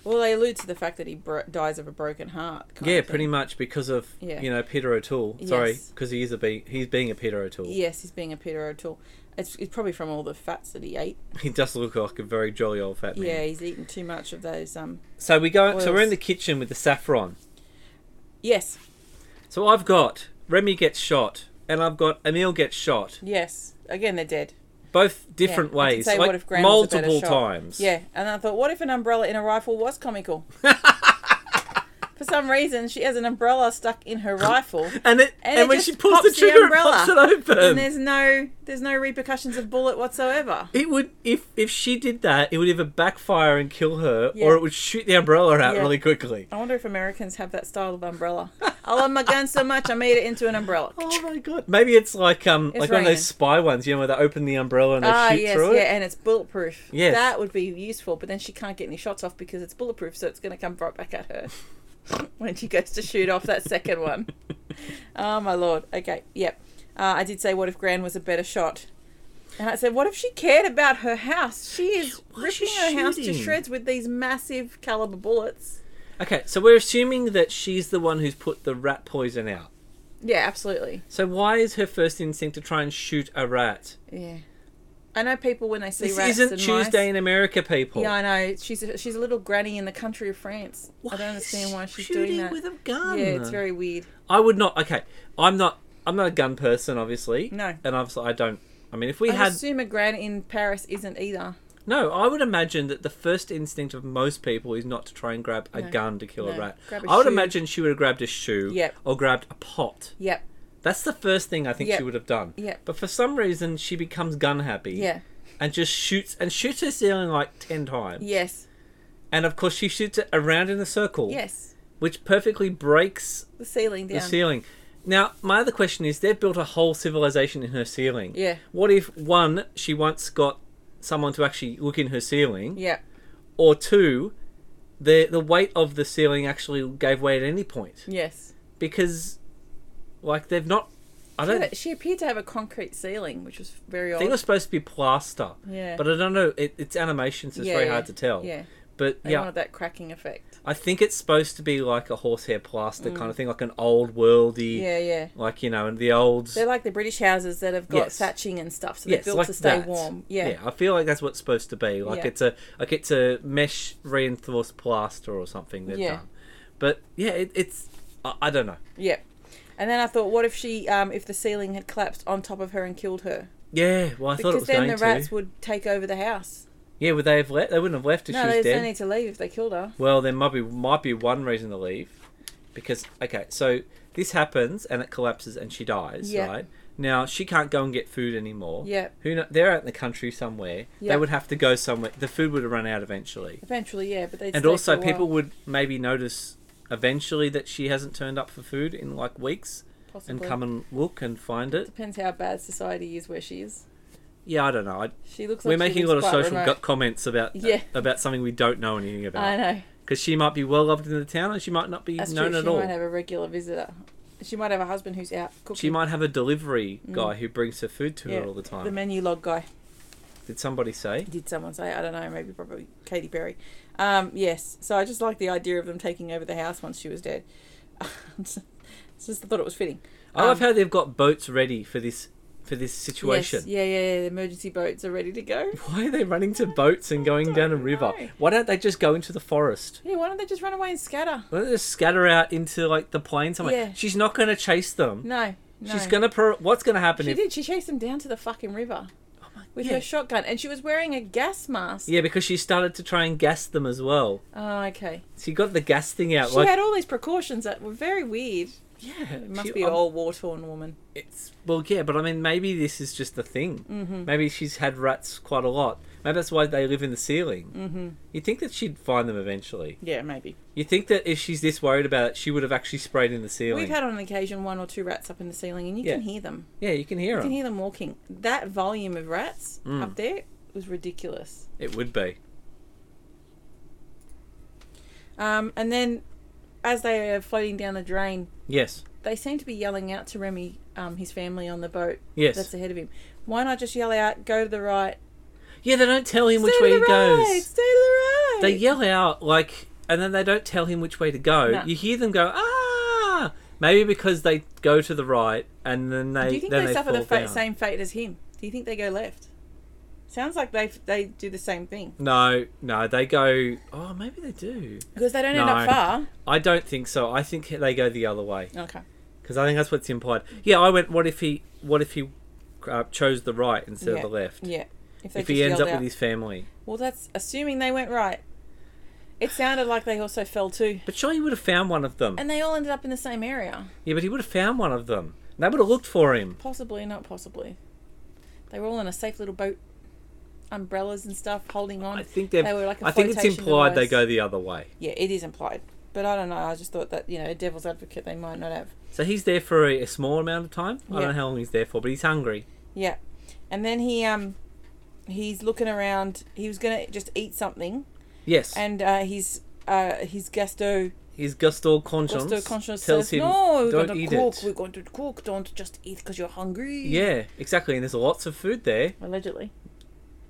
Speaker 2: Well, they allude to the fact that he bro- dies of a broken heart. kind
Speaker 1: Yeah,
Speaker 2: of thing.
Speaker 1: pretty much because of
Speaker 2: Yeah.
Speaker 1: you know Peter O'Toole. Sorry,
Speaker 2: Yes.
Speaker 1: because he is a be- he's being a Peter O'Toole.
Speaker 2: Yes, he's being a Peter O'Toole. It's, it's probably from all the fats that he ate.
Speaker 1: He does look like a very jolly old fat man.
Speaker 2: Yeah, he's eaten too much of those. Um.
Speaker 1: So we go. So we're in
Speaker 2: Oils.
Speaker 1: the kitchen with the saffron.
Speaker 2: Yes.
Speaker 1: So I've got Remy gets shot, and I've got Emil gets shot.
Speaker 2: Yes. Again, they're dead.
Speaker 1: Both different
Speaker 2: Yeah, I did
Speaker 1: ways,
Speaker 2: say,
Speaker 1: like
Speaker 2: what if Gran was a better
Speaker 1: multiple
Speaker 2: shot?
Speaker 1: times.
Speaker 2: Yeah, and I thought, what if an umbrella in a rifle was comical? For some reason, she has an umbrella stuck in her rifle,
Speaker 1: And it and,
Speaker 2: And it
Speaker 1: when
Speaker 2: just
Speaker 1: she pulls the
Speaker 2: pops the
Speaker 1: trigger, it
Speaker 2: umbrella.
Speaker 1: pops it open.
Speaker 2: and there's no there's no repercussions of bullet whatsoever.
Speaker 1: It would if if she did that, it would either backfire and kill her,
Speaker 2: Yeah.
Speaker 1: or it would shoot the umbrella out
Speaker 2: Yeah.
Speaker 1: really quickly.
Speaker 2: I wonder if Americans have that style of umbrella. I love my gun so much, I made it into an umbrella.
Speaker 1: Oh my god! Maybe it's like um
Speaker 2: It's
Speaker 1: like one of
Speaker 2: raining.
Speaker 1: those spy ones, you know, where they open the umbrella and they
Speaker 2: Ah,
Speaker 1: shoot
Speaker 2: yes,
Speaker 1: through it.
Speaker 2: yeah, and it's bulletproof.
Speaker 1: Yes.
Speaker 2: That would be useful, but then she can't get any shots off because it's bulletproof, so it's going to come right back at her when she goes to shoot off that second one. Oh, my lord. Okay, yep. Uh, I did say, what if Gran was a better shot? And I said, what if she cared about her house? She is
Speaker 1: What
Speaker 2: ripping
Speaker 1: is she
Speaker 2: her house to
Speaker 1: shooting?
Speaker 2: shreds with these massive caliber bullets.
Speaker 1: Okay, so we're assuming that she's the one who's put the rat poison out.
Speaker 2: Yeah, absolutely.
Speaker 1: So why is her first instinct to try and shoot a rat?
Speaker 2: Yeah. I know people when they see
Speaker 1: This
Speaker 2: rats
Speaker 1: isn't
Speaker 2: and
Speaker 1: Tuesday
Speaker 2: mice-
Speaker 1: in America, people.
Speaker 2: Yeah, I know. She's a, she's a little granny in the country of France. I
Speaker 1: is
Speaker 2: don't understand why
Speaker 1: she
Speaker 2: she's doing
Speaker 1: shooting
Speaker 2: that.
Speaker 1: with a gun.
Speaker 2: Yeah, it's very weird.
Speaker 1: I would not. Okay, I'm not. I'm not a gun person, obviously.
Speaker 2: No.
Speaker 1: And obviously, I don't. I mean, if we
Speaker 2: I
Speaker 1: had
Speaker 2: assume a gran in Paris isn't either.
Speaker 1: No, I would imagine that the first instinct of most people is not to try and grab a
Speaker 2: No.
Speaker 1: gun to kill a
Speaker 2: No.
Speaker 1: rat.
Speaker 2: Grab a
Speaker 1: I would
Speaker 2: shoe.
Speaker 1: imagine she would have grabbed a shoe
Speaker 2: Yep.
Speaker 1: or grabbed a pot.
Speaker 2: Yep.
Speaker 1: That's the first thing I think
Speaker 2: Yep.
Speaker 1: she would have done.
Speaker 2: Yep.
Speaker 1: But for some reason, she becomes gun happy
Speaker 2: Yeah.
Speaker 1: and just shoots and shoots her ceiling like 10 times.
Speaker 2: Yes.
Speaker 1: And of course, she shoots it around in a circle,
Speaker 2: Yes.
Speaker 1: which perfectly breaks
Speaker 2: The ceiling down.
Speaker 1: the ceiling. Now, my other question is they've built a whole civilization in her ceiling.
Speaker 2: Yeah.
Speaker 1: What if, one, she once got someone to actually look in her ceiling?
Speaker 2: Yep.
Speaker 1: or two, the the weight of the ceiling actually gave way at any point
Speaker 2: Yes.
Speaker 1: because, like, they've not. I don't
Speaker 2: She- She appeared to have a concrete ceiling, which was very
Speaker 1: think it
Speaker 2: odd.
Speaker 1: was supposed to be plaster,
Speaker 2: Yeah.
Speaker 1: but I don't know. It, it's animation, so it's
Speaker 2: Yeah,
Speaker 1: very
Speaker 2: yeah.
Speaker 1: hard to tell.
Speaker 2: Yeah.
Speaker 1: But uh,
Speaker 2: They
Speaker 1: yeah,
Speaker 2: wanted that cracking effect.
Speaker 1: I think it's supposed to be like a horsehair plaster kind of thing, like an old worldy,
Speaker 2: Mm. Yeah, yeah.
Speaker 1: like you know, and the old.
Speaker 2: They're like the British houses that have got
Speaker 1: Yes.
Speaker 2: thatching and stuff, so they're
Speaker 1: Yes,
Speaker 2: built
Speaker 1: like
Speaker 2: to stay
Speaker 1: that.
Speaker 2: warm. Yeah.
Speaker 1: I feel like that's what's supposed to be. Like
Speaker 2: Yeah.
Speaker 1: it's a like it's a mesh reinforced plaster or something they've
Speaker 2: Yeah.
Speaker 1: done. But yeah, it, it's I, I don't know.
Speaker 2: Yep. And then I thought, what if she, um, if the ceiling had collapsed on top of her and killed her?
Speaker 1: Yeah, well, I thought it
Speaker 2: Because
Speaker 1: was
Speaker 2: then
Speaker 1: going
Speaker 2: the rats
Speaker 1: to.
Speaker 2: would take over the house.
Speaker 1: Yeah, would they have left? They wouldn't have left if she
Speaker 2: No, they
Speaker 1: was
Speaker 2: just
Speaker 1: dead.
Speaker 2: don't need to leave if they killed her.
Speaker 1: Well, there might be might be one reason to leave, because okay, so this happens and it collapses and she dies,
Speaker 2: Yeah.
Speaker 1: right? Now she can't go and get food anymore.
Speaker 2: Yep.
Speaker 1: Who know, they're out in the country somewhere. They
Speaker 2: Yeah.
Speaker 1: would have to go somewhere. The food would have run out eventually,
Speaker 2: Eventually, yeah, but they
Speaker 1: and also people would maybe notice eventually that she hasn't turned up for food in like weeks
Speaker 2: possibly.
Speaker 1: and come and look and find it.
Speaker 2: Depends how bad society is where she is.
Speaker 1: Yeah, I don't know. I,
Speaker 2: She looks.
Speaker 1: we're
Speaker 2: like
Speaker 1: making
Speaker 2: she
Speaker 1: a lot
Speaker 2: lives
Speaker 1: of
Speaker 2: quite
Speaker 1: social
Speaker 2: remote.
Speaker 1: gut comments about
Speaker 2: Yeah.
Speaker 1: about something we don't know anything about.
Speaker 2: I know.
Speaker 1: because she might be well loved in the town and she might not be
Speaker 2: That's
Speaker 1: known
Speaker 2: true.
Speaker 1: at
Speaker 2: She
Speaker 1: all.
Speaker 2: might have a regular visitor. She might have a husband who's out cooking.
Speaker 1: she might have a delivery guy who brings her food to
Speaker 2: Mm. Yeah,
Speaker 1: her all the time.
Speaker 2: The menu log guy.
Speaker 1: Did somebody say?
Speaker 2: Did someone say? I don't know. Maybe probably Katy Perry. Um, yes. So I just like the idea of them taking over the house once she was dead. It's just I thought it was fitting.
Speaker 1: I love
Speaker 2: Um,
Speaker 1: how they've got boats ready for this for this situation.
Speaker 2: Yes, yeah, yeah, yeah. The emergency boats are ready to go.
Speaker 1: Why are they running to boats and going down a river?
Speaker 2: know.
Speaker 1: Why don't they just go into the forest?
Speaker 2: Yeah, why don't they just run away and scatter?
Speaker 1: Why don't they just scatter out into like the plain somewhere?
Speaker 2: Yeah.
Speaker 1: She's not going to chase them.
Speaker 2: No, no.
Speaker 1: She's gonna. Pro- What's gonna happen
Speaker 2: She
Speaker 1: if? Oh
Speaker 2: did. She chased them down to the fucking river with
Speaker 1: yeah.
Speaker 2: her shotgun, and she was wearing a gas mask.
Speaker 1: Yeah, because she started to try and gas them as well.
Speaker 2: Oh, okay.
Speaker 1: She got the gas thing out.
Speaker 2: She
Speaker 1: like,
Speaker 2: had all these precautions that were very weird.
Speaker 1: yeah,
Speaker 2: It must
Speaker 1: she-
Speaker 2: be an
Speaker 1: I'm-
Speaker 2: old war torn woman.
Speaker 1: It's well, yeah, but I mean, maybe this is just the thing. Mm-hmm. Maybe she's had rats quite a lot. Maybe that's why they live in the ceiling. Mm-hmm. You think that she'd find them eventually.
Speaker 2: Yeah, maybe.
Speaker 1: You think that if she's this worried about it, she would have actually sprayed in the ceiling.
Speaker 2: We've had on occasion one or two rats up in the ceiling, and you
Speaker 1: Yeah.
Speaker 2: can hear them.
Speaker 1: yeah, you can hear
Speaker 2: You can
Speaker 1: them.
Speaker 2: hear them walking. That volume of rats
Speaker 1: Mm.
Speaker 2: up there was ridiculous.
Speaker 1: It would be.
Speaker 2: Um, and then, as they are floating down the drain,
Speaker 1: Yes.
Speaker 2: they seem to be yelling out to Remy, um, his family on the boat
Speaker 1: Yes.
Speaker 2: that's ahead of him. Why not just yell out, go to the right,
Speaker 1: yeah, they don't tell him which
Speaker 2: stay
Speaker 1: way
Speaker 2: to
Speaker 1: he
Speaker 2: the right,
Speaker 1: goes.
Speaker 2: Stay to the right.
Speaker 1: They yell out like, and then they don't tell him which way to go.
Speaker 2: No.
Speaker 1: You hear them go ah. Maybe because they go to the right and then they
Speaker 2: Do you think
Speaker 1: then
Speaker 2: they, suffer the
Speaker 1: fall
Speaker 2: fa-
Speaker 1: down.
Speaker 2: same fate as him? Do you think they go left? Sounds like they they do the same thing
Speaker 1: No, no, they go. Oh, maybe they do.
Speaker 2: because they don't
Speaker 1: No.
Speaker 2: end up far.
Speaker 1: I don't think so. I think they go the other way
Speaker 2: Okay.
Speaker 1: because I think that's what's implied. Yeah, I went. What if he? What if he uh, chose the right instead
Speaker 2: Yeah.
Speaker 1: of the left?
Speaker 2: Yeah. If, they
Speaker 1: If he ends up with
Speaker 2: his.
Speaker 1: his family,
Speaker 2: Well, that's assuming they went right. It sounded like they also fell too,
Speaker 1: but sure, he would have found one of them.
Speaker 2: and they all ended up in the same area.
Speaker 1: yeah, but he would have found one of them. They would have looked for him.
Speaker 2: Possibly, not possibly. They were all in a safe little boat, umbrellas and stuff, holding on.
Speaker 1: I think they've.
Speaker 2: They were like a
Speaker 1: I think it's
Speaker 2: flotation
Speaker 1: implied they
Speaker 2: device.
Speaker 1: go the other way.
Speaker 2: Yeah, it is implied, but I don't know. I just thought that you know, devil's advocate, they might not have.
Speaker 1: So he's there for a, a small amount of time. I
Speaker 2: Yeah.
Speaker 1: don't know how long he's there for, but he's hungry.
Speaker 2: Yeah, and then he um, he's looking around. He was gonna just eat something,
Speaker 1: Yes, and
Speaker 2: and uh, his uh, his Gaston
Speaker 1: his Gaston conscience,
Speaker 2: Gaston conscience
Speaker 1: tells
Speaker 2: says,
Speaker 1: him,
Speaker 2: "No, we're
Speaker 1: "Don't
Speaker 2: gonna
Speaker 1: eat
Speaker 2: cook.
Speaker 1: it."
Speaker 2: We're going to cook. Don't just eat because you're hungry."
Speaker 1: Yeah, exactly. And there's lots of food there.
Speaker 2: allegedly.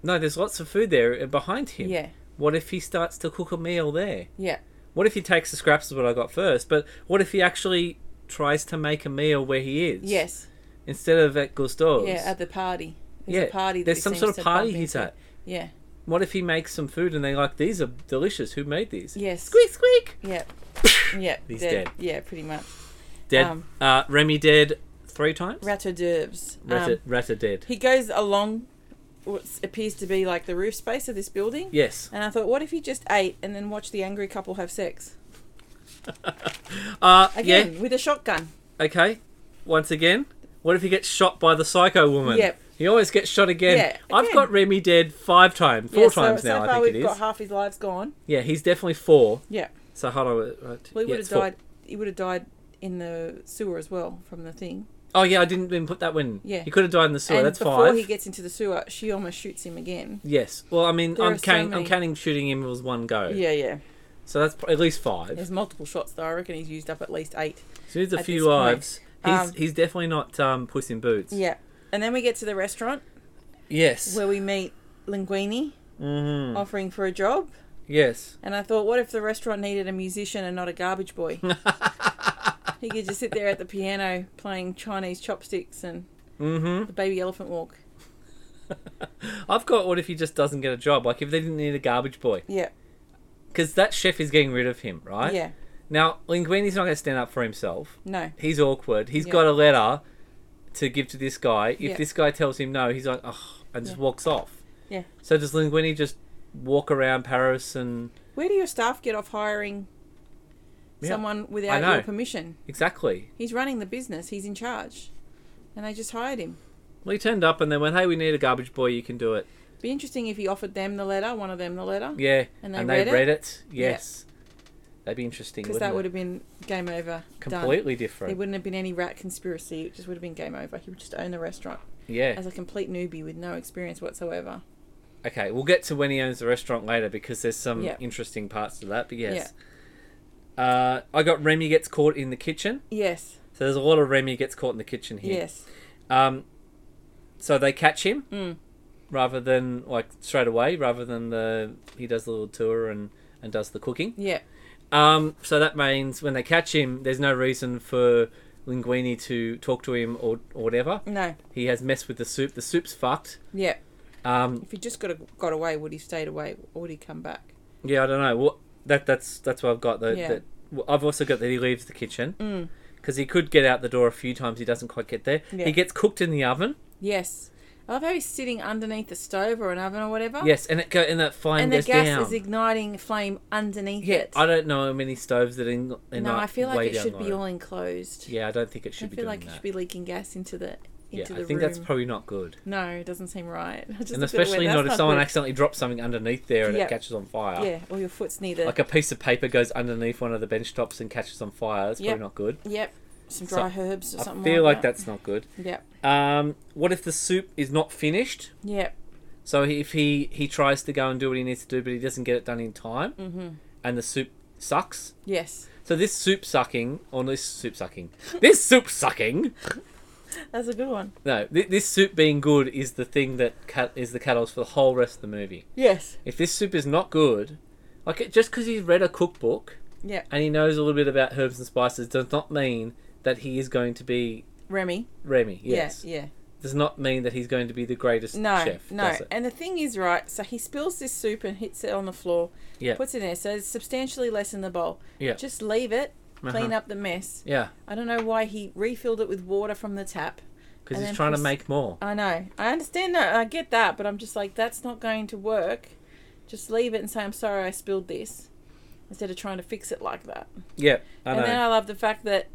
Speaker 1: No, there's lots of food there uh, behind him.
Speaker 2: Yeah,
Speaker 1: What if he starts to cook a meal there?
Speaker 2: yeah.
Speaker 1: What if he takes the scraps of what I got first? But what if he actually tries to make a meal where he is?
Speaker 2: Yes.
Speaker 1: Instead of at Gusto's?
Speaker 2: Yeah, at the party. There's
Speaker 1: Yeah,
Speaker 2: a party. that
Speaker 1: there's
Speaker 2: he
Speaker 1: some
Speaker 2: seems
Speaker 1: sort of
Speaker 2: to
Speaker 1: party
Speaker 2: bump
Speaker 1: he's
Speaker 2: into.
Speaker 1: at.
Speaker 2: Yeah,
Speaker 1: What if he makes some food and they're like, these are delicious. Who made these?
Speaker 2: Yes.
Speaker 1: Squeak, squeak.
Speaker 2: yeah, yeah.
Speaker 1: He's dead.
Speaker 2: Yeah, pretty much.
Speaker 1: Dead.
Speaker 2: Um,
Speaker 1: uh, Remy dead three times?
Speaker 2: Ratter d'oeuvres.
Speaker 1: Ratta,
Speaker 2: Um,
Speaker 1: Ratta dead.
Speaker 2: he goes along what appears to be like the roof space of this building.
Speaker 1: Yes.
Speaker 2: And I thought, what if he just ate and then watched the angry couple have sex
Speaker 1: Uh,
Speaker 2: again with a shotgun?
Speaker 1: yeah. Okay. Once again. What if he gets shot by the psycho woman?
Speaker 2: Yep.
Speaker 1: He always gets shot again.
Speaker 2: Yeah,
Speaker 1: I've
Speaker 2: again.
Speaker 1: got Remy dead five times, four
Speaker 2: Yeah, so-
Speaker 1: times
Speaker 2: so,
Speaker 1: now.
Speaker 2: far
Speaker 1: I think
Speaker 2: we've
Speaker 1: it is.
Speaker 2: got half his lives gone.
Speaker 1: Yeah, he's definitely four.
Speaker 2: Yeah.
Speaker 1: So hold on. uh, Right.
Speaker 2: Well, he
Speaker 1: yeah,
Speaker 2: would
Speaker 1: it's
Speaker 2: have
Speaker 1: four.
Speaker 2: died. He would have died in the sewer as well from the thing.
Speaker 1: Oh yeah, I didn't even put that one.
Speaker 2: Yeah.
Speaker 1: he could have died in the sewer.
Speaker 2: and
Speaker 1: That's
Speaker 2: before
Speaker 1: five.
Speaker 2: he gets into the sewer, she almost shoots him again.
Speaker 1: yes. Well, I mean,
Speaker 2: There
Speaker 1: I'm
Speaker 2: are so
Speaker 1: counting. I'm
Speaker 2: many.
Speaker 1: counting shooting him was one go.
Speaker 2: Yeah, yeah.
Speaker 1: So that's pr- at least five.
Speaker 2: There's multiple shots though. I reckon he's used up at least eight.
Speaker 1: So he's a
Speaker 2: at
Speaker 1: few
Speaker 2: this point.
Speaker 1: lives. He's
Speaker 2: Um,
Speaker 1: he's definitely not um, puss in boots.
Speaker 2: Yeah. And then we get to the restaurant
Speaker 1: Yes.
Speaker 2: where we meet Linguini
Speaker 1: mm-hmm.
Speaker 2: offering for a job.
Speaker 1: Yes.
Speaker 2: And I thought, what if the restaurant needed a musician and not a garbage boy? he could just sit there at the piano playing Chinese chopsticks and
Speaker 1: Mm-hmm.
Speaker 2: the baby elephant walk.
Speaker 1: I've got what if he just doesn't get a job? Like if they didn't need a garbage boy,
Speaker 2: Yeah,
Speaker 1: because that chef is getting rid of him, right?
Speaker 2: yeah,
Speaker 1: Now Linguini's not going to stand up for himself.
Speaker 2: no,
Speaker 1: He's awkward. He's
Speaker 2: Yeah.
Speaker 1: got a letter to give to this guy. If
Speaker 2: Yeah.
Speaker 1: this guy tells him no, he's like, oh, and just
Speaker 2: Yeah.
Speaker 1: walks off.
Speaker 2: yeah.
Speaker 1: So does Linguini just walk around Paris and
Speaker 2: Where do your staff get off hiring
Speaker 1: Yeah.
Speaker 2: someone without
Speaker 1: know.
Speaker 2: your permission?
Speaker 1: exactly?
Speaker 2: He's running the business. He's in charge, and they just hired him.
Speaker 1: Well, he turned up and they went, hey, we need a garbage boy. You can do it.
Speaker 2: Be interesting if he offered them the letter, one of them the letter,
Speaker 1: Yeah.
Speaker 2: And they read it? Yeah.
Speaker 1: Yes. That'd be interesting.
Speaker 2: because
Speaker 1: Wouldn't
Speaker 2: that would
Speaker 1: it?
Speaker 2: have been game over. Done.
Speaker 1: completely
Speaker 2: There
Speaker 1: different.
Speaker 2: wouldn't have been any rat conspiracy. It just would have been game over. He would just own the restaurant
Speaker 1: Yeah.
Speaker 2: as a complete newbie with no experience whatsoever.
Speaker 1: Okay, we'll get to when he owns the restaurant later because there's some
Speaker 2: Yeah.
Speaker 1: interesting parts to that. But yes, uh, I got Remy gets caught in the kitchen.
Speaker 2: Yes.
Speaker 1: So there's a lot of Remy gets caught in the kitchen here.
Speaker 2: Yes.
Speaker 1: Um, so they catch him
Speaker 2: Mm.
Speaker 1: rather than like straight away, rather than the he does the little tour and and does the cooking.
Speaker 2: Yeah.
Speaker 1: Um, so that means when they catch him, there's no reason for Linguini to talk to him or, or whatever.
Speaker 2: No.
Speaker 1: He has messed with the soup. The soup's fucked.
Speaker 2: Yeah.
Speaker 1: Um,
Speaker 2: If he just got got away, would he stayed away or would he come back?
Speaker 1: Yeah, I don't know. What that that's that's what I've got. The,
Speaker 2: Yeah.
Speaker 1: that well, I've also got that he leaves the kitchen
Speaker 2: Mm.
Speaker 1: because he could get out the door a few times. He doesn't quite get there.
Speaker 2: Yeah.
Speaker 1: He gets cooked in the oven.
Speaker 2: Yes. I love how he's sitting underneath the stove or an oven or whatever.
Speaker 1: Yes, and it go and that flame
Speaker 2: And the
Speaker 1: goes
Speaker 2: gas
Speaker 1: down.
Speaker 2: is igniting flame underneath
Speaker 1: yeah,
Speaker 2: it.
Speaker 1: I don't know how many stoves that in. in
Speaker 2: no,
Speaker 1: like,
Speaker 2: I feel
Speaker 1: way
Speaker 2: like it
Speaker 1: down
Speaker 2: should be
Speaker 1: low.
Speaker 2: all enclosed.
Speaker 1: Yeah, I don't think it should
Speaker 2: I
Speaker 1: be
Speaker 2: feel
Speaker 1: doing
Speaker 2: like it
Speaker 1: that.
Speaker 2: should be leaking gas into the
Speaker 1: yeah,
Speaker 2: into
Speaker 1: I
Speaker 2: the
Speaker 1: think that's
Speaker 2: room.
Speaker 1: probably not good,
Speaker 2: no, it doesn't seem right.
Speaker 1: and
Speaker 2: Just looked at it and
Speaker 1: especially
Speaker 2: went,
Speaker 1: not if
Speaker 2: "That's
Speaker 1: someone
Speaker 2: good."
Speaker 1: accidentally drops something underneath there and
Speaker 2: Yeah.
Speaker 1: it catches on fire.
Speaker 2: Yeah, or your foot's near the
Speaker 1: Like a piece of paper goes underneath one of the bench tops and catches on fire. That's
Speaker 2: Yep.
Speaker 1: probably not good.
Speaker 2: Yep. Some
Speaker 1: So,
Speaker 2: dry herbs or
Speaker 1: I
Speaker 2: something
Speaker 1: feel
Speaker 2: like,
Speaker 1: like
Speaker 2: that.
Speaker 1: that's not good.
Speaker 2: Yep.
Speaker 1: Um, what if the soup is not finished?
Speaker 2: Yep.
Speaker 1: So if he he tries to go and do what he needs to do, but he doesn't get it done in time, mm-hmm. and the soup sucks.
Speaker 2: Yes.
Speaker 1: So this soup sucking, or this soup sucking, this soup sucking.
Speaker 2: That's a good one.
Speaker 1: No, th- this soup being good is the thing that cat is the catalyst for the whole rest of the movie.
Speaker 2: Yes.
Speaker 1: If this soup is not good, like it, just because he's read a cookbook
Speaker 2: Yep.
Speaker 1: and he knows a little bit about herbs and spices, does not mean that he is going to be
Speaker 2: Remy.
Speaker 1: Remy. Yes,
Speaker 2: Yeah, yeah.
Speaker 1: does not mean that he's going to be the greatest
Speaker 2: No,
Speaker 1: chef.
Speaker 2: no.
Speaker 1: does it?
Speaker 2: And the thing is, right? So he spills this soup and hits it on the floor.
Speaker 1: Yeah.
Speaker 2: Puts it in there. So it's substantially less in the bowl.
Speaker 1: Yeah.
Speaker 2: Just leave it. Clean
Speaker 1: Uh-huh.
Speaker 2: up the mess.
Speaker 1: yeah,
Speaker 2: I don't know why he refilled it with water from the tap.
Speaker 1: because he's
Speaker 2: And then
Speaker 1: trying to
Speaker 2: pres-
Speaker 1: make more.
Speaker 2: I know. I understand that. I get that, but I'm just like, that's not going to work. Just leave it and say, I'm sorry, I spilled this. Instead of trying to fix it like that.
Speaker 1: Yeah, I know.
Speaker 2: and then I love the fact that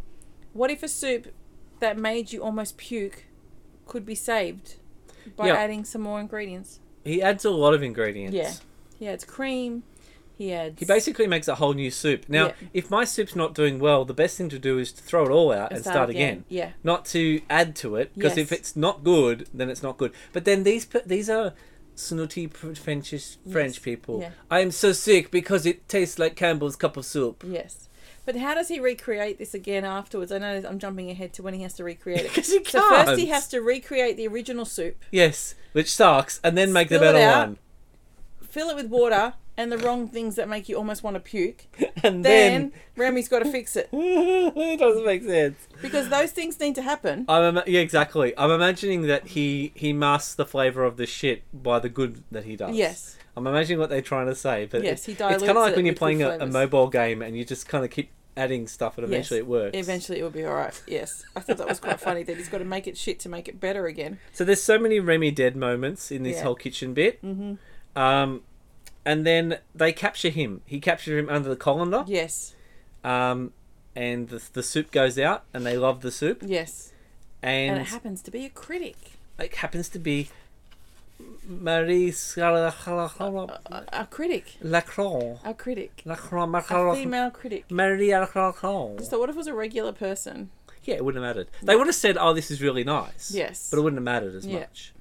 Speaker 2: what if a soup that made you almost puke could be saved by
Speaker 1: Yeah.
Speaker 2: adding some more ingredients?
Speaker 1: He adds a lot of ingredients.
Speaker 2: Yeah. He adds cream. He adds.
Speaker 1: He basically makes a whole new soup. Now,
Speaker 2: Yeah.
Speaker 1: if my soup's not doing well, the best thing to do is to throw it all out and start, again.
Speaker 2: Yeah.
Speaker 1: Not to add to it, because if
Speaker 2: Yes.
Speaker 1: it's not good, then it's not good. But then these pe- these are snooty pr- French French
Speaker 2: Yes.
Speaker 1: people.
Speaker 2: Yeah.
Speaker 1: I am so sick because it tastes like Campbell's cup of soup.
Speaker 2: Yes. But how does he recreate this again afterwards? I know I'm jumping ahead to when he has to recreate it.
Speaker 1: Because he
Speaker 2: so
Speaker 1: can't.
Speaker 2: first he has to recreate the original soup,
Speaker 1: Yes, which sucks, and then make the
Speaker 2: Spill it
Speaker 1: better
Speaker 2: out.
Speaker 1: one,
Speaker 2: fill it with water and the wrong things that make you almost want to puke.
Speaker 1: and
Speaker 2: Then
Speaker 1: then,
Speaker 2: Remy's got to fix it
Speaker 1: it doesn't make sense.
Speaker 2: because those things need to happen.
Speaker 1: I'm ima- yeah, exactly. I'm imagining that he he masks the flavor of the shit by the good that he does.
Speaker 2: Yes.
Speaker 1: I'm imagining what they're trying to say, but
Speaker 2: Yes, he
Speaker 1: it's, it's kind of
Speaker 2: dilutes
Speaker 1: like
Speaker 2: it
Speaker 1: when you're
Speaker 2: with good
Speaker 1: playing a, a
Speaker 2: flavours.
Speaker 1: mobile game and you just kind of keep adding stuff, and eventually it
Speaker 2: Yes.
Speaker 1: works.
Speaker 2: Eventually it will be all right. Yes, I thought that was quite funny that he's got to make it shit to make it better again.
Speaker 1: So there's so many Remy dead moments in this
Speaker 2: Yeah.
Speaker 1: whole kitchen bit. Mm-hmm. Um, and then they capture him. He captures him under the colander.
Speaker 2: Yes,
Speaker 1: Um, and the, the soup goes out, and they love the soup,
Speaker 2: yes,
Speaker 1: and,
Speaker 2: and, it happens to be a critic.
Speaker 1: it happens to be Marie
Speaker 2: A, a critic,
Speaker 1: Lacroix.
Speaker 2: a critic,
Speaker 1: Lacroix,
Speaker 2: a
Speaker 1: Lacroix,
Speaker 2: female critic.
Speaker 1: Maria Lacroix.
Speaker 2: So what if it was a regular person?
Speaker 1: Yeah, it wouldn't have mattered. They would have said, "Oh, this is really nice."
Speaker 2: Yes.
Speaker 1: but it wouldn't have mattered as
Speaker 2: Yeah.
Speaker 1: much.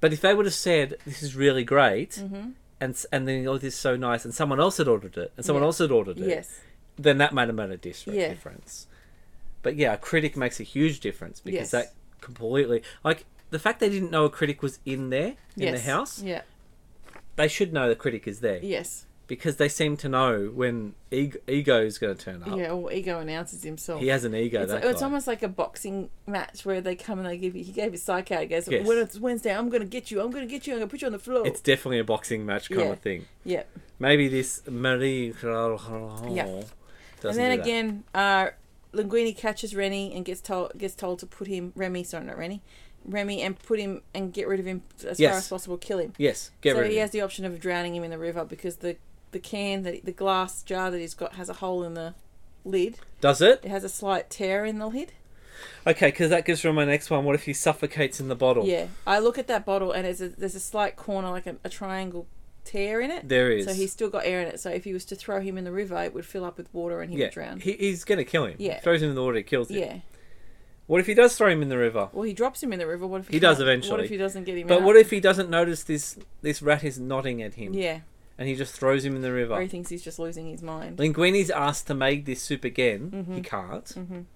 Speaker 1: But if they would have said, "This is really great,"
Speaker 2: Mm-hmm.
Speaker 1: and s- and then oh, this is so nice, and someone else had ordered it, and someone
Speaker 2: Yeah.
Speaker 1: else had ordered it,
Speaker 2: Yes,
Speaker 1: then that might have made a dis-
Speaker 2: Yeah.
Speaker 1: difference. But yeah, a critic makes a huge difference because
Speaker 2: Yes.
Speaker 1: that completely like the fact they didn't know a critic was in there in
Speaker 2: yes.
Speaker 1: the house
Speaker 2: Yeah,
Speaker 1: they should know the critic is there
Speaker 2: Yes.
Speaker 1: because they seem to know when ego, ego's going to turn up.
Speaker 2: Yeah, or ego announces himself.
Speaker 1: He has an ego.
Speaker 2: It's,
Speaker 1: that
Speaker 2: it's
Speaker 1: guy.
Speaker 2: almost like a boxing match where they come and they give you. He gave his psych out. He goes,
Speaker 1: Yes.
Speaker 2: "When it's Wednesday, I'm going to get you. I'm going to get you. I'm going to put you on the floor."
Speaker 1: It's definitely a boxing match kind
Speaker 2: Yeah.
Speaker 1: of thing.
Speaker 2: yep.
Speaker 1: Maybe this Marie
Speaker 2: Yeah. And
Speaker 1: doesn't do
Speaker 2: then
Speaker 1: that.
Speaker 2: again, uh, Linguini catches Rennie and gets told gets told to put him Remy. Sorry, not Rennie. Remy and put him and get rid of him as
Speaker 1: Yes.
Speaker 2: far as possible. Kill him.
Speaker 1: Yes, get
Speaker 2: so
Speaker 1: rid of
Speaker 2: he
Speaker 1: him.
Speaker 2: has the option of drowning him in the river because the the can that the glass jar that he's got has a hole in the lid.
Speaker 1: Does it?
Speaker 2: It has a slight tear in the lid.
Speaker 1: Okay, because that gives from my next one. What if he suffocates in the bottle?
Speaker 2: Yeah, I look at that bottle and it's a, there's a slight corner, like a, a triangle tear in it.
Speaker 1: There is.
Speaker 2: So he's still got air in it. So if he was to throw him in the river, it would fill up with water and he
Speaker 1: yeah.
Speaker 2: would drown.
Speaker 1: He, he's going to kill him.
Speaker 2: Yeah.
Speaker 1: Throws him in the water, it kills him.
Speaker 2: yeah.
Speaker 1: What if he does throw him in the river?
Speaker 2: Well, he drops him in the river. What if he,
Speaker 1: He does
Speaker 2: can't- What
Speaker 1: eventually.
Speaker 2: if he doesn't get him
Speaker 1: But
Speaker 2: out?
Speaker 1: what if he doesn't notice this this rat is nodding at him
Speaker 2: Yeah,
Speaker 1: and he just throws him in the
Speaker 2: or he
Speaker 1: river?
Speaker 2: thinks he's just losing his mind.
Speaker 1: Linguini's asked to make this soup again.
Speaker 2: Mm-hmm.
Speaker 1: He can't.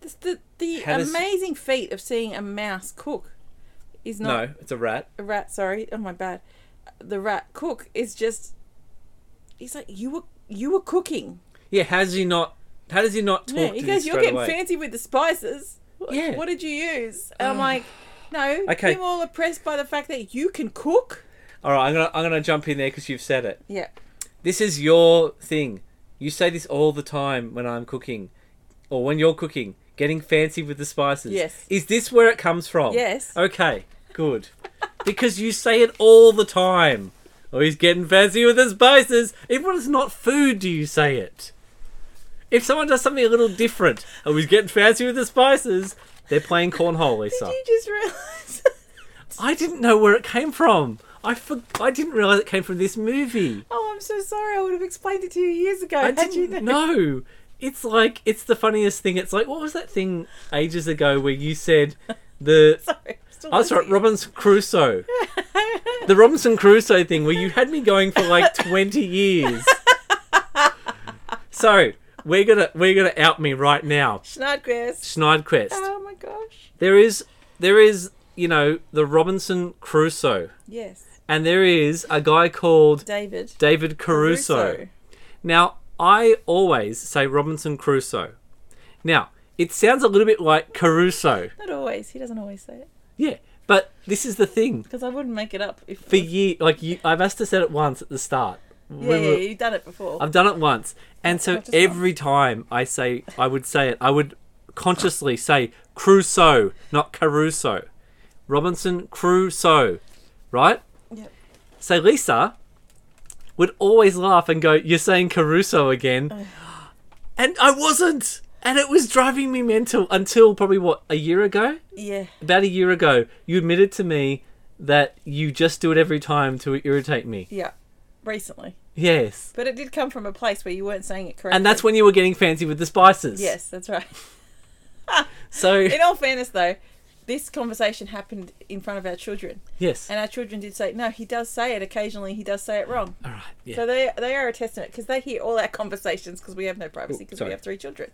Speaker 2: This, the the
Speaker 1: How does-
Speaker 2: amazing feat of seeing a mouse cook is not
Speaker 1: No, it's a rat.
Speaker 2: a rat. Sorry, oh my bad. The rat cook is just. He's like you were you were cooking.
Speaker 1: Yeah, how does he not? How does he not talk
Speaker 2: Yeah,
Speaker 1: to
Speaker 2: he
Speaker 1: this
Speaker 2: goes, "You're
Speaker 1: straight
Speaker 2: getting
Speaker 1: away?
Speaker 2: fancy with the spices. What,
Speaker 1: Yeah. Ah.
Speaker 2: what did you use?" And I'm like, "No,
Speaker 1: Okay.
Speaker 2: I'm all oppressed by the fact that you can cook."
Speaker 1: All right, I'm gonna I'm gonna jump in there because you've said it.
Speaker 2: Yeah,
Speaker 1: This is your thing. You say this all the time when I'm cooking, or when you're cooking. Getting fancy with the spices.
Speaker 2: Yes.
Speaker 1: Is this where it comes from?
Speaker 2: Yes.
Speaker 1: Okay. Good. because you say it all the time. Oh, he's getting fancy with the spices. Even when it's not food, do you say it? If someone does something a little different, oh, he's getting fancy with the spices. They're playing cornhole, Lisa.
Speaker 2: you just realize.
Speaker 1: I didn't know where it came from. I for- I didn't realize it came from this movie.
Speaker 2: oh, I'm so sorry. I would have explained it to you years ago.
Speaker 1: I
Speaker 2: had you
Speaker 1: didn't
Speaker 2: known.
Speaker 1: know. It's like it's the funniest thing. It's like what was that thing ages ago where you said the
Speaker 2: Sorry, I'm still
Speaker 1: oh sorry
Speaker 2: listening.
Speaker 1: Robinson Crusoe, the Robinson Crusoe thing where you had me going for like twenty years. so we're gonna we're gonna out me right now,
Speaker 2: Snodgrass.
Speaker 1: Schneidquest.
Speaker 2: Oh my gosh.
Speaker 1: There is there is you know the Robinson Crusoe,
Speaker 2: Yes,
Speaker 1: and there is a guy called
Speaker 2: David.
Speaker 1: David Caruso. Now, I always say Robinson Crusoe. Now, it sounds a little bit like Caruso.
Speaker 2: Not always. He doesn't always say it
Speaker 1: Yeah, but this is the thing.
Speaker 2: because I wouldn't make it up if.
Speaker 1: For ye like you, I've asked to said it once at the start.
Speaker 2: yeah,
Speaker 1: When
Speaker 2: yeah,
Speaker 1: we-
Speaker 2: you've done it before.
Speaker 1: I've done it once, and so
Speaker 2: Not just
Speaker 1: every time I say, I would say it, I would consciously say Crusoe, not Caruso. Robinson Crusoe, right?
Speaker 2: Yep.
Speaker 1: So Lisa would always laugh and go, You're saying Caruso
Speaker 2: Uh.
Speaker 1: again. and I wasn't. And it was driving me mental until probably what, a year ago?
Speaker 2: Yeah,
Speaker 1: About a year ago, you admitted to me that you just do it every time to irritate me.
Speaker 2: yeah. Recently,
Speaker 1: Yes.
Speaker 2: but it did come from a place where you weren't saying it correctly.
Speaker 1: And that's when you were getting fancy with the spices.
Speaker 2: Yes, that's right.
Speaker 1: So,
Speaker 2: In all fairness, though, this conversation happened in front of our children,
Speaker 1: yes.
Speaker 2: and our children did say, "No, he does say it occasionally. He does say it wrong."
Speaker 1: All right. Oh, Yeah.
Speaker 2: So they they are a testament because they hear all our conversations because we have no privacy
Speaker 1: Oh,
Speaker 2: because we
Speaker 1: sorry.
Speaker 2: have three children,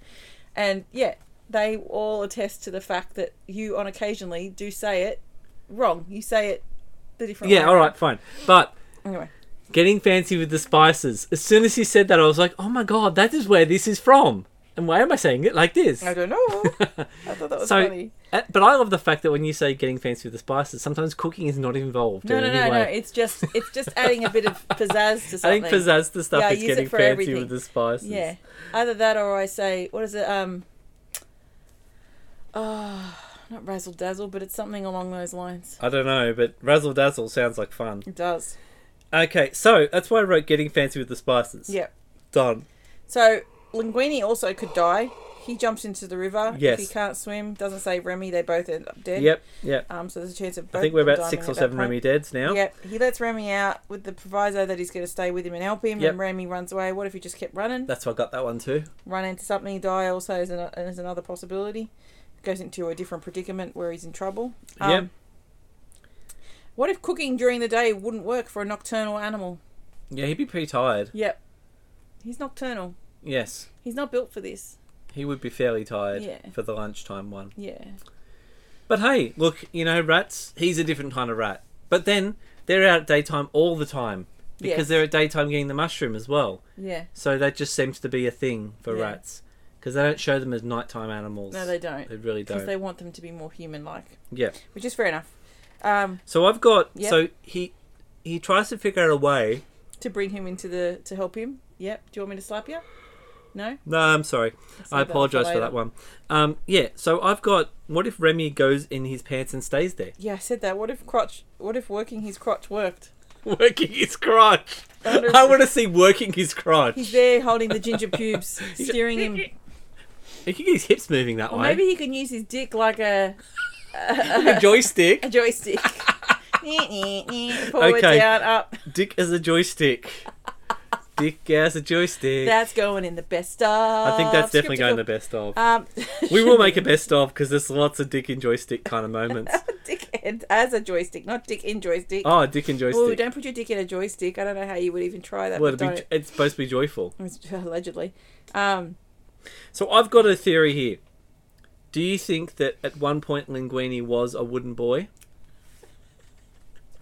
Speaker 2: and yeah, they all attest to the fact that you on occasionally do say it wrong. You say it the different way.
Speaker 1: yeah, all right, fine. But
Speaker 2: Anyway,
Speaker 1: getting fancy with the spices. As soon as he said that, I was like, "Oh my god, that is where this is from." And why am I saying it like this?
Speaker 2: I don't know. I thought that was
Speaker 1: so,
Speaker 2: funny.
Speaker 1: uh, but I love the fact that when you say getting fancy with the spices, sometimes cooking is not involved.
Speaker 2: No,
Speaker 1: in
Speaker 2: no,
Speaker 1: any
Speaker 2: no, no.
Speaker 1: way.
Speaker 2: It's just it's just adding a bit of pizzazz to
Speaker 1: I
Speaker 2: something.
Speaker 1: think pizzazz the stuff
Speaker 2: Yeah, I
Speaker 1: is
Speaker 2: use it
Speaker 1: getting
Speaker 2: for
Speaker 1: fancy
Speaker 2: everything.
Speaker 1: with the spices.
Speaker 2: Yeah. Either that or I say, what is it? Um, oh, not razzle dazzle, but it's something along those lines.
Speaker 1: I don't know, but razzle dazzle sounds like fun.
Speaker 2: It does.
Speaker 1: Okay, so that's why I wrote getting fancy with the spices.
Speaker 2: Yep.
Speaker 1: Done.
Speaker 2: So Linguini also could die. He jumps into the river.
Speaker 1: Yes.
Speaker 2: If he can't swim, doesn't save Remy, they both end up dead.
Speaker 1: Yep, yep.
Speaker 2: Um, so there's a chance of both
Speaker 1: I think we're
Speaker 2: dying
Speaker 1: about six
Speaker 2: at
Speaker 1: or
Speaker 2: that
Speaker 1: seven
Speaker 2: point.
Speaker 1: Remy deads now.
Speaker 2: Yep. He lets Remy out with the proviso that he's going to stay with him and help him.
Speaker 1: Yep.
Speaker 2: And Remy runs away. What if he just kept running?
Speaker 1: That's why I got that one too.
Speaker 2: run into something, die also is, an, is another possibility. Goes into a different predicament where he's in trouble. Um,
Speaker 1: Yep.
Speaker 2: What if cooking during the day wouldn't work for a nocturnal animal?
Speaker 1: Yeah, he'd be pretty tired.
Speaker 2: Yep. He's nocturnal.
Speaker 1: Yes.
Speaker 2: He's not built for this.
Speaker 1: He would be fairly tired
Speaker 2: Yeah.
Speaker 1: for the lunchtime one.
Speaker 2: Yeah.
Speaker 1: But hey, look, you know, rats, he's a different kind of rat. But then they're out at daytime all the time because
Speaker 2: Yes.
Speaker 1: they're at daytime getting the mushroom as well.
Speaker 2: Yeah.
Speaker 1: So that just seems to be a thing for
Speaker 2: Yeah.
Speaker 1: rats because they don't show them as nighttime animals.
Speaker 2: No, they don't.
Speaker 1: They really
Speaker 2: Because
Speaker 1: don't.
Speaker 2: they want them to be more human-like,
Speaker 1: Yeah.
Speaker 2: which is fair enough. Um,
Speaker 1: So I've got.
Speaker 2: Yep.
Speaker 1: So he he tries to figure out a way.
Speaker 2: to bring him into the to help him. Yep. Do you want me to slap you? No.
Speaker 1: No, I'm sorry. I
Speaker 2: that for
Speaker 1: apologise for
Speaker 2: later.
Speaker 1: that one. Um, yeah. So I've got. What if Remy goes in his pants and stays there,
Speaker 2: Yeah, I said that. What if crotch? What if working his crotch worked?
Speaker 1: working his crotch?
Speaker 2: I wonder if-
Speaker 1: I want to see working his crotch.
Speaker 2: He's there holding the ginger pubes, steering him.
Speaker 1: He can get his hips moving that
Speaker 2: Or
Speaker 1: way.
Speaker 2: maybe he can use his dick like a
Speaker 1: a joystick.
Speaker 2: a joystick. Forward,
Speaker 1: Okay.
Speaker 2: down, up.
Speaker 1: Dick as a joystick. Dick as a joystick.
Speaker 2: That's going in the best of.
Speaker 1: I think that's definititely going the best of.
Speaker 2: Um,
Speaker 1: We will make a best of because there's lots of dick and joystick kind of moments.
Speaker 2: dickhead as a joystick, not dick in joystick.
Speaker 1: Oh, dick and
Speaker 2: Ooh,
Speaker 1: joystick.
Speaker 2: don't put your dick in a joystick. I don't know how you would even try that.
Speaker 1: Well,
Speaker 2: but
Speaker 1: it'll be,
Speaker 2: don't.
Speaker 1: it's supposed to be joyful.
Speaker 2: It's- allegedly. Um,
Speaker 1: So I've got a theory here. Do you think that at one point Linguini was a wooden boy?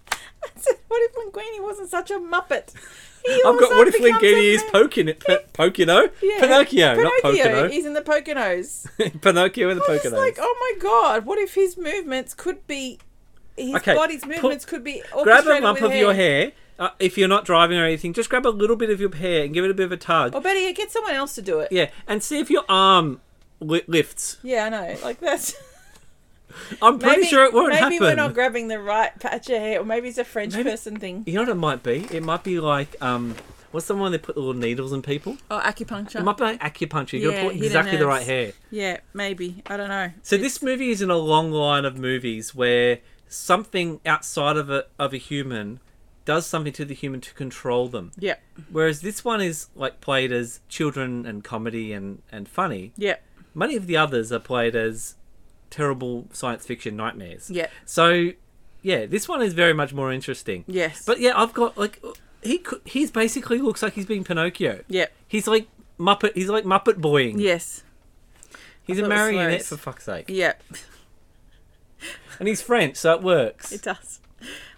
Speaker 2: what if Linguini wasn't such a muppet? He
Speaker 1: I've got
Speaker 2: also
Speaker 1: what if
Speaker 2: becomes a
Speaker 1: Linguini is
Speaker 2: man.
Speaker 1: Pokin- Pokino?
Speaker 2: Yeah.
Speaker 1: Pinocchio, not Pocono.
Speaker 2: He's in the Poconos.
Speaker 1: Pinocchio and the
Speaker 2: I'm just
Speaker 1: Poconos.
Speaker 2: like, oh my god, what if his movements could be, his
Speaker 1: Okay,
Speaker 2: body's
Speaker 1: pu-
Speaker 2: movements could be
Speaker 1: grab
Speaker 2: orchestrated
Speaker 1: a lump
Speaker 2: with
Speaker 1: of your hair. Uh, if you're not driving or anything, just grab a little bit of your hair and give it a bit of a tug.
Speaker 2: Or better yet, get someone else to do it. Yeah,
Speaker 1: Yeah, and see if your arm li- lifts.
Speaker 2: I know. Like that's
Speaker 1: I'm pretty
Speaker 2: maybe,
Speaker 1: sure it won't
Speaker 2: maybe
Speaker 1: happen.
Speaker 2: we're not grabbing the right patch of hair, or maybe it's a French
Speaker 1: Maybe-
Speaker 2: person thing.
Speaker 1: you know what it might be? It might be like um, what's the one they put the little needles in people?
Speaker 2: Oh,
Speaker 1: It
Speaker 2: acupuncture.
Speaker 1: might be like acupuncture. You
Speaker 2: Yeah,
Speaker 1: got to put
Speaker 2: hidden
Speaker 1: exactly the right
Speaker 2: nerves.
Speaker 1: hair.
Speaker 2: yeah, maybe. I don't know.
Speaker 1: So this movie is in a long line of movies where something outside of a of a human does something to the human to control them.
Speaker 2: Yep.
Speaker 1: Whereas this one is like played as children and comedy and and funny.
Speaker 2: Yep.
Speaker 1: Many of the others are played as terrible science fiction nightmares.
Speaker 2: Yep.
Speaker 1: So, yeah, this one is very much more interesting.
Speaker 2: Yes.
Speaker 1: But yeah, I've got like he could, he's basically looks like he's being Pinocchio.
Speaker 2: Yep.
Speaker 1: He's like Muppet. He's like Muppet boying.
Speaker 2: Yes.
Speaker 1: He's a
Speaker 2: I thought it was
Speaker 1: marionette
Speaker 2: hilarious.
Speaker 1: for fuck's sake.
Speaker 2: Yep.
Speaker 1: And he's French, so it works.
Speaker 2: It does.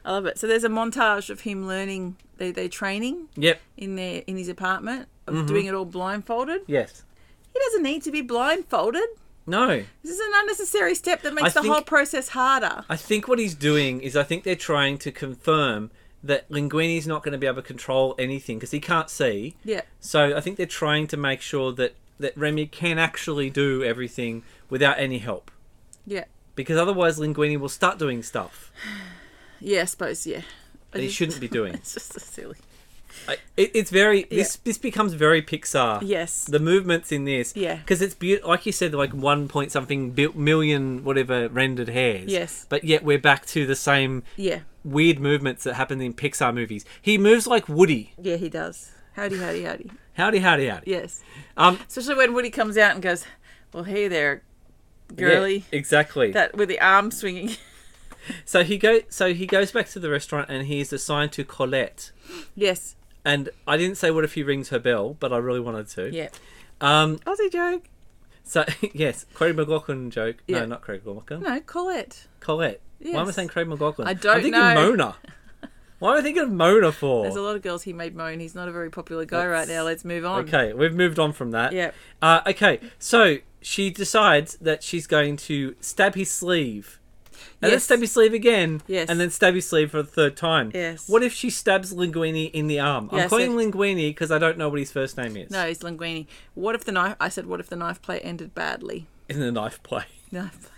Speaker 2: I love it. So there's a montage of him learning their, their training
Speaker 1: Yep.
Speaker 2: in their in his apartment of
Speaker 1: Mm-hmm.
Speaker 2: doing it all blindfolded.
Speaker 1: Yes.
Speaker 2: He doesn't need to be blindfolded.
Speaker 1: No.
Speaker 2: This is an unnecessary step that makes
Speaker 1: I
Speaker 2: the
Speaker 1: think-
Speaker 2: whole process harder.
Speaker 1: I think what he's doing is I think they're trying to confirm that Linguini's not going to be able to control anything because he can't see.
Speaker 2: Yeah.
Speaker 1: So I think they're trying to make sure that that Remy can actually do everything without any help
Speaker 2: Yeah.
Speaker 1: because otherwise Linguini will start doing stuff
Speaker 2: Yeah, I suppose, yeah. I
Speaker 1: that he
Speaker 2: just-
Speaker 1: shouldn't be doing.
Speaker 2: It's just so silly.
Speaker 1: I, it, it's very this this becomes very Pixar.
Speaker 2: Yes.
Speaker 1: The movements in this,
Speaker 2: Yeah.
Speaker 1: because it's beautiful. Like you said, like one point something bil- million whatever rendered hairs.
Speaker 2: Yes.
Speaker 1: but yet we're back to the same
Speaker 2: Yeah.
Speaker 1: weird movements that happen in Pixar movies. He moves like Woody.
Speaker 2: Yeah, he does. Howdy, howdy, howdy.
Speaker 1: Howdy, howdy, howdy.
Speaker 2: Yes.
Speaker 1: Um,
Speaker 2: Especially when Woody comes out and goes, well, hey there,
Speaker 1: yeah,
Speaker 2: girly.
Speaker 1: exactly.
Speaker 2: That with the arm swinging.
Speaker 1: so he go. So he goes back to the restaurant and he is assigned to Colette.
Speaker 2: yes.
Speaker 1: And I didn't say what if he rings her bell, but I really wanted to.
Speaker 2: Yeah.
Speaker 1: Um.
Speaker 2: Aussie joke.
Speaker 1: So yes, Craig McLaughlin joke.
Speaker 2: Yeah.
Speaker 1: No, not Craig McLaughlin.
Speaker 2: No, Colette.
Speaker 1: Colette. Why am I
Speaker 2: Yes.
Speaker 1: saying Craig McLaughlin?
Speaker 2: I don't
Speaker 1: I'm thinking
Speaker 2: know.
Speaker 1: Mona. Why am I thinking of Mona
Speaker 2: There's a
Speaker 1: for?
Speaker 2: lot of girls he made moan. He's not a very popular guy
Speaker 1: Oh. That's-
Speaker 2: right now. Let's move on.
Speaker 1: Okay, we've moved on from that.
Speaker 2: Yeah.
Speaker 1: Uh, okay, so she decides that she's going to stab his sleeve. And
Speaker 2: Yes.
Speaker 1: then stab his sleeve again.
Speaker 2: Yes.
Speaker 1: And then stab his sleeve for the third time.
Speaker 2: Yes.
Speaker 1: What if she stabs Linguini in the arm?
Speaker 2: Yeah,
Speaker 1: I'm
Speaker 2: so-
Speaker 1: calling Linguini because I don't know what his first name is.
Speaker 2: No, he's Linguini. What if the knife? I said, what if the knife play ended badly?
Speaker 1: In the knife play.
Speaker 2: Knife.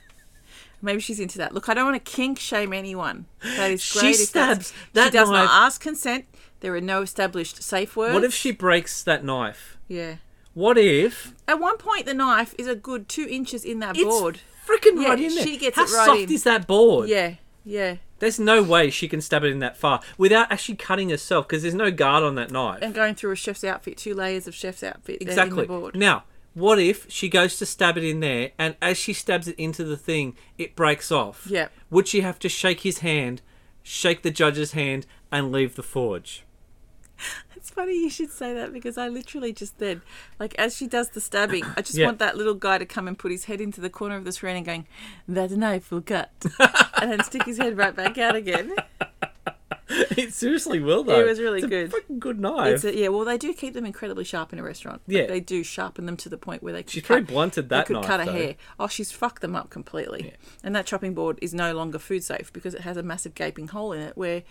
Speaker 2: Maybe she's into that. Look, I don't want to kink shame anyone. That is
Speaker 1: She
Speaker 2: great. if that's-
Speaker 1: stabs that
Speaker 2: She does
Speaker 1: knife.
Speaker 2: not ask consent. There are no established safe words.
Speaker 1: What if she breaks that knife?
Speaker 2: Yeah.
Speaker 1: What if
Speaker 2: At one point, the knife is a good two inches in that board.
Speaker 1: freaking
Speaker 2: Yeah,
Speaker 1: right in there?
Speaker 2: she gets
Speaker 1: How
Speaker 2: it right
Speaker 1: soft
Speaker 2: in.
Speaker 1: is that board?
Speaker 2: Yeah. Yeah.
Speaker 1: There's no way she can stab it in that far without actually cutting herself because there's no guard on that knife.
Speaker 2: And going through a chef's outfit, two layers of chef's outfit. there
Speaker 1: exactly.
Speaker 2: In the board.
Speaker 1: Now, what if she goes to stab it in there and as she stabs it into the thing, it breaks off?
Speaker 2: Yep.
Speaker 1: Would she have to shake his hand, shake the judge's hand, and leave the forge?
Speaker 2: It's funny you should say that because I literally just then, like, as she does the stabbing, I just
Speaker 1: Yeah.
Speaker 2: want that little guy to come and put his head into the corner of the screen and going, "That knife will cut," and then stick his head right back out again.
Speaker 1: it seriously will though.
Speaker 2: was really
Speaker 1: It's a
Speaker 2: good.
Speaker 1: fucking good knife.
Speaker 2: It's a, yeah, well, they do keep them incredibly sharp in a restaurant. Like,
Speaker 1: Yeah.
Speaker 2: they do sharpen them to the point where they. Could
Speaker 1: She's
Speaker 2: cut,
Speaker 1: probably blunted
Speaker 2: they
Speaker 1: that
Speaker 2: could
Speaker 1: knife.
Speaker 2: cut a
Speaker 1: though.
Speaker 2: hair. Oh, she's fucked them up completely. And that chopping board is no longer food safe because it has a massive gaping hole in it where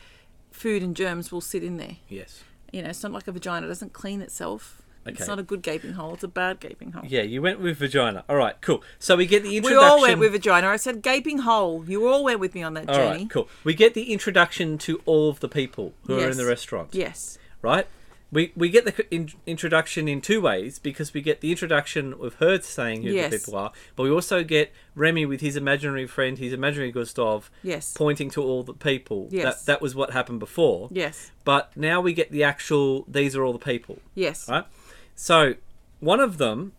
Speaker 2: food and germs will sit in there.
Speaker 1: Yes.
Speaker 2: You know, it's not like a vagina; it doesn't clean itself.
Speaker 1: Okay.
Speaker 2: It's not a good gaping hole; it's a bad gaping hole.
Speaker 1: Yeah, you went with vagina. All right, cool. So we get the
Speaker 2: We
Speaker 1: introduction.
Speaker 2: all went with vagina. I said gaping hole. You all went with me on that
Speaker 1: All
Speaker 2: journey.
Speaker 1: right, cool. We get the introduction to all of the people who are in
Speaker 2: Yes.
Speaker 1: the restaurant.
Speaker 2: Yes.
Speaker 1: Right. We we get the c- in- introduction in two ways because we get the introduction with her saying who
Speaker 2: Yes.
Speaker 1: the people are, but we also get Remy with his imaginary friend, his imaginary Gustav,
Speaker 2: Yes.
Speaker 1: pointing to all the people.
Speaker 2: Yes.
Speaker 1: That that was what happened before.
Speaker 2: Yes.
Speaker 1: But now we get the actual. These are all the people.
Speaker 2: Yes.
Speaker 1: right? So one of them,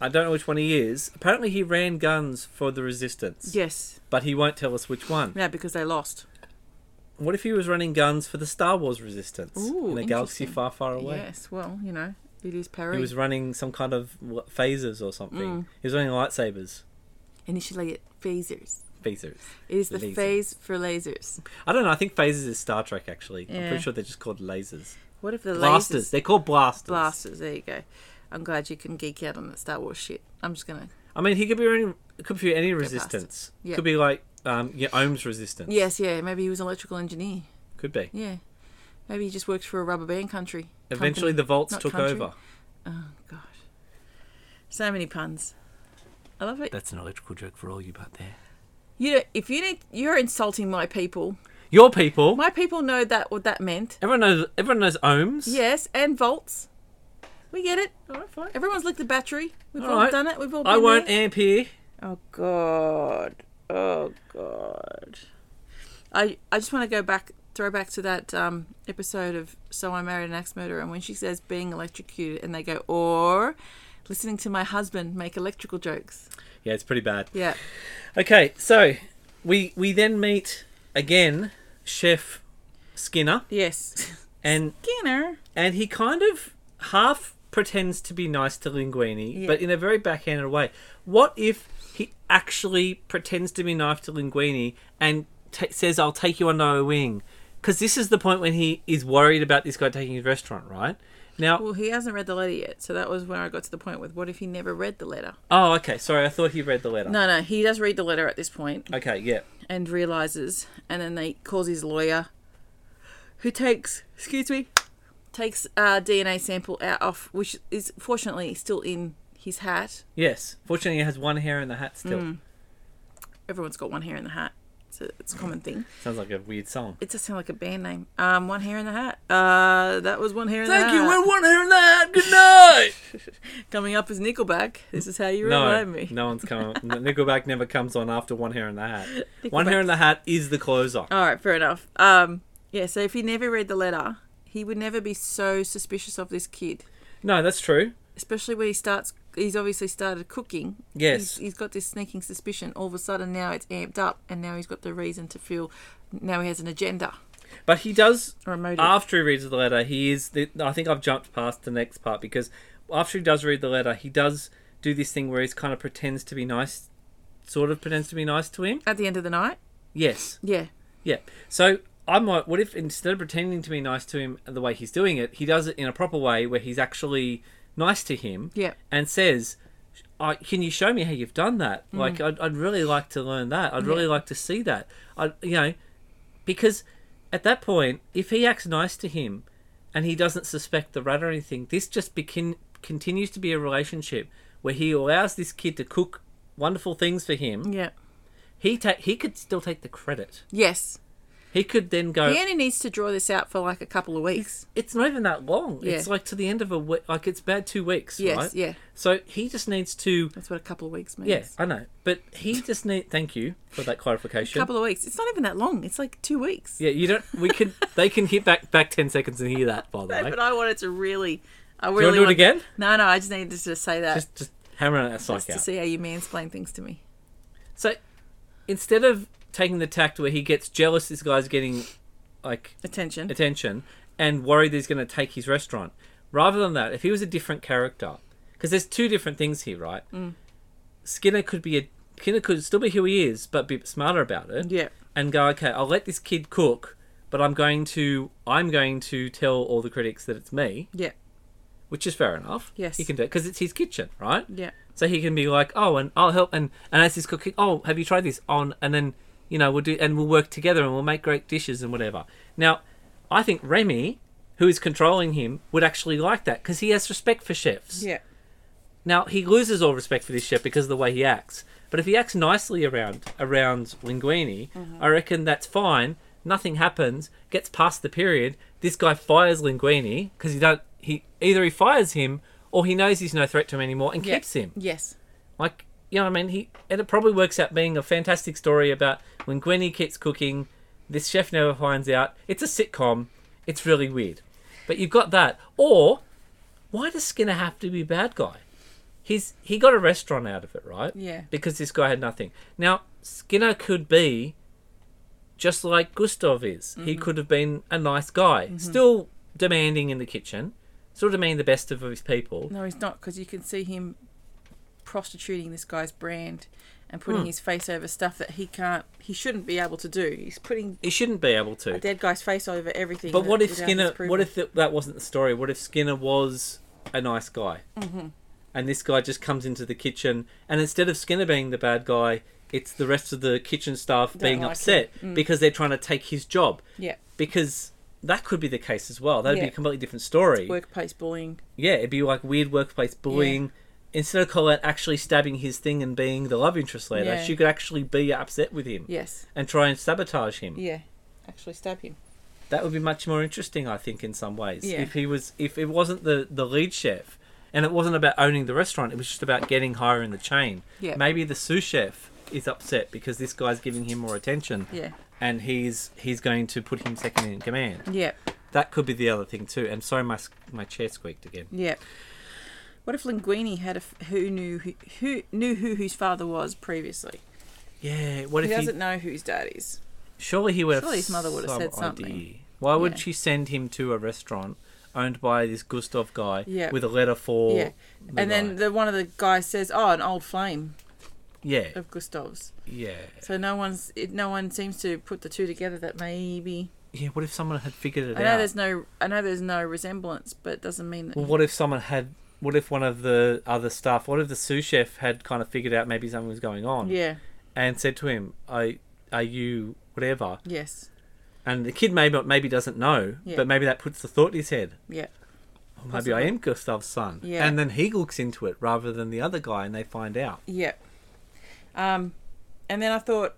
Speaker 1: I don't know which one he is. Apparently, he ran guns for the resistance.
Speaker 2: Yes.
Speaker 1: But he won't tell us which one.
Speaker 2: No, because they lost.
Speaker 1: What if he was running guns for the Star Wars resistance
Speaker 2: Ooh,
Speaker 1: in a galaxy
Speaker 2: interesting.
Speaker 1: far, far away?
Speaker 2: Yes. Well, you know, it is Paris.
Speaker 1: He was running some kind of what, phasers or
Speaker 2: Mm.
Speaker 1: something. He was running lightsabers,
Speaker 2: Initially, it phasers.
Speaker 1: phasers.
Speaker 2: It is the
Speaker 1: Lasers.
Speaker 2: phase for lasers.
Speaker 1: I don't know. I think phasers is Star Trek actually. I'm
Speaker 2: Yeah.
Speaker 1: pretty sure they're just called lasers.
Speaker 2: What if the
Speaker 1: blasters.
Speaker 2: lasers?
Speaker 1: They're called blasters.
Speaker 2: Blasters. There you go. I'm glad you can geek out on that Star Wars shit. I'm just gonna.
Speaker 1: I mean, he could be running. Could be any
Speaker 2: bastards.
Speaker 1: resistance.
Speaker 2: Yeah.
Speaker 1: Could be like um, yeah, Ohm's resistance.
Speaker 2: Yes. Yeah. Maybe he was an electrical engineer.
Speaker 1: Could be.
Speaker 2: Yeah. Maybe he just works for a rubber band country.
Speaker 1: Eventually,
Speaker 2: company,
Speaker 1: the vaults
Speaker 2: not
Speaker 1: took
Speaker 2: country.
Speaker 1: over.
Speaker 2: Oh God. So many puns. I love it.
Speaker 1: That's an electrical joke for all you out there.
Speaker 2: You know, if you need, you're insulting my people.
Speaker 1: Your people.
Speaker 2: My people know that what that meant.
Speaker 1: everyone knows. Everyone knows ohms.
Speaker 2: Yes, and volts. We get it.
Speaker 1: All right, fine.
Speaker 2: Everyone's licked the battery. We've all,
Speaker 1: All right.
Speaker 2: done it. We've all. Been
Speaker 1: I won't
Speaker 2: there.
Speaker 1: ampere.
Speaker 2: Oh God. Oh God. I I just want to go back, throw back to that um, episode of So I Married an Axe Murderer, and when she says being electrocuted, and they go or listening to my husband make electrical jokes.
Speaker 1: Yeah, it's pretty bad.
Speaker 2: Yeah.
Speaker 1: Okay, so we we then meet again Chef Skinner,
Speaker 2: Yes.
Speaker 1: and
Speaker 2: Skinner.
Speaker 1: and he kind of half pretends to be nice to Linguini,
Speaker 2: Yeah.
Speaker 1: but in a very backhanded way. What if he actually pretends to be nice to Linguini and ta says, "I'll take you under my wing"? Because this is the point when he is worried about this guy taking his restaurant, right? Now,
Speaker 2: Well, he hasn't read the letter yet, so that was where I got to the point with what if he never read the letter?
Speaker 1: oh, okay. Sorry, I thought he read the letter.
Speaker 2: No, no, he does read the letter at this point.
Speaker 1: Okay, yeah.
Speaker 2: and realizes, and then they calls his lawyer, who takes, excuse me, takes a DNA sample out of, which is fortunately still in his hat.
Speaker 1: Yes. Fortunately, he has one hair in the hat still.
Speaker 2: Mm. Everyone's got one hair in the hat, so it's a common thing.
Speaker 1: Sounds like a weird song.
Speaker 2: It does sound like a band name. Um, one hair in the hat. Uh, that was one hair in the hat.
Speaker 1: one hair in the hat. Good night.
Speaker 2: Coming up is Nickelback. This is how you
Speaker 1: no,
Speaker 2: remind me.
Speaker 1: no one's coming. Nickelback never comes on after one hair in the hat. One
Speaker 2: Nickelback.
Speaker 1: hair in the hat is the closer.
Speaker 2: All right, fair enough. Um, yeah. So if he never read the letter, he would never be so suspicious of this kid.
Speaker 1: No, that's true.
Speaker 2: especially when he starts he's obviously started cooking
Speaker 1: Yes.
Speaker 2: he's, he's got this sneaking suspicion all of a sudden now it's amped up and now he's got the reason to feel now he has an agenda
Speaker 1: But he does
Speaker 2: or a motive
Speaker 1: after he reads the letter. He is. The, I think I've jumped past the next part because after he does read the letter, he does do this thing where he's kind of pretends to be nice, sort of pretends to be nice to him.
Speaker 2: at the end of the night
Speaker 1: Yes.
Speaker 2: yeah
Speaker 1: Yeah. So I might. What if instead of pretending to be nice to him the way he's doing it, he does it in a proper way where he's actually nice to him.
Speaker 2: Yeah.
Speaker 1: And says, I, "Can you show me how you've done that?
Speaker 2: Mm.
Speaker 1: Like, I'd, I'd really like to learn that. I'd really like to see that. I, you know, because at that point, if he acts nice to him, and he doesn't suspect the rat or anything, this just begin continues to be a relationship where he allows this kid to cook wonderful things for him.
Speaker 2: yeah
Speaker 1: He ta- he could still take the credit.
Speaker 2: yes
Speaker 1: He could then go,
Speaker 2: he only needs to draw this out for like a couple of weeks
Speaker 1: it's not even that long. It's
Speaker 2: Yeah.
Speaker 1: like to the end of a week. Like it's bad two weeks,
Speaker 2: Yes,
Speaker 1: right?
Speaker 2: yeah.
Speaker 1: So he just needs to.
Speaker 2: that's what a couple of weeks means
Speaker 1: Yeah, I know, but he just need. Thank you for that
Speaker 2: a
Speaker 1: clarification.
Speaker 2: couple of weeks it's not even that long it's like two weeks
Speaker 1: yeah, you don't. We can. they can hit back back ten seconds and hear that. By the
Speaker 2: No,
Speaker 1: way,
Speaker 2: but i wanted to really i
Speaker 1: you wanna
Speaker 2: really
Speaker 1: do it
Speaker 2: want-
Speaker 1: again?
Speaker 2: no no i just needed to just say that just,
Speaker 1: just just hammer that psych
Speaker 2: to
Speaker 1: out.
Speaker 2: see how you mansplain things to me
Speaker 1: So instead of taking the tact where he gets jealous, this guy's getting like
Speaker 2: attention
Speaker 1: attention and worried that he's going to take his restaurant. Rather than that, if he was a different character, because there's two different things here, right?
Speaker 2: Mm.
Speaker 1: Skinner could be a Skinner could still be who he is, but be smarter about it.
Speaker 2: Yeah.
Speaker 1: And go, okay, I'll let this kid cook, but I'm going to I'm going to tell all the critics that it's me,
Speaker 2: Yeah.
Speaker 1: which is fair enough.
Speaker 2: Yes.
Speaker 1: he can do it because it's his kitchen, right?
Speaker 2: Yeah.
Speaker 1: So he can be like, oh, and I'll help, and and as he's cooking, oh, have you tried this on? And then you know we'll do, and we'll work together, and we'll make great dishes and whatever. Now, I think Remy, who is controlling him, would actually like that because he has respect for chefs.
Speaker 2: Yeah.
Speaker 1: Now he loses all respect for this chef because of the way he acts. But if he acts nicely around around Linguini,
Speaker 2: Mm-hmm.
Speaker 1: I reckon that's fine. Nothing happens. Gets past the period. This guy fires Linguini because he don't. He either he fires him or he knows he's no threat to him anymore and
Speaker 2: yeah.
Speaker 1: keeps him.
Speaker 2: Yes.
Speaker 1: Like you know what I mean? He and it probably works out being a fantastic story about when Gwenny keeps cooking, this chef never finds out. It's a sitcom. It's really weird. But you've got that. Or why does Skinner have to be bad guy? He's he got a restaurant out of it, right?
Speaker 2: Yeah.
Speaker 1: Because this guy had nothing. Now, Skinner could be just like Gustav is. He
Speaker 2: Mm-hmm.
Speaker 1: could have been a nice guy. Still demanding in the kitchen. Still demanding the best of his people.
Speaker 2: No, he's not because you can see him prostituting this guy's brand and
Speaker 1: Hmm.
Speaker 2: putting his face over stuff that he can't, he shouldn't be able to do. He's putting
Speaker 1: He shouldn't be able to.
Speaker 2: a dead guy's face over everything.
Speaker 1: But what
Speaker 2: with-
Speaker 1: if
Speaker 2: without
Speaker 1: Skinner?
Speaker 2: his approval.
Speaker 1: What if that that wasn't the story? What if Skinner was a nice guy,
Speaker 2: Mm-hmm.
Speaker 1: and this guy just comes into the kitchen, and instead of Skinner being the bad guy, it's the rest of the kitchen staff being
Speaker 2: like Mm.
Speaker 1: upset because they're trying to take his job.
Speaker 2: Yeah.
Speaker 1: Because that could be the case as well. That'd be
Speaker 2: Yeah.
Speaker 1: a completely different story.
Speaker 2: Workplace bullying.
Speaker 1: yeah, it'd be like weird workplace bullying. Instead of Colette actually stabbing his thing and being the love interest later,
Speaker 2: Yeah.
Speaker 1: she could actually be upset with him
Speaker 2: Yes.
Speaker 1: and try and sabotage him.
Speaker 2: Yeah. Actually stab him.
Speaker 1: that would be much more interesting i think in some ways
Speaker 2: Yeah.
Speaker 1: if he was if it wasn't the the lead chef and it wasn't about owning the restaurant it was just about getting higher in the chain
Speaker 2: Yeah.
Speaker 1: maybe the sous chef is upset because this guy's giving him more attention
Speaker 2: Yeah.
Speaker 1: and he's he's going to put him second in command
Speaker 2: Yeah.
Speaker 1: that could be the other thing too and sorry my s- my chair squeaked again
Speaker 2: Yeah. What if Linguini had a f- who knew who, who knew who whose father was previously?
Speaker 1: yeah what
Speaker 2: He
Speaker 1: if he
Speaker 2: doesn't know whose dad is.
Speaker 1: surely he would have
Speaker 2: Surely his mother would have
Speaker 1: some
Speaker 2: said something.
Speaker 1: idea. why would
Speaker 2: Yeah.
Speaker 1: she send him to a restaurant owned by this gustav guy
Speaker 2: Yeah.
Speaker 1: with a letter for
Speaker 2: Yeah.
Speaker 1: the
Speaker 2: And
Speaker 1: guy?
Speaker 2: then the one of the guys says, "Oh, an old flame
Speaker 1: yeah
Speaker 2: of Gustav's."
Speaker 1: yeah
Speaker 2: So no one's it, no one seems to put the two together that maybe
Speaker 1: Yeah, what if someone had figured it
Speaker 2: I know
Speaker 1: out?
Speaker 2: there's no I know there's no resemblance, but it doesn't mean that
Speaker 1: Well, what if someone had? What if one of the other staff? What if the sous chef had kind of figured out maybe something was going on?
Speaker 2: Yeah.
Speaker 1: And said to him, "I, are you whatever?"
Speaker 2: Yes.
Speaker 1: And the kid maybe maybe doesn't know,
Speaker 2: Yeah.
Speaker 1: but maybe that puts the thought in his head.
Speaker 2: Yeah.
Speaker 1: "Oh, maybe I am Gustav's son.
Speaker 2: Yeah.
Speaker 1: And then he looks into it rather than the other guy, and they find out.
Speaker 2: Yeah. Um, and then I thought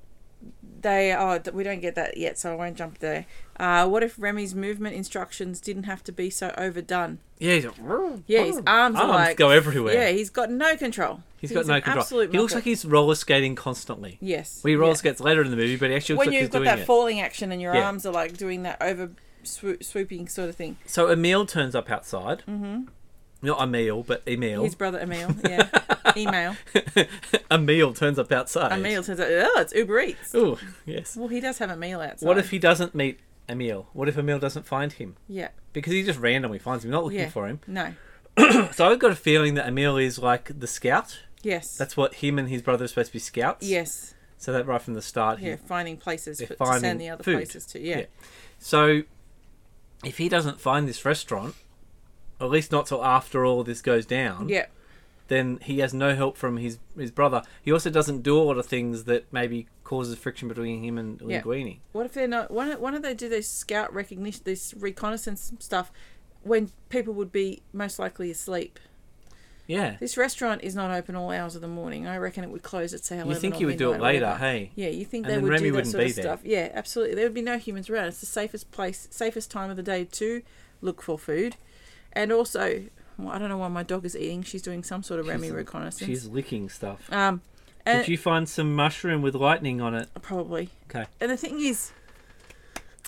Speaker 2: they oh d- we don't get that yet, so I won't jump there. Uh, what if Remy's movement instructions didn't have to be so overdone?
Speaker 1: Yeah. He's like,
Speaker 2: Yeah, his arms, are like
Speaker 1: go everywhere.
Speaker 2: Yeah, he's got no control.
Speaker 1: he's got no
Speaker 2: an
Speaker 1: control.
Speaker 2: Absolute
Speaker 1: He looks
Speaker 2: muppet.
Speaker 1: like he's roller skating constantly.
Speaker 2: yes.
Speaker 1: We roller
Speaker 2: yeah.
Speaker 1: skates later in the movie, but he actually looks like
Speaker 2: When you've
Speaker 1: he's
Speaker 2: got
Speaker 1: doing
Speaker 2: that
Speaker 1: it.
Speaker 2: falling action and your
Speaker 1: Yeah.
Speaker 2: arms are like doing that over swoo- swooping sort of thing.
Speaker 1: So Emil turns up outside. Mm-hmm. Not Emil, but Emil.
Speaker 2: His brother Emil, yeah, email.
Speaker 1: Emil turns up outside.
Speaker 2: Emil turns out, oh, it's Uber Eats.
Speaker 1: Ooh, yes.
Speaker 2: Well, he does have a meal outside.
Speaker 1: What if he doesn't meet Emil? What if Emil doesn't find him?
Speaker 2: Yeah,
Speaker 1: Because he just randomly finds him, not looking
Speaker 2: yeah.
Speaker 1: for him.
Speaker 2: No.
Speaker 1: So I've got a feeling that Emil is like the scout.
Speaker 2: Yes.
Speaker 1: That's what him and his brother are supposed to be scouts.
Speaker 2: yes.
Speaker 1: So that right from the start, he
Speaker 2: yeah, finding places
Speaker 1: they're
Speaker 2: for, to
Speaker 1: finding
Speaker 2: send the other
Speaker 1: food.
Speaker 2: places to. Yeah.
Speaker 1: Yeah. So, if he doesn't find this restaurant, at least not till after all this goes down,
Speaker 2: yeah,
Speaker 1: then he has no help from his his brother. He also doesn't do a lot of things that maybe causes friction between him and
Speaker 2: Yeah.
Speaker 1: Linguini.
Speaker 2: What if they're not? Why don't, why don't they do this scout recognition, this reconnaissance stuff, when people would be most likely asleep?
Speaker 1: Yeah.
Speaker 2: This restaurant is not open all hours of the morning. I reckon it would close at say eleven.
Speaker 1: You think
Speaker 2: or
Speaker 1: he would do it
Speaker 2: midnight or
Speaker 1: later,
Speaker 2: whatever.
Speaker 1: hey?
Speaker 2: Yeah, you think
Speaker 1: And
Speaker 2: they
Speaker 1: then
Speaker 2: would
Speaker 1: Remy
Speaker 2: do that
Speaker 1: wouldn't
Speaker 2: sort
Speaker 1: be
Speaker 2: of
Speaker 1: there.
Speaker 2: stuff? Yeah, absolutely. There would be no humans around. It's the safest place, safest time of the day to look for food, and also, well, I don't know why my dog is eating. She's doing some sort of Remy reconnaissance.
Speaker 1: She's licking stuff.
Speaker 2: um, and
Speaker 1: Did you find some mushroom with lightning on it?
Speaker 2: probably.
Speaker 1: Okay.
Speaker 2: And the thing is,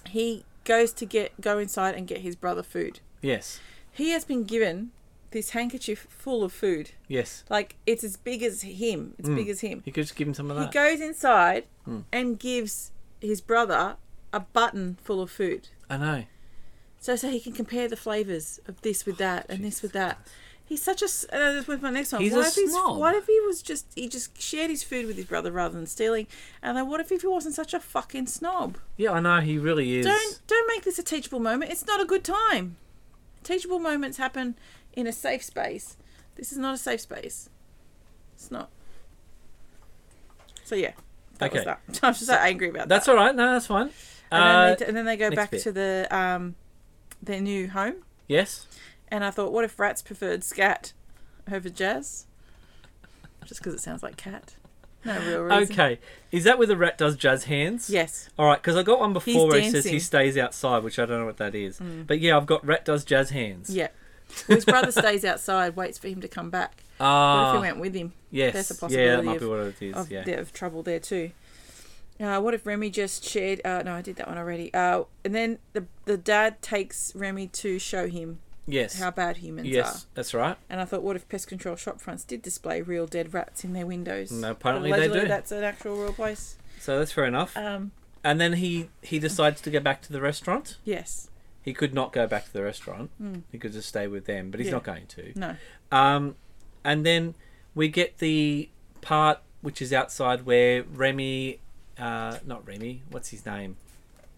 Speaker 2: he goes to get go inside and get his brother food.
Speaker 1: Yes.
Speaker 2: He has been given this handkerchief full of food.
Speaker 1: Yes.
Speaker 2: Like it's as big as him. It's big as him.
Speaker 1: You could just give him some of
Speaker 2: He
Speaker 1: Mm. that. Mm.
Speaker 2: goes inside and gives his brother a button full of food.
Speaker 1: I know.
Speaker 2: So so he can compare the flavors of this with that and this with that. He's such a. s- Uh, with my next one.
Speaker 1: He's a
Speaker 2: what if he's-
Speaker 1: snob.
Speaker 2: What if he was just he just shared his food with his brother rather than stealing? And then what if he wasn't such a fucking snob?
Speaker 1: Yeah, I know he really is.
Speaker 2: Don't don't make this a teachable moment. It's not a good time. Teachable moments happen in a safe space. This is not a safe space. It's not. So yeah, that was
Speaker 1: Okay.
Speaker 2: that. I'm just so angry about
Speaker 1: That's
Speaker 2: that.
Speaker 1: all right. No, that's fine.
Speaker 2: and,
Speaker 1: Uh,
Speaker 2: then they, and then they go
Speaker 1: next
Speaker 2: back
Speaker 1: bit.
Speaker 2: to the um, their new home.
Speaker 1: yes.
Speaker 2: And I thought, what if rats preferred scat over jazz? Just because it sounds like cat. No real reason.
Speaker 1: Okay. Is that where the rat does jazz hands?
Speaker 2: Yes.
Speaker 1: All right, because I got one before where it says he
Speaker 2: dancing.
Speaker 1: stays outside, which I don't know what that is. But yeah, I've got rat does jazz hands.
Speaker 2: Yeah. Well, his brother stays outside, waits for him to come back. What if he
Speaker 1: Ah,
Speaker 2: went with him?
Speaker 1: yes.
Speaker 2: there's
Speaker 1: yeah, that
Speaker 2: a possibility
Speaker 1: might
Speaker 2: of-
Speaker 1: be what it is.
Speaker 2: of,
Speaker 1: yeah.
Speaker 2: there- of trouble there too. Uh, what if Remy just shared? Uh, no, I did that one already. Uh, and then the the dad takes Remy to show him
Speaker 1: yes.
Speaker 2: how bad humans
Speaker 1: yes,
Speaker 2: are.
Speaker 1: that's right.
Speaker 2: And I thought, what if pest control shop fronts did display real dead rats in their windows?
Speaker 1: No, apparently they
Speaker 2: Allegedly,
Speaker 1: do.
Speaker 2: That's an actual real place.
Speaker 1: So that's fair enough.
Speaker 2: Um,
Speaker 1: and then he he decides to go back to the restaurant.
Speaker 2: yes. Hmm.
Speaker 1: He could not go back to the restaurant. He could just stay with them, but he's
Speaker 2: Yeah.
Speaker 1: not going to.
Speaker 2: No.
Speaker 1: Um, and then we get the part which is outside where Remy, uh, not Remy, what's his name?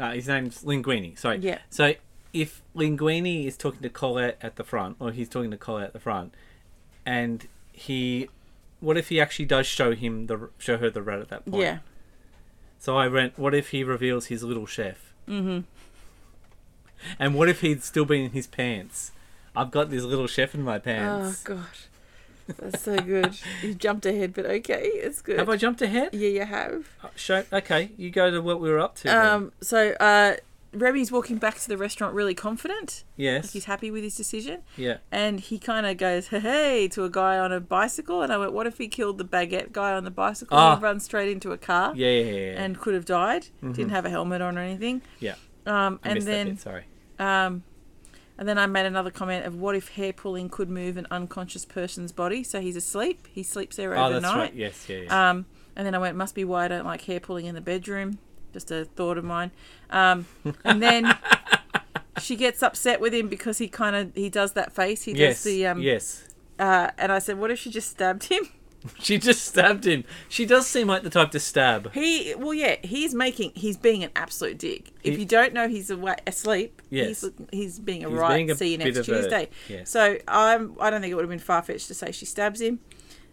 Speaker 1: No, his name's Linguini. Sorry.
Speaker 2: Yeah.
Speaker 1: So if Linguini is talking to Colette at the front, or he's talking to Colette at the front, and he, what if he actually does show him the show her the rat at that point?
Speaker 2: Yeah.
Speaker 1: So I went, what if he reveals his little chef? Mm-hmm. And what if he'd still been in his pants? I've got this little chef in my
Speaker 2: Oh
Speaker 1: pants.
Speaker 2: god, that's so good. you jumped ahead, but okay, it's good.
Speaker 1: Have I jumped ahead?
Speaker 2: yeah, you have.
Speaker 1: Uh, Show, okay, you go to what we were up to. then.
Speaker 2: Um, so uh, Remy's walking back to the restaurant really confident. Like
Speaker 1: yes.
Speaker 2: he's happy with his decision.
Speaker 1: Yeah.
Speaker 2: And he kind of goes, hey, hey, to a guy on a bicycle. And I went, what if he killed the baguette guy on the bicycle
Speaker 1: Ah.
Speaker 2: and run straight into a car
Speaker 1: Yeah. Yeah. Yeah. yeah.
Speaker 2: and could have died? Didn't have a helmet on or anything.
Speaker 1: yeah.
Speaker 2: Um,
Speaker 1: I
Speaker 2: and
Speaker 1: missed that
Speaker 2: then
Speaker 1: bit, sorry.
Speaker 2: um, and then I made another comment of what if hair pulling could move an unconscious person's body? So he's asleep. He sleeps there
Speaker 1: Oh,
Speaker 2: overnight.
Speaker 1: that's right. Yes. Yeah. yeah.
Speaker 2: Um, and then I went, must be why I don't like hair pulling in the bedroom. Just a thought of mine. Um, and then she gets upset with him because he kind of he does that face. He
Speaker 1: yes.
Speaker 2: does the um.
Speaker 1: yes.
Speaker 2: Uh, and I said, what if she just stabbed him?
Speaker 1: She just stabbed him. She does seem like the type to stab.
Speaker 2: He well, yeah, he's making he's being an absolute dick. if
Speaker 1: He-
Speaker 2: you don't know he's away, asleep,
Speaker 1: Yes.
Speaker 2: he's he's being a
Speaker 1: He's
Speaker 2: right.
Speaker 1: being a
Speaker 2: see you
Speaker 1: bit
Speaker 2: next
Speaker 1: of a-
Speaker 2: Tuesday.
Speaker 1: yes.
Speaker 2: So I'm I don't think it would have been far fetched to say she stabs him.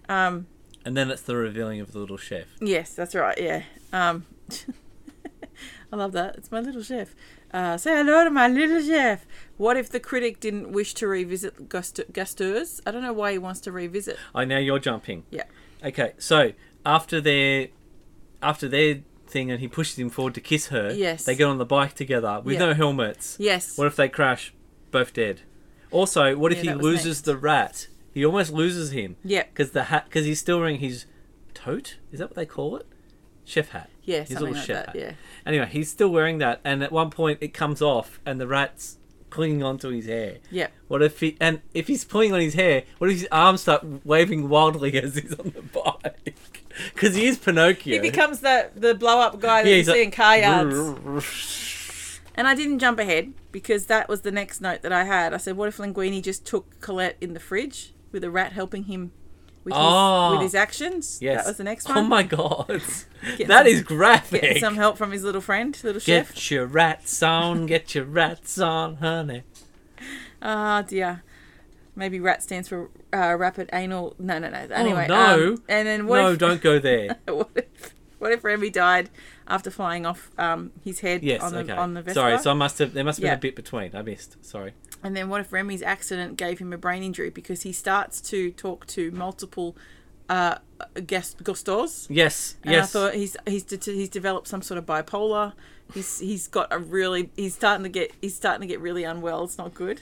Speaker 2: Um,
Speaker 1: And then it's the revealing of the little chef.
Speaker 2: Yes, that's right. Yeah. Um, I love that. It's my little chef. Uh, say hello to my little chef. What if the critic didn't wish to revisit Gast- Gasteur's? I don't know why he wants to revisit.
Speaker 1: I Oh, now you're jumping.
Speaker 2: Yeah.
Speaker 1: Okay. So after their, after their thing, and he pushes him forward to kiss her.
Speaker 2: Yes.
Speaker 1: They get on the bike together with
Speaker 2: Yeah.
Speaker 1: no helmets.
Speaker 2: Yes.
Speaker 1: What if they crash? Both dead. Also, what if
Speaker 2: Yeah,
Speaker 1: he
Speaker 2: that was
Speaker 1: loses
Speaker 2: next.
Speaker 1: the rat? He almost loses him.
Speaker 2: Yep.
Speaker 1: Because the hat, because he's still wearing his tote. Is that what they call it? Chef hat.
Speaker 2: Yeah,
Speaker 1: His
Speaker 2: something
Speaker 1: little
Speaker 2: like
Speaker 1: chef
Speaker 2: that.
Speaker 1: hat.
Speaker 2: Yeah.
Speaker 1: Anyway, he's still wearing that, and at one point it comes off, and the rat's clinging onto his hair.
Speaker 2: Yep.
Speaker 1: What if he and if he's pulling on his hair? What if his arms start waving wildly as he's on the bike? Because he is Pinocchio.
Speaker 2: He becomes the the blow up guy that
Speaker 1: Yeah,
Speaker 2: you
Speaker 1: he's
Speaker 2: see in car yards.
Speaker 1: yards.
Speaker 2: And I didn't jump ahead because that was the next note that I had. I said, "What if Linguini just took Colette in the fridge with a rat helping him with his,
Speaker 1: Oh.
Speaker 2: with his actions?"
Speaker 1: Yes.
Speaker 2: That was the next
Speaker 1: Oh
Speaker 2: one.
Speaker 1: my god.
Speaker 2: Get
Speaker 1: that
Speaker 2: some-
Speaker 1: is graphic.
Speaker 2: Get some help from his little friend, little chef.
Speaker 1: Get your rats on, get your rats on, honey.
Speaker 2: Ah dear. Maybe RAT stands for uh, rapid anal. No, no, no. Anyway,
Speaker 1: Oh, no.
Speaker 2: um, and then what?
Speaker 1: no,
Speaker 2: if,
Speaker 1: don't go there.
Speaker 2: What if, what if Remy died after flying off um, his head
Speaker 1: Yes,
Speaker 2: on the
Speaker 1: okay.
Speaker 2: on the Vespa?
Speaker 1: Sorry, so I must have there must have been
Speaker 2: Yeah.
Speaker 1: a bit between. I missed. Sorry.
Speaker 2: and then what if Remy's accident gave him a brain injury because he starts to talk to multiple uh, guest gustors?
Speaker 1: Yes,
Speaker 2: And
Speaker 1: yes.
Speaker 2: I thought he's he's de- he's developed some sort of bipolar. He's he's got a really he's starting to get he's starting to get really unwell. It's not good.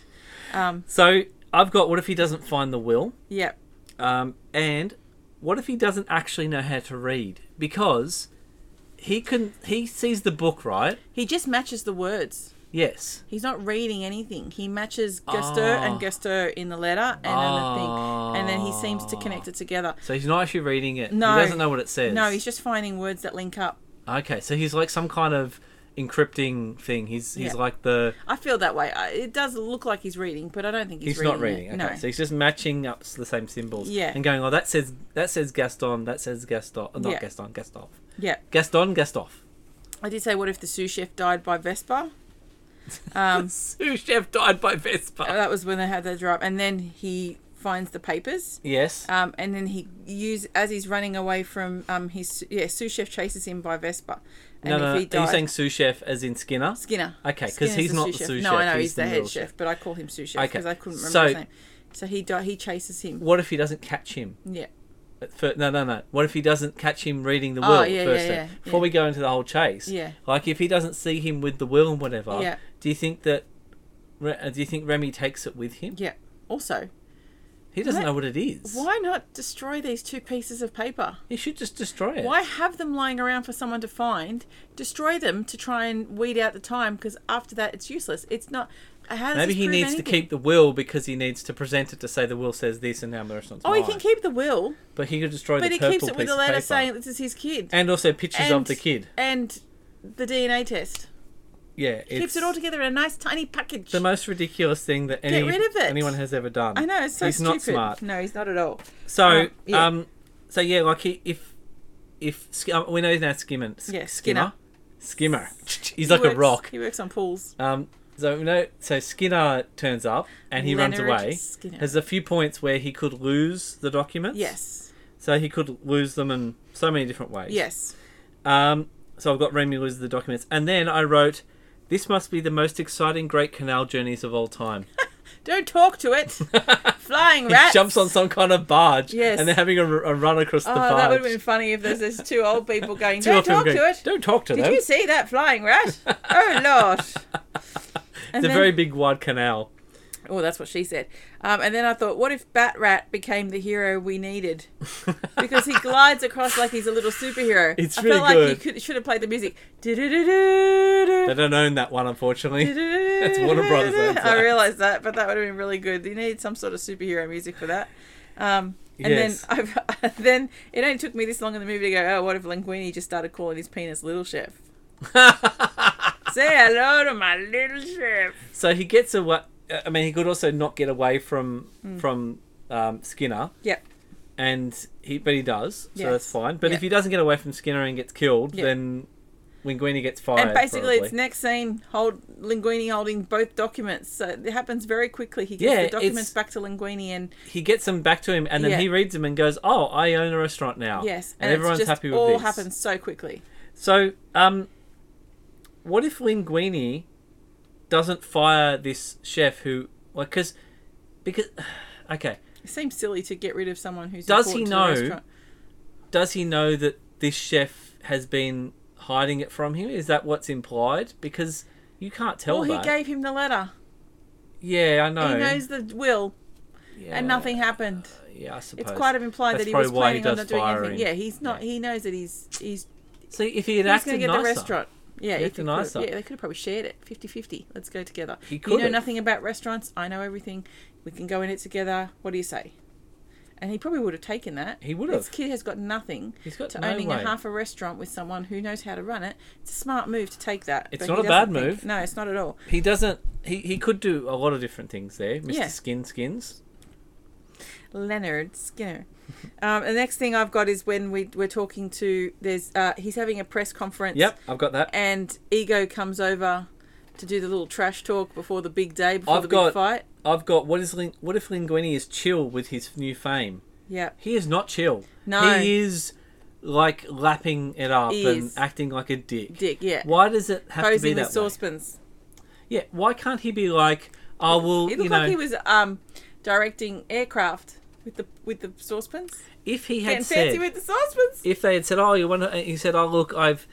Speaker 2: Um,
Speaker 1: so I've got what if he doesn't find the will?
Speaker 2: Yep.
Speaker 1: Um, and what if he doesn't actually know how to read? Because he can he sees the book, right?
Speaker 2: He just matches the words.
Speaker 1: Yes.
Speaker 2: He's not reading anything. He matches Gestur
Speaker 1: Ah.
Speaker 2: and Gestur in the letter and then the thing. And then he seems to connect
Speaker 1: Ah.
Speaker 2: it together.
Speaker 1: So he's not actually reading it.
Speaker 2: No.
Speaker 1: He doesn't know what it says.
Speaker 2: No, he's just finding words that link up.
Speaker 1: Okay, so he's like some kind of encrypting thing. He's he's
Speaker 2: Yeah.
Speaker 1: like the
Speaker 2: I feel that way. I, it does look like he's reading, but I don't think he's,
Speaker 1: he's,
Speaker 2: reading
Speaker 1: not reading.
Speaker 2: It.
Speaker 1: Okay,
Speaker 2: no.
Speaker 1: so he's just matching up s- the same symbols.
Speaker 2: Yeah.
Speaker 1: and going oh that says that says Gaston, that says Gaston, uh, not
Speaker 2: Yeah.
Speaker 1: Gaston, Gastov,
Speaker 2: yeah.
Speaker 1: Gaston, Gastov.
Speaker 2: I did say, what if the sous chef died by Vespa?
Speaker 1: Um, sous chef died by Vespa.
Speaker 2: Uh, That was when they had their drive, and then he finds the papers.
Speaker 1: yes.
Speaker 2: Um, and then he use as he's running away from um his yeah sous chef chases him by Vespa, and
Speaker 1: no,
Speaker 2: if
Speaker 1: no,
Speaker 2: he
Speaker 1: no. Are
Speaker 2: died,
Speaker 1: you saying sous chef as in Skinner?
Speaker 2: Skinner.
Speaker 1: Okay, 'cause
Speaker 2: Skinner's
Speaker 1: he's not the sous
Speaker 2: No, I
Speaker 1: chef,
Speaker 2: know
Speaker 1: he's
Speaker 2: he's,
Speaker 1: the
Speaker 2: the, head
Speaker 1: middle
Speaker 2: chef, but I call him sous chef
Speaker 1: Okay,
Speaker 2: because I couldn't remember
Speaker 1: so-
Speaker 2: his name. So he di- he chases him.
Speaker 1: What if he doesn't catch him?
Speaker 2: Yeah,
Speaker 1: At fir- no, no, no. What if he doesn't catch him reading the will
Speaker 2: Oh, yeah,
Speaker 1: first
Speaker 2: yeah,
Speaker 1: thing?
Speaker 2: yeah,
Speaker 1: Before
Speaker 2: yeah.
Speaker 1: we go into the whole chase,
Speaker 2: Yeah.
Speaker 1: like if he doesn't see him with the will and whatever,
Speaker 2: Yeah.
Speaker 1: do you think that? Re- uh, Do you think Remy takes it with him?
Speaker 2: yeah. Also,
Speaker 1: He doesn't
Speaker 2: Why-
Speaker 1: know what it is.
Speaker 2: why not destroy these two pieces of paper?
Speaker 1: He should just destroy it.
Speaker 2: Why have them lying around for someone to find? Destroy them to try and weed out the time because after that it's useless. It's not. How does
Speaker 1: Maybe
Speaker 2: this
Speaker 1: he
Speaker 2: prove
Speaker 1: needs to
Speaker 2: anything?
Speaker 1: keep the will because he needs to present it to say the will says this and now the restaurant's
Speaker 2: Oh, he
Speaker 1: lying.
Speaker 2: can keep the will,
Speaker 1: But he could destroy
Speaker 2: but
Speaker 1: the
Speaker 2: he
Speaker 1: purple
Speaker 2: keeps it with
Speaker 1: piece
Speaker 2: a
Speaker 1: of
Speaker 2: letter
Speaker 1: paper.
Speaker 2: saying this is his kid.
Speaker 1: and also pictures of the kid.
Speaker 2: and the DNA test
Speaker 1: Yeah,
Speaker 2: keeps it all together in a nice tiny package.
Speaker 1: the most ridiculous thing that any,
Speaker 2: rid of it.
Speaker 1: anyone has ever done.
Speaker 2: I know it's so
Speaker 1: he's
Speaker 2: stupid.
Speaker 1: not smart.
Speaker 2: No, he's not at all.
Speaker 1: So, um,
Speaker 2: Um, yeah.
Speaker 1: so yeah, like he, if if Sk- um, we know he's now skimming, S-
Speaker 2: Yeah,
Speaker 1: skimmer, skimmer.
Speaker 2: Skinner.
Speaker 1: He's
Speaker 2: He
Speaker 1: like
Speaker 2: works-
Speaker 1: a rock.
Speaker 2: He works on pools.
Speaker 1: Um, so we know, so Skinner turns up and he runs
Speaker 2: Leonard
Speaker 1: away.
Speaker 2: Skinner.
Speaker 1: There's a few points where he could lose the documents.
Speaker 2: Yes,
Speaker 1: So he could lose them in so many different ways.
Speaker 2: yes.
Speaker 1: Um, so I've got Remy loses the documents, and then I wrote, "This must be the most exciting Great Canal journeys of all time."
Speaker 2: Don't talk to it, flying
Speaker 1: He
Speaker 2: rat.
Speaker 1: jumps on some kind of barge,
Speaker 2: Yes.
Speaker 1: and they're having a, r- a run across the
Speaker 2: Oh,
Speaker 1: barge.
Speaker 2: that would have been funny if there's those two old people going.
Speaker 1: Two
Speaker 2: Don't
Speaker 1: of them
Speaker 2: talk
Speaker 1: going,
Speaker 2: to it.
Speaker 1: Don't talk to
Speaker 2: Did
Speaker 1: them.
Speaker 2: you see that flying rat? Oh lord. And
Speaker 1: It's a
Speaker 2: then-
Speaker 1: very big wide canal.
Speaker 2: Oh, that's what she said. Um, and then I thought, what if Bat Rat became the hero we needed? Because he glides across like he's a little superhero.
Speaker 1: It's
Speaker 2: I
Speaker 1: really
Speaker 2: felt
Speaker 1: good.
Speaker 2: like you could, should have played the music. Du-du-du-du-du.
Speaker 1: They don't own that one, unfortunately.
Speaker 2: That's
Speaker 1: Warner Brothers owns that.
Speaker 2: I realised that, but that would have been really good. You need some sort of superhero music for that. Um, and
Speaker 1: Yes.
Speaker 2: then, I've, then it only took me this long in the movie to go, oh, what if Linguini just started calling his penis Little Chef? Say hello to my Little Chef.
Speaker 1: so he gets away. I mean, he could also not get away from from um, Skinner,
Speaker 2: Hmm. Yep.
Speaker 1: and he but he does, so
Speaker 2: Yes.
Speaker 1: that's fine. But
Speaker 2: Yeah.
Speaker 1: if he doesn't get away from Skinner and gets killed,
Speaker 2: Yeah.
Speaker 1: then Linguini gets fired.
Speaker 2: And basically,
Speaker 1: probably.
Speaker 2: it's next scene hold Linguini holding both documents. So it happens very quickly. He gets
Speaker 1: Yeah,
Speaker 2: the
Speaker 1: it's-
Speaker 2: documents back to Linguini, and
Speaker 1: he gets them back to him, and then
Speaker 2: Yeah.
Speaker 1: he reads them and goes, "Oh, I own a restaurant now."
Speaker 2: yes,
Speaker 1: Oh, and,
Speaker 2: it's
Speaker 1: everyone's
Speaker 2: just
Speaker 1: happy with
Speaker 2: all
Speaker 1: this.
Speaker 2: happens so quickly.
Speaker 1: So, um, what if Linguini doesn't fire this chef who, like, because, because, okay,
Speaker 2: It seems silly to get rid of someone who's
Speaker 1: Does
Speaker 2: important
Speaker 1: he
Speaker 2: to the
Speaker 1: know-
Speaker 2: restaurant.
Speaker 1: does he know that this chef has been hiding it from him? Is that what's implied? Because you can't tell
Speaker 2: Well, he
Speaker 1: that.
Speaker 2: gave him the letter.
Speaker 1: yeah, I know.
Speaker 2: He knows the will,
Speaker 1: yeah.
Speaker 2: and nothing happened.
Speaker 1: Yeah, I suppose.
Speaker 2: It's quite implied
Speaker 1: That's
Speaker 2: that he was
Speaker 1: probably why he
Speaker 2: planning on
Speaker 1: does
Speaker 2: not doing
Speaker 1: fire
Speaker 2: anything.
Speaker 1: him.
Speaker 2: Yeah, he's not. He knows that he's he's
Speaker 1: So if he had
Speaker 2: he's
Speaker 1: acted
Speaker 2: going to get
Speaker 1: nicer,
Speaker 2: the restaurant. Yeah,
Speaker 1: He acted
Speaker 2: if he could-
Speaker 1: nicer.
Speaker 2: yeah, they could have probably shared it 50-50. Let's go together.
Speaker 1: He
Speaker 2: you know
Speaker 1: could've.
Speaker 2: nothing about restaurants. I know everything. We can go in it together. What do you say? And he probably would have taken that.
Speaker 1: He would've.
Speaker 2: This kid has got nothing
Speaker 1: He's got
Speaker 2: to
Speaker 1: no
Speaker 2: owning
Speaker 1: way.
Speaker 2: a half a restaurant with someone who knows how to run it. It's a smart move to take that.
Speaker 1: It's
Speaker 2: but
Speaker 1: not
Speaker 2: he
Speaker 1: a bad
Speaker 2: doesn't think-
Speaker 1: move.
Speaker 2: No, it's not at all.
Speaker 1: he doesn't. He he could do a lot of different things there, Mister
Speaker 2: Yeah.
Speaker 1: Skin Skins.
Speaker 2: Leonard Skinner. Um, the next thing I've got is when we, we're talking to there's uh, he's having a press conference.
Speaker 1: Yep, I've got that.
Speaker 2: And Ego comes over to do the little trash talk before the big day, before
Speaker 1: I've
Speaker 2: the
Speaker 1: got-
Speaker 2: big fight.
Speaker 1: I've got what is Lin- what if Linguini is chill with his new fame?
Speaker 2: Yeah.
Speaker 1: He is not chill.
Speaker 2: No.
Speaker 1: he is like lapping it up
Speaker 2: He
Speaker 1: and
Speaker 2: is.
Speaker 1: acting like a dick.
Speaker 2: Dick, yeah.
Speaker 1: Why does it have to be
Speaker 2: Posing
Speaker 1: that
Speaker 2: with
Speaker 1: way?
Speaker 2: saucepans.
Speaker 1: Yeah, why can't he be like, oh well,
Speaker 2: He
Speaker 1: you
Speaker 2: looked
Speaker 1: know,
Speaker 2: like he was um, directing aircraft with the with the saucepans.
Speaker 1: if he
Speaker 2: Getting
Speaker 1: had
Speaker 2: fancy
Speaker 1: said,
Speaker 2: with the saucepans.
Speaker 1: if they had said, oh, you want to, he said, oh look, I've,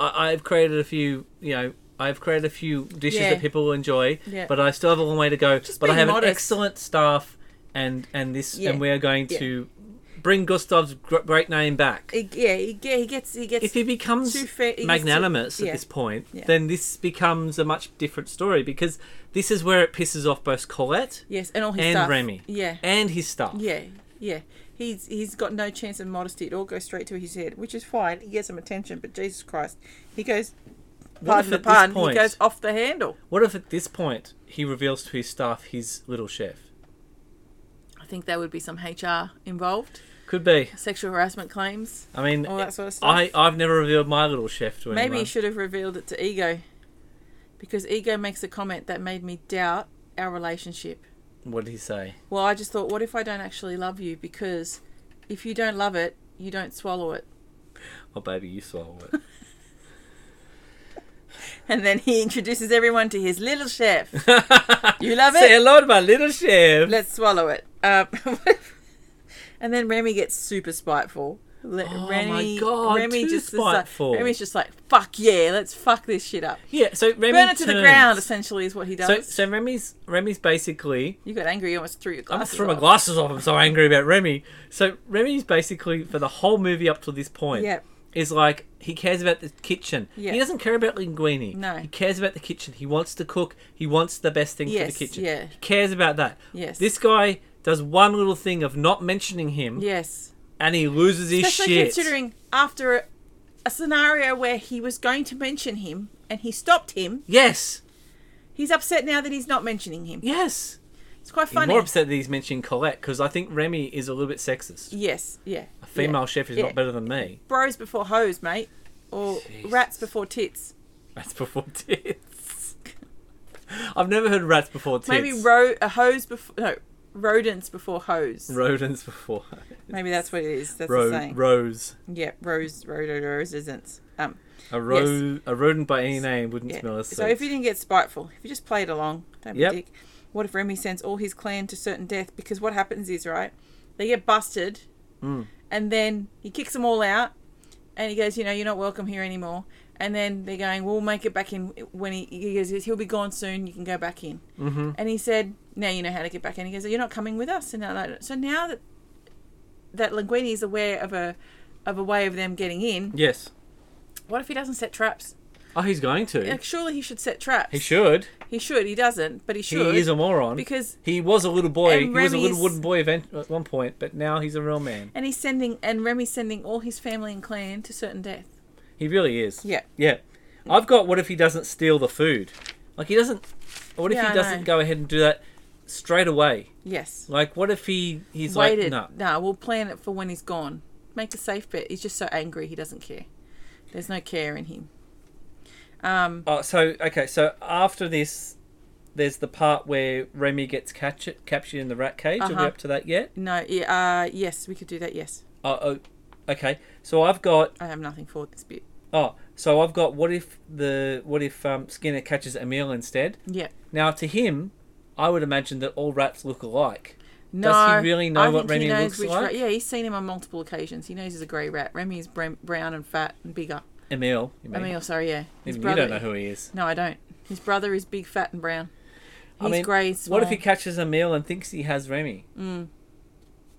Speaker 1: I, I've created a few, you know. I've created a few dishes
Speaker 2: Yeah.
Speaker 1: that people will enjoy,
Speaker 2: Yeah.
Speaker 1: but I still have a long way to go. but I
Speaker 2: being
Speaker 1: have an
Speaker 2: modest.
Speaker 1: excellent staff, and and this,
Speaker 2: Yeah.
Speaker 1: and we are going
Speaker 2: Yeah.
Speaker 1: to bring Gustav's gr- great name back.
Speaker 2: He, yeah, he, yeah, he gets he gets
Speaker 1: if he becomes
Speaker 2: too fair- he's
Speaker 1: magnanimous
Speaker 2: too-
Speaker 1: at
Speaker 2: yeah.
Speaker 1: this point,
Speaker 2: Yeah.
Speaker 1: then this becomes a much different story because this is where it pisses off both Colette
Speaker 2: yes, and all his
Speaker 1: and
Speaker 2: stuff.
Speaker 1: Remy
Speaker 2: Yeah,
Speaker 1: and his staff.
Speaker 2: yeah, yeah. He's he's got no chance of modesty. It all goes straight to his head, which is fine. He gets some attention, but Jesus Christ, he goes
Speaker 1: What
Speaker 2: pardon
Speaker 1: if
Speaker 2: the
Speaker 1: at this
Speaker 2: pun, he
Speaker 1: point-
Speaker 2: goes off the handle.
Speaker 1: What if at this point he reveals to his staff his little chef?
Speaker 2: I think there would be some HR involved,
Speaker 1: Could be.
Speaker 2: sexual harassment claims.
Speaker 1: I mean,
Speaker 2: All that sort of stuff.
Speaker 1: I I've never revealed my little chef to anyone.
Speaker 2: Maybe he should have revealed it to Ego, because Ego makes a comment that made me doubt our relationship.
Speaker 1: What did he say?
Speaker 2: Well, I just thought, what if I don't actually love you? Because if you don't love it, you don't swallow it.
Speaker 1: Oh, baby, you swallow it.
Speaker 2: And then he introduces everyone to his little chef. You love
Speaker 1: Say
Speaker 2: it?
Speaker 1: hello to my little chef.
Speaker 2: Let's swallow it. Um, and then Remy gets super spiteful. Let,
Speaker 1: Oh my God, too
Speaker 2: is like-
Speaker 1: spiteful.
Speaker 2: Remy's just like, fuck yeah, let's fuck this shit up.
Speaker 1: yeah, so Remy
Speaker 2: Burn it to the
Speaker 1: turns.
Speaker 2: ground, essentially, is what he does.
Speaker 1: So, so Remy's Remy's basically.
Speaker 2: you got angry, you almost threw your
Speaker 1: I'm
Speaker 2: glasses.
Speaker 1: just throwing my
Speaker 2: off.
Speaker 1: glasses off. I'm so angry about Remy. So Remy's basically for the whole movie up to this point.
Speaker 2: Yep.
Speaker 1: Is like he cares about the kitchen.
Speaker 2: Yeah.
Speaker 1: He doesn't care about linguine.
Speaker 2: No.
Speaker 1: He cares about the kitchen. He wants to cook. He wants the best thing for
Speaker 2: Yes,
Speaker 1: the kitchen.
Speaker 2: yeah.
Speaker 1: He cares about that.
Speaker 2: Yes.
Speaker 1: This guy does one little thing of not mentioning him,
Speaker 2: Yes.
Speaker 1: and he loses his
Speaker 2: Especially
Speaker 1: shit.
Speaker 2: considering after a, a scenario where he was going to mention him and he stopped him,
Speaker 1: Yes.
Speaker 2: he's upset now that he's not mentioning him.
Speaker 1: Yes.
Speaker 2: It's quite
Speaker 1: I'm
Speaker 2: funny.
Speaker 1: more upset that he's mentioning Colette because I think Remy is a little bit sexist.
Speaker 2: Yes, yeah.
Speaker 1: A female chef is
Speaker 2: Yeah.
Speaker 1: not better than me.
Speaker 2: Bros before hoes, mate. Or
Speaker 1: Jesus.
Speaker 2: rats before tits.
Speaker 1: Rats before tits. I've never heard rats before tits.
Speaker 2: Maybe ro- a hose before no rodents before hose.
Speaker 1: rodents before
Speaker 2: Maybe that's what it is. That's the
Speaker 1: ro-
Speaker 2: saying.
Speaker 1: rose.
Speaker 2: yeah, rose, rodo, rose isn't. Um,
Speaker 1: A ro- a rodent by any name wouldn't
Speaker 2: yeah.
Speaker 1: smell as
Speaker 2: So if you
Speaker 1: sweet.
Speaker 2: didn't get spiteful, if you just played along, don't
Speaker 1: Yep.
Speaker 2: be a dick. What if Remy sends all his clan to certain death? Because what happens is right, they get busted,
Speaker 1: Hmm.
Speaker 2: and then he kicks them all out, and he goes, you know, you're not welcome here anymore. And then they're going, we'll make it back in when he, he goes, he'll be gone soon. You can go back in. Mm-hmm. And he said, now you know how to get back in. He goes, you're not coming with us. And they're like, so now that that Linguini is aware of a of a way of them getting in,
Speaker 1: Yes.
Speaker 2: what if he doesn't set traps?
Speaker 1: Oh, he's going to.
Speaker 2: Like, surely he should set traps.
Speaker 1: He should.
Speaker 2: He should. He doesn't, but he
Speaker 1: He
Speaker 2: should.
Speaker 1: is a moron.
Speaker 2: because
Speaker 1: he was a little boy. He
Speaker 2: And
Speaker 1: was a little
Speaker 2: Remy's-
Speaker 1: wooden boy event- at one point, but now he's a real man.
Speaker 2: and he's sending and Remy's sending all his family and clan to certain death.
Speaker 1: He really is.
Speaker 2: Yeah.
Speaker 1: Yeah. I've got what if he doesn't steal the food? Like he doesn't what if
Speaker 2: Yeah, I
Speaker 1: he doesn't
Speaker 2: know.
Speaker 1: go ahead and do that straight away?
Speaker 2: Yes.
Speaker 1: Like what if he he's
Speaker 2: Waited.
Speaker 1: like no.
Speaker 2: Nah, we'll plan it for when he's gone. Make a safe bet. He's just so angry he doesn't care. There's no care in him. Um.
Speaker 1: Oh, so okay, so after this there's the part where Remy gets catch- captured in the rat cage. Are
Speaker 2: Uh-huh.
Speaker 1: we up to that yet?
Speaker 2: No. Yeah. Uh. Yes. We could do that. Yes.
Speaker 1: Oh, oh, okay. So I've got
Speaker 2: I have nothing for this bit.
Speaker 1: oh, so I've got what if the what if um, Skinner catches Emil instead?
Speaker 2: Yeah.
Speaker 1: Now to him, I would imagine that all rats look alike.
Speaker 2: No.
Speaker 1: Does he really know
Speaker 2: I
Speaker 1: what
Speaker 2: think he
Speaker 1: Remy
Speaker 2: knows
Speaker 1: looks
Speaker 2: which
Speaker 1: like?
Speaker 2: rat- yeah. He's seen him on multiple occasions. He knows he's a grey rat. Remy is br- brown and fat and bigger.
Speaker 1: Emil, you mean?
Speaker 2: I mean, oh, sorry. Yeah. His
Speaker 1: Even you don't know who he is.
Speaker 2: No, I don't. His brother is big, fat, and brown. He's
Speaker 1: I mean,
Speaker 2: grey. Small.
Speaker 1: What if he catches a meal and thinks he has Remy?
Speaker 2: Mm.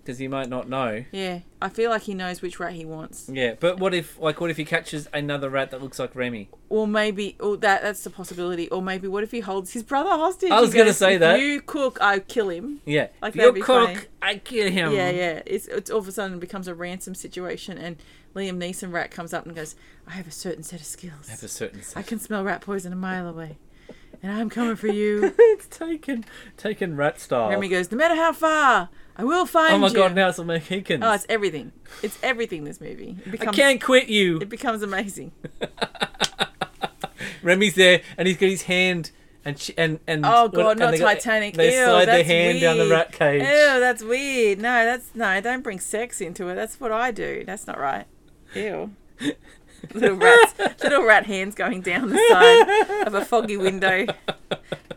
Speaker 1: Because he might not know.
Speaker 2: Yeah, I feel like he knows which rat he wants.
Speaker 1: Yeah, but what if like what if he catches another rat that looks like Remy?
Speaker 2: Or maybe, or that that's the possibility. Or maybe, what if he holds his brother hostage?
Speaker 1: I was
Speaker 2: He
Speaker 1: gonna
Speaker 2: goes,
Speaker 1: say
Speaker 2: "If
Speaker 1: that."
Speaker 2: You cook, I kill him.
Speaker 1: Yeah,
Speaker 2: Like,
Speaker 1: if
Speaker 2: that'd
Speaker 1: you
Speaker 2: be
Speaker 1: cook,
Speaker 2: funny.
Speaker 1: I kill him.
Speaker 2: Yeah, yeah. It's, it's all of a sudden becomes a ransom situation, and Liam Neeson rat comes up and goes, "I have a certain set of skills.
Speaker 1: That's a certain.
Speaker 2: I can smell rat poison a mile away, and I'm coming for you."
Speaker 1: it's taken taken rat style.
Speaker 2: Remy goes, "No matter how far, I will find
Speaker 1: oh my
Speaker 2: you."
Speaker 1: god, now it's a Mohicans.
Speaker 2: Oh, it's everything. It's everything. This movie. It
Speaker 1: I
Speaker 2: becomes,
Speaker 1: can't quit you.
Speaker 2: It becomes amazing.
Speaker 1: Remy's there, and he's got his hand and she, and and
Speaker 2: Oh
Speaker 1: what-
Speaker 2: god,
Speaker 1: and
Speaker 2: not
Speaker 1: they got-
Speaker 2: Titanic.
Speaker 1: They
Speaker 2: Ew,
Speaker 1: slide their
Speaker 2: that's
Speaker 1: hand
Speaker 2: weird.
Speaker 1: down the rat cage.
Speaker 2: Ew, that's weird. No, that's no. Don't bring sex into it. That's what I do. That's not right. Ew. little rats, little rat hands going down the side of a foggy window.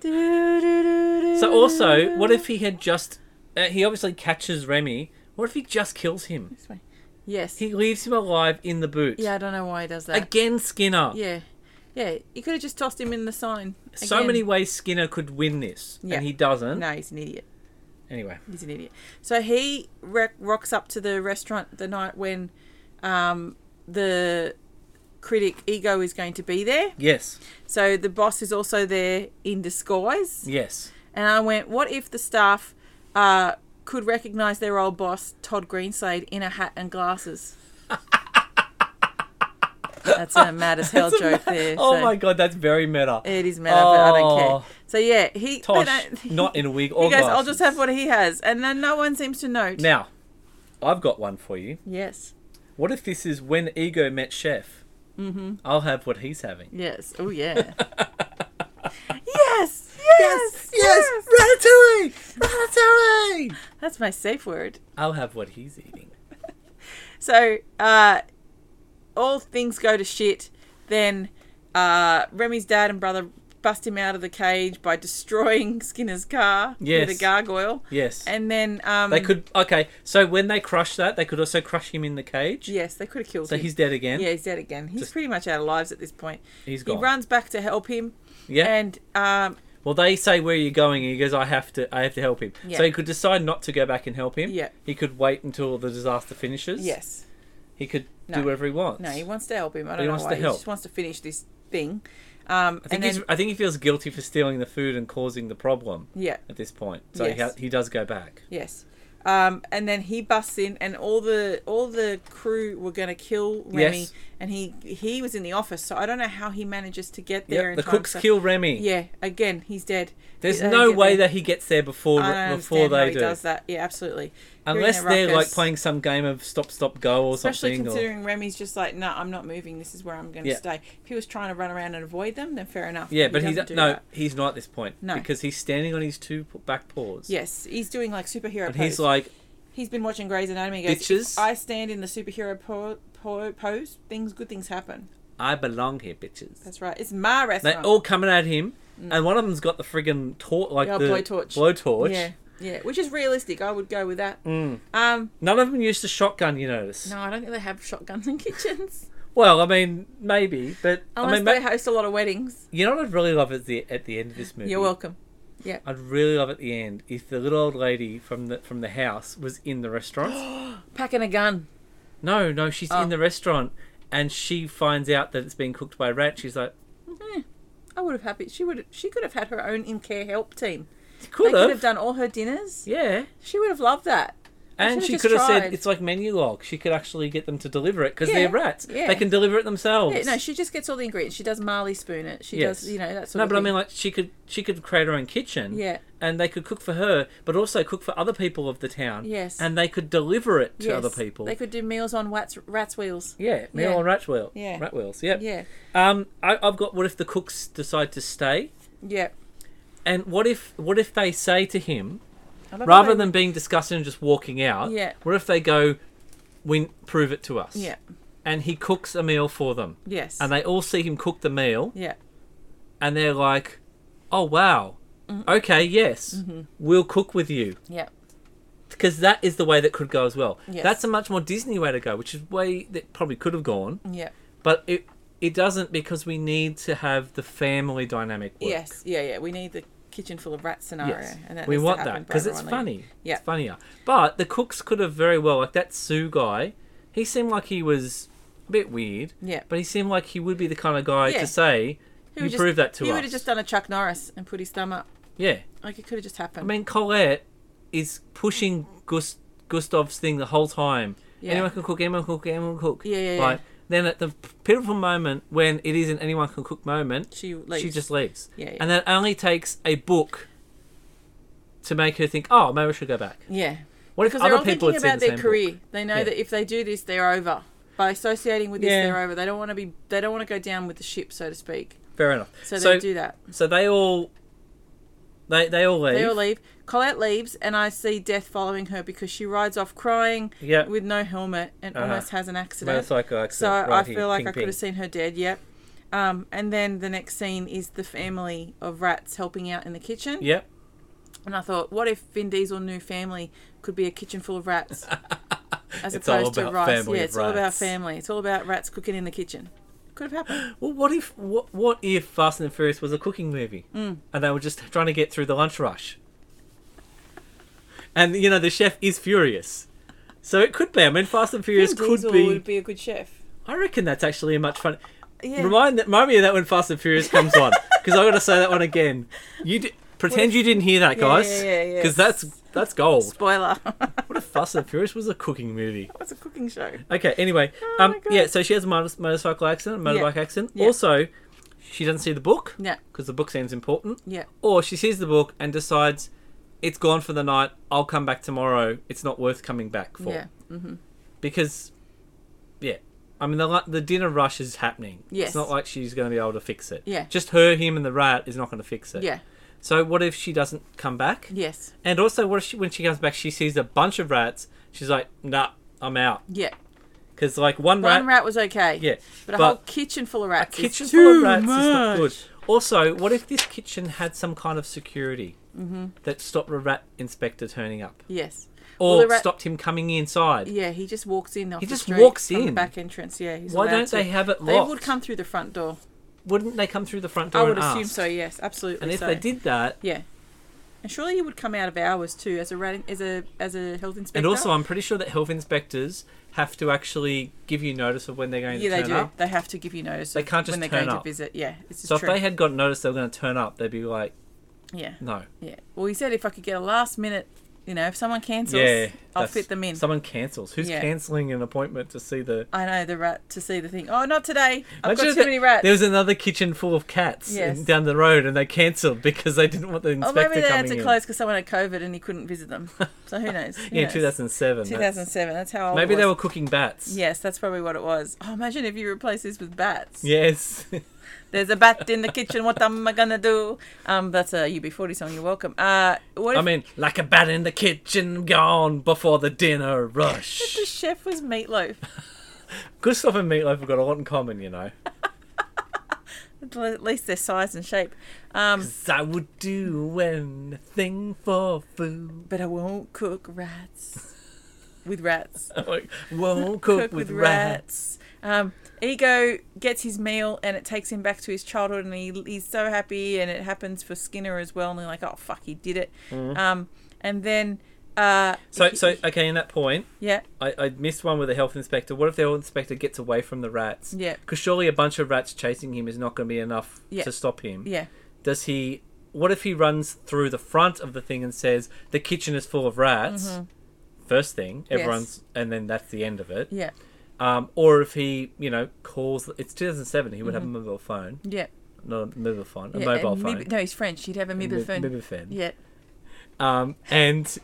Speaker 1: So also, what if he had just? Uh, he obviously catches Remy. What if he just kills him?
Speaker 2: This way. Yes.
Speaker 1: He leaves him alive in the boot.
Speaker 2: yeah, I don't know why he does that.
Speaker 1: Again, Skinner.
Speaker 2: yeah, yeah. You could have just tossed him in the sign.
Speaker 1: So
Speaker 2: Again.
Speaker 1: many ways Skinner could win this,
Speaker 2: Yeah.
Speaker 1: and he doesn't.
Speaker 2: No, he's an idiot.
Speaker 1: Anyway,
Speaker 2: He's an idiot. So he re- rocks up to the restaurant the night when um, the critic Ego is going to be there.
Speaker 1: yes,
Speaker 2: So the boss is also there in disguise.
Speaker 1: yes.
Speaker 2: And I went, what if the staff uh, could recognize their old boss, Todd Greenslade, in a hat and glasses? That's a mad as hell
Speaker 1: That's a
Speaker 2: joke
Speaker 1: ma-
Speaker 2: there.
Speaker 1: Oh
Speaker 2: so
Speaker 1: my god, that's very meta.
Speaker 2: It is mad, but I don't
Speaker 1: Oh.
Speaker 2: care. So yeah, he. but I-
Speaker 1: Tosh, not in a wig or
Speaker 2: You guys, I'll
Speaker 1: glasses.
Speaker 2: just have what he has, and then no one seems to note.
Speaker 1: Now, I've got one for you.
Speaker 2: Yes.
Speaker 1: What if this is when Ego met Chef? Mm-hmm. I'll have what he's having.
Speaker 2: Yes. Oh yeah. yes. Yes. Yes.
Speaker 1: Ratatouille! Ratatouille!
Speaker 2: That's my safe word.
Speaker 1: I'll have what he's eating.
Speaker 2: So, uh, all things go to shit. Then uh, Remy's dad and brother bust him out of the cage by destroying Skinner's car
Speaker 1: Yes.
Speaker 2: with a gargoyle.
Speaker 1: Yes.
Speaker 2: And then um,
Speaker 1: they could. Okay, so when they crush that, they could also crush him in the cage.
Speaker 2: Yes, they could have killed
Speaker 1: So
Speaker 2: him.
Speaker 1: he's dead again.
Speaker 2: yeah, he's dead again. He's
Speaker 1: Just-
Speaker 2: pretty much out of lives at this point.
Speaker 1: He's
Speaker 2: He
Speaker 1: gone.
Speaker 2: runs back to help him,
Speaker 1: yeah.
Speaker 2: and um,
Speaker 1: well, they say where are you going, and he goes, "I have to. I have to help him."
Speaker 2: Yeah.
Speaker 1: So he could decide not to go back and help him.
Speaker 2: Yeah.
Speaker 1: He could wait until the disaster finishes.
Speaker 2: yes,
Speaker 1: He could
Speaker 2: No.
Speaker 1: do whatever he wants.
Speaker 2: no, he wants to help him. I
Speaker 1: he
Speaker 2: don't know
Speaker 1: wants to
Speaker 2: why. He
Speaker 1: help.
Speaker 2: just wants to finish this thing. Um,
Speaker 1: I think,
Speaker 2: and
Speaker 1: he's,
Speaker 2: then,
Speaker 1: I think he feels guilty for stealing the food and causing the problem
Speaker 2: yeah,
Speaker 1: at this point. So he,
Speaker 2: Yes.
Speaker 1: ha- he does go back.
Speaker 2: Yes. Um, and then he busts in, and all the all the crew were going to kill Remy,
Speaker 1: Yes.
Speaker 2: and he he was in the office, so I don't know how he manages to get there.
Speaker 1: Yeah,
Speaker 2: in
Speaker 1: the
Speaker 2: time,
Speaker 1: cooks
Speaker 2: so-
Speaker 1: kill Remy.
Speaker 2: Yeah, again, he's dead.
Speaker 1: There's
Speaker 2: They
Speaker 1: no
Speaker 2: don't get
Speaker 1: way
Speaker 2: there.
Speaker 1: that he gets there before
Speaker 2: I don't
Speaker 1: before
Speaker 2: understand how
Speaker 1: they
Speaker 2: he
Speaker 1: do.
Speaker 2: does that. Yeah, absolutely. They're in
Speaker 1: Unless
Speaker 2: a
Speaker 1: they're like
Speaker 2: ruckus.
Speaker 1: playing some game of stop, stop, go or
Speaker 2: Especially
Speaker 1: something. or-
Speaker 2: considering Remy's just like, no, I'm not moving. This is where I'm going to
Speaker 1: Yeah.
Speaker 2: stay. If he was trying to run around and avoid them, then fair enough.
Speaker 1: yeah, but he
Speaker 2: doesn't
Speaker 1: he's
Speaker 2: do
Speaker 1: no,
Speaker 2: that.
Speaker 1: he's not at this point
Speaker 2: No.
Speaker 1: because he's standing on his two p- back paws.
Speaker 2: Yes, he's doing like superhero.
Speaker 1: and
Speaker 2: pose.
Speaker 1: he's like,
Speaker 2: He's been watching Grey's Anatomy. He Goes,
Speaker 1: Bitches.
Speaker 2: "If I stand in the superhero po- po- pose. Things, good things happen.
Speaker 1: "I belong here, bitches."
Speaker 2: That's right. It's my
Speaker 1: they
Speaker 2: restaurant.
Speaker 1: all coming at him, and one of them's got the friggin' tor- like
Speaker 2: Yeah,
Speaker 1: the
Speaker 2: blowtorch.
Speaker 1: blowtorch.
Speaker 2: Yeah, yeah. Which is realistic. I would go with that.
Speaker 1: Mm.
Speaker 2: Um,
Speaker 1: None of them used a shotgun, you notice.
Speaker 2: no, I don't think they have shotguns in kitchens
Speaker 1: Well, I mean, maybe, but
Speaker 2: unless
Speaker 1: I mean, ma-
Speaker 2: they host a lot of weddings.
Speaker 1: you know what I'd really love at the at the end of this movie.
Speaker 2: You're welcome.
Speaker 1: I'd really love at the end if the little old lady from the from the house was in the restaurant.
Speaker 2: Packing a gun.
Speaker 1: no, no, she's
Speaker 2: Oh.
Speaker 1: in the restaurant, and she finds out that it's being cooked by a rat. She's like,
Speaker 2: I would have happy. She would. She could have had her own in care help team.
Speaker 1: could
Speaker 2: they could have
Speaker 1: have,
Speaker 2: done all her dinners.
Speaker 1: yeah.
Speaker 2: She would have loved that.
Speaker 1: And she
Speaker 2: just
Speaker 1: could have said
Speaker 2: tried.
Speaker 1: it's like menu log. She could actually get them to deliver it because
Speaker 2: Yeah,
Speaker 1: they're rats.
Speaker 2: yeah.
Speaker 1: They can deliver it themselves.
Speaker 2: Yeah, no, she just gets all the ingredients. She does Marley spoon it. She
Speaker 1: Yes.
Speaker 2: does, you know, that sort
Speaker 1: No,
Speaker 2: of
Speaker 1: but I
Speaker 2: thing.
Speaker 1: mean, like she could she could create her own kitchen.
Speaker 2: Yeah.
Speaker 1: And they could cook for her, but also cook for other people of the town.
Speaker 2: Yes.
Speaker 1: And they could deliver it to
Speaker 2: Yes,
Speaker 1: other people.
Speaker 2: They could do meals on rats, rats wheels.
Speaker 1: yeah, meal
Speaker 2: Yeah.
Speaker 1: on rat wheel.
Speaker 2: Yeah.
Speaker 1: Rat wheels. Yep.
Speaker 2: Yeah,
Speaker 1: Um, I, I've got what if the cooks decide to stay,
Speaker 2: yeah.
Speaker 1: and what if what if they say to him
Speaker 2: I love
Speaker 1: rather
Speaker 2: how-
Speaker 1: than being disgusted and just walking out?
Speaker 2: Yeah.
Speaker 1: What if they go, "We prove it to us."
Speaker 2: yeah,
Speaker 1: And he cooks a meal for them,
Speaker 2: yes,
Speaker 1: and they all see him cook the meal,
Speaker 2: yeah, Mm-hmm.
Speaker 1: and they're like, "Oh wow, okay, yes, we'll cook with you,"
Speaker 2: yeah,
Speaker 1: because that is the way that could go as well.
Speaker 2: Yes.
Speaker 1: That's a much more Disney way to go, which is way that probably could have gone,
Speaker 2: yeah.
Speaker 1: but it it doesn't because we need to have the family dynamic work.
Speaker 2: Yes, yeah, yeah. We need the kitchen full of rats scenario, and that
Speaker 1: we
Speaker 2: needs
Speaker 1: want
Speaker 2: to happen
Speaker 1: that
Speaker 2: by
Speaker 1: because it's
Speaker 2: everyone leaving.
Speaker 1: funny.
Speaker 2: Yeah.
Speaker 1: It's funnier. But the cooks could have very well, like that Sue guy, he seemed like he was a bit weird.
Speaker 2: Yeah.
Speaker 1: But he seemed like he would be the kind of guy
Speaker 2: Yeah.
Speaker 1: to say,
Speaker 2: He
Speaker 1: you
Speaker 2: would just-
Speaker 1: prove that to
Speaker 2: He
Speaker 1: us.
Speaker 2: would have just done a Chuck Norris and put his thumb up.
Speaker 1: Yeah.
Speaker 2: Like it could have just happened.
Speaker 1: I mean, Colette is pushing Gust- Gustav's thing the whole time.
Speaker 2: Yeah.
Speaker 1: Anyone can cook, anyone can cook, anyone can cook.
Speaker 2: Yeah, yeah, yeah.
Speaker 1: Like, then at the pitiful moment when it isn't anyone can cook moment,
Speaker 2: she leaves.
Speaker 1: she just leaves.
Speaker 2: Yeah, yeah.
Speaker 1: And that only takes a book to make her think, oh, maybe I should go back.
Speaker 2: yeah,
Speaker 1: What if
Speaker 2: because they're
Speaker 1: other
Speaker 2: all
Speaker 1: people
Speaker 2: thinking
Speaker 1: had seen the
Speaker 2: about their
Speaker 1: same career.
Speaker 2: career. They know
Speaker 1: Yeah.
Speaker 2: that if they do this, they're over. By associating with this,
Speaker 1: Yeah.
Speaker 2: they're over. They don't want to be. They don't want to go down with the ship, so to speak.
Speaker 1: Fair enough.
Speaker 2: So,
Speaker 1: So, so,
Speaker 2: they do that.
Speaker 1: they all they they all leave.
Speaker 2: They all leave. Colette leaves, and I see death following her because she rides off crying
Speaker 1: Yeah.
Speaker 2: with no helmet and
Speaker 1: Uh-huh.
Speaker 2: almost has an accident.
Speaker 1: Motorcycle
Speaker 2: So
Speaker 1: accident.
Speaker 2: I
Speaker 1: right here.
Speaker 2: feel like
Speaker 1: Ping,
Speaker 2: I could
Speaker 1: ping.
Speaker 2: have seen her dead. Yep. Um, and then the next scene is the family of rats helping out in the kitchen.
Speaker 1: Yep.
Speaker 2: And I thought, what if Vin Diesel's new family could be a kitchen full of rats? As
Speaker 1: It's all
Speaker 2: opposed to
Speaker 1: about
Speaker 2: rice.
Speaker 1: family
Speaker 2: yeah,
Speaker 1: of
Speaker 2: it's all about
Speaker 1: rats.
Speaker 2: family. It's all about rats cooking in the kitchen. Could have happened.
Speaker 1: Well, what if what what if Fast and the Furious was a cooking movie,
Speaker 2: Mm.
Speaker 1: and they were just trying to get through the lunch rush, and you know the chef is furious, so it could be. I mean, Fast and Furious
Speaker 2: Vin
Speaker 1: could
Speaker 2: Diesel
Speaker 1: be.
Speaker 2: would be a good chef.
Speaker 1: I reckon that's actually a much fun.
Speaker 2: Yeah.
Speaker 1: Remind remind me of that when Fast and Furious comes on, because I got to say that one again. You d- pretend you didn't hear that,
Speaker 2: Yeah, yeah,
Speaker 1: guys,
Speaker 2: yeah, yeah.
Speaker 1: because that's That's gold.
Speaker 2: Spoiler.
Speaker 1: What a Fast and Furious was a cooking movie.
Speaker 2: What's a cooking show?
Speaker 1: Okay, anyway,
Speaker 2: Oh
Speaker 1: um,
Speaker 2: my God.
Speaker 1: yeah. So she has a motor- motorcycle accident, a motorbike accident.
Speaker 2: Yeah.
Speaker 1: Also, she doesn't see the book
Speaker 2: Yeah,
Speaker 1: because the book seems important.
Speaker 2: yeah,
Speaker 1: Or she sees the book and decides it's gone for the night. I'll come back tomorrow. It's not worth coming back for
Speaker 2: yeah,
Speaker 1: because, yeah. I mean, the li- the dinner rush is happening.
Speaker 2: Yes.
Speaker 1: It's not like she's going to be able to fix it.
Speaker 2: Yeah.
Speaker 1: Just her, him, and the rat is not going to fix it.
Speaker 2: yeah.
Speaker 1: So what if she doesn't come back?
Speaker 2: Yes,
Speaker 1: And also, what if she, when she comes back, she sees a bunch of rats. She's like, "Nah, I'm out."
Speaker 2: yeah.
Speaker 1: Because like one,
Speaker 2: One
Speaker 1: rat,
Speaker 2: rat was okay.
Speaker 1: yeah,
Speaker 2: But a
Speaker 1: but-
Speaker 2: whole kitchen full of rats. is
Speaker 1: kitchen full
Speaker 2: too
Speaker 1: of rats is not good.
Speaker 2: much.
Speaker 1: Also, what if this kitchen had some kind of security
Speaker 2: Mm-hmm.
Speaker 1: that stopped a rat inspector turning up,
Speaker 2: Yes.
Speaker 1: or
Speaker 2: Well, the rat-
Speaker 1: stopped him coming inside?
Speaker 2: Yeah, he just walks in. Off
Speaker 1: He
Speaker 2: the
Speaker 1: just
Speaker 2: street
Speaker 1: walks
Speaker 2: from the
Speaker 1: in.
Speaker 2: back entrance. Yeah. He's
Speaker 1: Why
Speaker 2: allowed
Speaker 1: don't
Speaker 2: to.
Speaker 1: they have it
Speaker 2: They
Speaker 1: locked?
Speaker 2: would come through the front door.
Speaker 1: Wouldn't they come through the front door?
Speaker 2: I would
Speaker 1: and
Speaker 2: assume
Speaker 1: ask?
Speaker 2: so. Yes, absolutely.
Speaker 1: And if
Speaker 2: so.
Speaker 1: they did that,
Speaker 2: yeah. And surely you would come out of hours too, as a rat, as a as a health inspector.
Speaker 1: and also I'm pretty sure that health inspectors have to actually give you notice of when they're going
Speaker 2: yeah,
Speaker 1: to
Speaker 2: they
Speaker 1: turn
Speaker 2: do.
Speaker 1: up.
Speaker 2: They have to give you notice.
Speaker 1: They
Speaker 2: of
Speaker 1: can't just
Speaker 2: when they're
Speaker 1: turn
Speaker 2: going
Speaker 1: up.
Speaker 2: to visit. Yeah, this is
Speaker 1: So
Speaker 2: true.
Speaker 1: if they had got notice they were going to turn up, they'd be like,
Speaker 2: yeah,
Speaker 1: "No,
Speaker 2: yeah. Well, he said if I could get a last minute, you know, if someone cancels,
Speaker 1: yeah,
Speaker 2: I'll
Speaker 1: that's-
Speaker 2: fit them in.
Speaker 1: Someone cancels. Who's
Speaker 2: Yeah.
Speaker 1: cancelling an appointment to see the
Speaker 2: I know the rat to see the thing. Oh, not today. I've
Speaker 1: Imagine if
Speaker 2: got too
Speaker 1: there-
Speaker 2: many rats.
Speaker 1: There was another kitchen full of cats
Speaker 2: Uh, Yes.
Speaker 1: in- down the road, and they cancelled because they didn't want the
Speaker 2: or
Speaker 1: inspector
Speaker 2: Oh, maybe they had
Speaker 1: coming
Speaker 2: to
Speaker 1: in.
Speaker 2: close because someone had COVID and he couldn't visit them. So who knows? Who
Speaker 1: yeah,
Speaker 2: knows?
Speaker 1: 2007. that's-
Speaker 2: 2007. That's how old.
Speaker 1: Maybe
Speaker 2: Oh, it
Speaker 1: they
Speaker 2: was.
Speaker 1: were cooking bats.
Speaker 2: Yes, that's probably what it was. Oh, imagine if you replace this with bats.
Speaker 1: Yes.
Speaker 2: There's a bat in the kitchen. What am I gonna do? Um, that's a UB40 song. You're welcome. Uh, what if
Speaker 1: I mean, like a bat in the kitchen, gone before the dinner rush.
Speaker 2: the chef was meatloaf?
Speaker 1: Gustav and Meatloaf have got a lot in common, you know.
Speaker 2: At least their size and shape. Um,
Speaker 1: 'Cause I would do anything for food.
Speaker 2: but I won't cook rats with rats.
Speaker 1: Like, won't cook, with, rats.
Speaker 2: Um, Ego gets his meal and it takes him back to his childhood, and he, he's so happy. And it happens for Skinner as well. And they're like, "Oh fuck, he did it." Um, and then, uh,
Speaker 1: So,
Speaker 2: he-
Speaker 1: so okay, in that point,
Speaker 2: yeah,
Speaker 1: I, I missed one with the health inspector. What if the health inspector gets away from the rats?
Speaker 2: Yeah.
Speaker 1: Because surely a bunch of rats chasing him is not going to be enough
Speaker 2: Yeah.
Speaker 1: to stop him.
Speaker 2: yeah,
Speaker 1: Does he? What if he runs through the front of the thing and says the kitchen is full of rats? First thing,
Speaker 2: Yes.
Speaker 1: everyone's, and then that's the end of it.
Speaker 2: yeah,
Speaker 1: Um, or if he, you know, calls. It's 2007. He would have a mobile phone,
Speaker 2: yeah.
Speaker 1: not a mobile phone, a
Speaker 2: yeah,
Speaker 1: mobile
Speaker 2: and
Speaker 1: phone.
Speaker 2: mib- no, he's French. He'd have a
Speaker 1: Mib-
Speaker 2: mobile phone.
Speaker 1: Mibiphone.
Speaker 2: Yeah,
Speaker 1: Um, and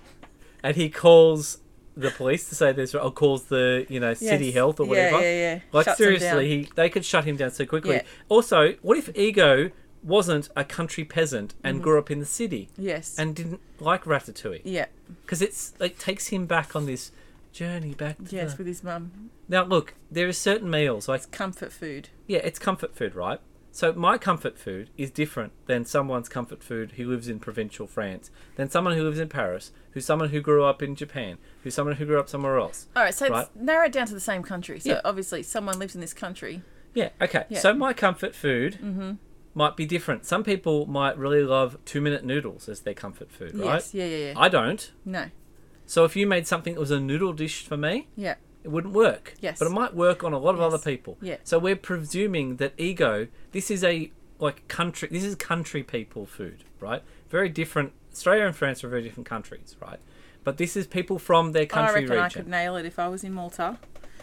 Speaker 1: and he calls the police to say there's or calls the you know city
Speaker 2: Yes.
Speaker 1: health or whatever.
Speaker 2: Yeah, yeah, yeah.
Speaker 1: Like
Speaker 2: Shuts him down.
Speaker 1: seriously, he they could shut him down so quickly.
Speaker 2: Yeah.
Speaker 1: Also, what if Ego wasn't a country peasant and grew up in the city
Speaker 2: yes,
Speaker 1: and didn't like Ratatouille?
Speaker 2: Mm-hmm. yeah,
Speaker 1: Because it's it takes him back on this journey back. To
Speaker 2: yes,
Speaker 1: the...
Speaker 2: with his mum.
Speaker 1: Now look, there are certain meals like
Speaker 2: Comfort food.
Speaker 1: yeah, it's comfort food, right? So my comfort food is different than someone's comfort food who lives in provincial France, than someone who lives in Paris, who's someone who grew up in Japan, who's someone who grew up somewhere else.
Speaker 2: All right, so
Speaker 1: Right.
Speaker 2: it's narrowed down to the same country. So
Speaker 1: Yeah.
Speaker 2: obviously, someone lives in this country.
Speaker 1: Yeah, okay.
Speaker 2: Yeah. Mm-hmm.
Speaker 1: So my comfort food might be different. Some people might really love two-minute noodles as their comfort food, right?
Speaker 2: Yes, yeah, yeah, yeah.
Speaker 1: I don't.
Speaker 2: no,
Speaker 1: So if you made something that was a noodle dish for me,
Speaker 2: yeah,
Speaker 1: it wouldn't work.
Speaker 2: Yes.
Speaker 1: But it might work on a lot of
Speaker 2: Yes.
Speaker 1: other people.
Speaker 2: Yeah.
Speaker 1: So we're presuming that ego, this is a like country this is country people food, right? Very different Australia and France are very different countries, right? But this is people from their
Speaker 2: I
Speaker 1: country
Speaker 2: reckon I could
Speaker 1: region.
Speaker 2: nail it if I was in Malta.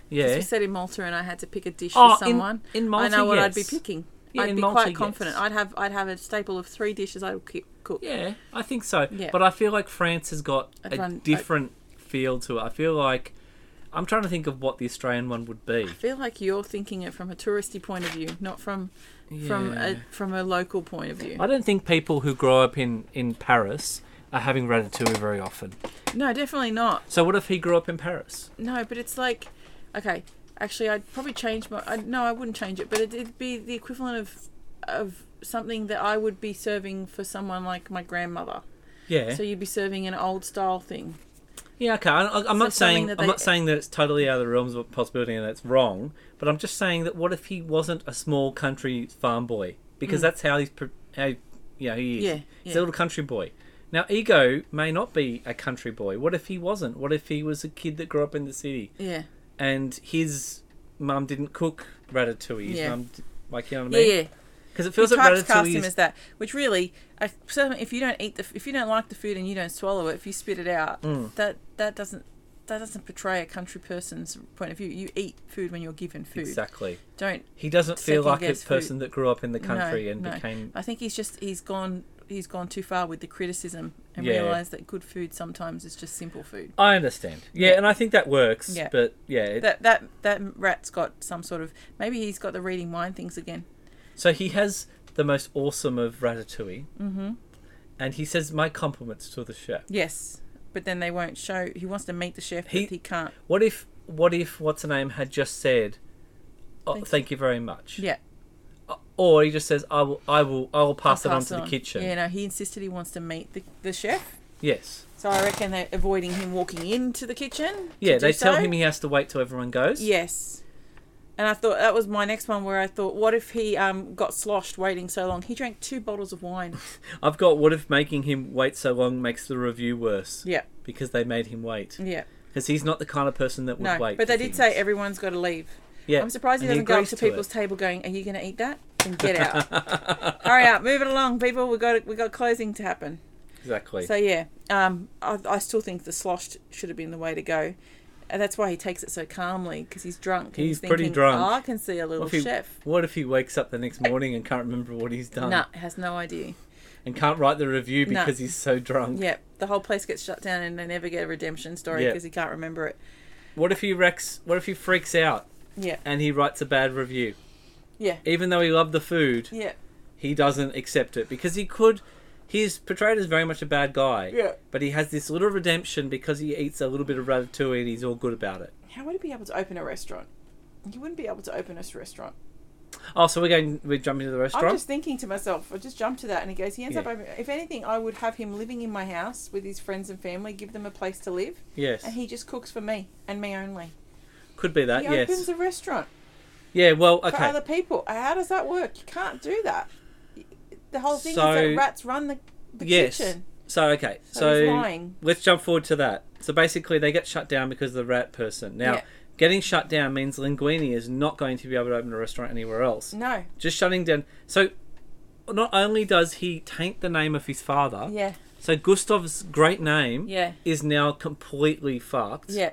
Speaker 2: Because
Speaker 1: yeah.
Speaker 2: we said in Malta, and I had to pick a dish
Speaker 1: Oh,
Speaker 2: for
Speaker 1: in-
Speaker 2: someone.
Speaker 1: in
Speaker 2: I
Speaker 1: Malta,
Speaker 2: know what I'd be
Speaker 1: yes.
Speaker 2: picking.
Speaker 1: Yeah,
Speaker 2: I'd
Speaker 1: in
Speaker 2: be
Speaker 1: Malta,
Speaker 2: quite confident.
Speaker 1: yes.
Speaker 2: I'd have I'd have a staple of three dishes I would ki- cook.
Speaker 1: Yeah, I think so.
Speaker 2: Yeah.
Speaker 1: But I feel like France has got
Speaker 2: I'd
Speaker 1: a
Speaker 2: run- I-
Speaker 1: different feel to it. I feel like I'm trying to think of what the Australian one would be.
Speaker 2: I feel like you're thinking it from a touristy point of view, not from from a
Speaker 1: Yeah.
Speaker 2: from a local point of view.
Speaker 1: I don't think people who grow up in, in Paris are having ratatouille very often.
Speaker 2: No, definitely not.
Speaker 1: So what if he grew up in Paris?
Speaker 2: No, but it's like, okay, actually, I'd probably change my. I, no, I wouldn't change it, but it, it'd be the equivalent of of something that I would be serving for someone like my grandmother.
Speaker 1: Yeah.
Speaker 2: So you'd be serving an old style thing.
Speaker 1: Yeah, okay. I, I- I'm not
Speaker 2: So something
Speaker 1: saying
Speaker 2: that
Speaker 1: I'm
Speaker 2: they-
Speaker 1: not saying that it's totally out of the realms of possibility and that's wrong, but I'm just saying that what if he wasn't a small country farm boy because that's how he's pre- how you know he is.
Speaker 2: Mm. Yeah,
Speaker 1: He's
Speaker 2: yeah.
Speaker 1: a little country boy. Now, Ego may not be a country boy. What if he wasn't? What if he was a kid that grew up in the city
Speaker 2: Yeah.
Speaker 1: and his mum didn't cook ratatouille? His
Speaker 2: Yeah.
Speaker 1: mum, d- like you know what I
Speaker 2: Yeah,
Speaker 1: mean?
Speaker 2: yeah.
Speaker 1: because it feels
Speaker 2: he
Speaker 1: like
Speaker 2: typecast him
Speaker 1: Ratatouille.
Speaker 2: as
Speaker 1: Is,
Speaker 2: that, which really, I, so if you don't eat the, if you don't like the food and you don't swallow it, if you spit it out,
Speaker 1: Mm,
Speaker 2: that that doesn't that doesn't portray a country person's point of view. You eat food when you're given food.
Speaker 1: exactly.
Speaker 2: Don't
Speaker 1: He doesn't feel like a
Speaker 2: Second-guess food.
Speaker 1: person that grew up in the country
Speaker 2: no,
Speaker 1: and
Speaker 2: no.
Speaker 1: became.
Speaker 2: I think he's just he's gone he's gone too far with the criticism and
Speaker 1: Yeah.
Speaker 2: realised that good food sometimes is just simple food.
Speaker 1: I understand. Yeah, and I think that works.
Speaker 2: Yeah.
Speaker 1: But yeah, it,
Speaker 2: That that that rat's got some sort of maybe he's got the reading mind things again.
Speaker 1: So he has the most awesome of ratatouille, mm-hmm. and he says my compliments to the chef.
Speaker 2: Yes, but then they won't show. He wants to meet the chef,
Speaker 1: He-
Speaker 2: but he can't.
Speaker 1: What if what if what's her name had just said, oh,
Speaker 2: Thank
Speaker 1: thank, you very much,
Speaker 2: Yeah,
Speaker 1: or he just says I will I will I will pass it on
Speaker 2: pass
Speaker 1: to the kitchen.
Speaker 2: Yeah, no, he insisted he wants to meet the, the chef.
Speaker 1: Yes,
Speaker 2: So I reckon they're avoiding him walking into the kitchen. to
Speaker 1: yeah.
Speaker 2: do
Speaker 1: They tell
Speaker 2: so.
Speaker 1: him he has to wait till everyone goes.
Speaker 2: Yes. And I thought that was my next one where I thought, what if he um, got sloshed waiting so long? He drank two bottles of wine.
Speaker 1: I've got what if making him wait so long makes the review worse
Speaker 2: Yeah,
Speaker 1: because they made him wait
Speaker 2: yeah.
Speaker 1: because he's not the kind of person that would
Speaker 2: No,
Speaker 1: wait.
Speaker 2: but
Speaker 1: for
Speaker 2: they did say
Speaker 1: things.
Speaker 2: everyone's got to leave.
Speaker 1: Yeah,
Speaker 2: I'm surprised he
Speaker 1: and
Speaker 2: doesn't go up
Speaker 1: agrees
Speaker 2: to,
Speaker 1: it.
Speaker 2: people's table going, "Are you going to eat that?" and get out. Hurry up, move it along, people. We got we got closing to happen.
Speaker 1: Exactly.
Speaker 2: So yeah, um, I, I still think the sloshed should have been the way to go. And that's why he takes it so calmly because he's drunk. and
Speaker 1: He's pretty
Speaker 2: thinking,
Speaker 1: drunk.
Speaker 2: "Oh, I can see a little
Speaker 1: what if, he,
Speaker 2: chef.
Speaker 1: what if he wakes up the next morning and can't remember what he's done?
Speaker 2: Nah, has no idea.
Speaker 1: and can't write the review
Speaker 2: No.
Speaker 1: because he's so drunk.
Speaker 2: Yeah, the whole place gets shut down and they never get a redemption story
Speaker 1: Yeah.
Speaker 2: because he can't remember it.
Speaker 1: What if he wrecks? What if he freaks out
Speaker 2: Yeah,
Speaker 1: and he writes a bad review?
Speaker 2: yeah,
Speaker 1: Even though he loved the food,
Speaker 2: yeah,
Speaker 1: he doesn't accept it because he could. He's portrayed as very much a bad guy,
Speaker 2: yeah.
Speaker 1: but he has this little redemption because he eats a little bit of ratatouille and he's all good about it.
Speaker 2: How would he be able to open a restaurant? He wouldn't be able to open a restaurant.
Speaker 1: Oh, so we're going. We're jumping to the
Speaker 2: I'm
Speaker 1: restaurant.
Speaker 2: just thinking to myself, I just jumped to that, and he goes, he ends
Speaker 1: Yeah.
Speaker 2: up, over- if anything, I would have him living in my house with his friends and family, give them a place to live,
Speaker 1: yes,
Speaker 2: and he just cooks for me and me only.
Speaker 1: could be that.
Speaker 2: He
Speaker 1: yes.
Speaker 2: opens a restaurant
Speaker 1: yeah. Well,
Speaker 2: for
Speaker 1: okay.
Speaker 2: other people. How does that work? You can't do that. The whole thing
Speaker 1: So-
Speaker 2: is that rats run the, the
Speaker 1: Yes.
Speaker 2: kitchen.
Speaker 1: So okay.
Speaker 2: So,
Speaker 1: So,
Speaker 2: he's lying.
Speaker 1: let's jump forward to that. So basically, they get shut down because of the rat person. Now,
Speaker 2: Yeah.
Speaker 1: getting shut down means Linguini is not going to be able to open a restaurant anywhere else.
Speaker 2: No.
Speaker 1: Just shutting down. So, not only does he taint the name of his father,
Speaker 2: Yeah.
Speaker 1: so Gustav's great name
Speaker 2: Yeah.
Speaker 1: is now completely fucked.
Speaker 2: Yeah.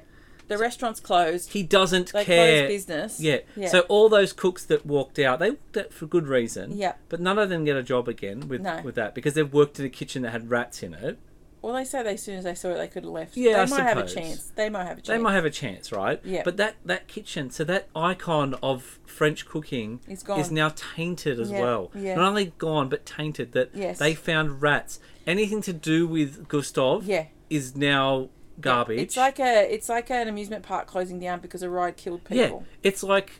Speaker 2: The restaurant's closed.
Speaker 1: He doesn't
Speaker 2: They
Speaker 1: care.
Speaker 2: closed business.
Speaker 1: Yeah.
Speaker 2: Yeah.
Speaker 1: So all those cooks that walked out, they walked out for good reason.
Speaker 2: Yeah.
Speaker 1: But none of them get a job again with
Speaker 2: No.
Speaker 1: with that because they've worked in a kitchen that had rats in it.
Speaker 2: well, they say they, as soon as they saw it, they could have left.
Speaker 1: Yeah,
Speaker 2: they
Speaker 1: I
Speaker 2: might have a
Speaker 1: suppose.
Speaker 2: chance. They might have a chance.
Speaker 1: They might have a chance, right?
Speaker 2: Yeah.
Speaker 1: But that that kitchen, so that icon of French cooking
Speaker 2: It's gone.
Speaker 1: is now tainted as
Speaker 2: Yeah,
Speaker 1: well.
Speaker 2: yeah.
Speaker 1: Not only gone, but tainted. That
Speaker 2: Yes.
Speaker 1: they found rats. Anything to do with Gustav
Speaker 2: Yeah.
Speaker 1: is now garbage.
Speaker 2: It's like a, it's like an amusement park closing down because a ride killed people.
Speaker 1: yeah, it's like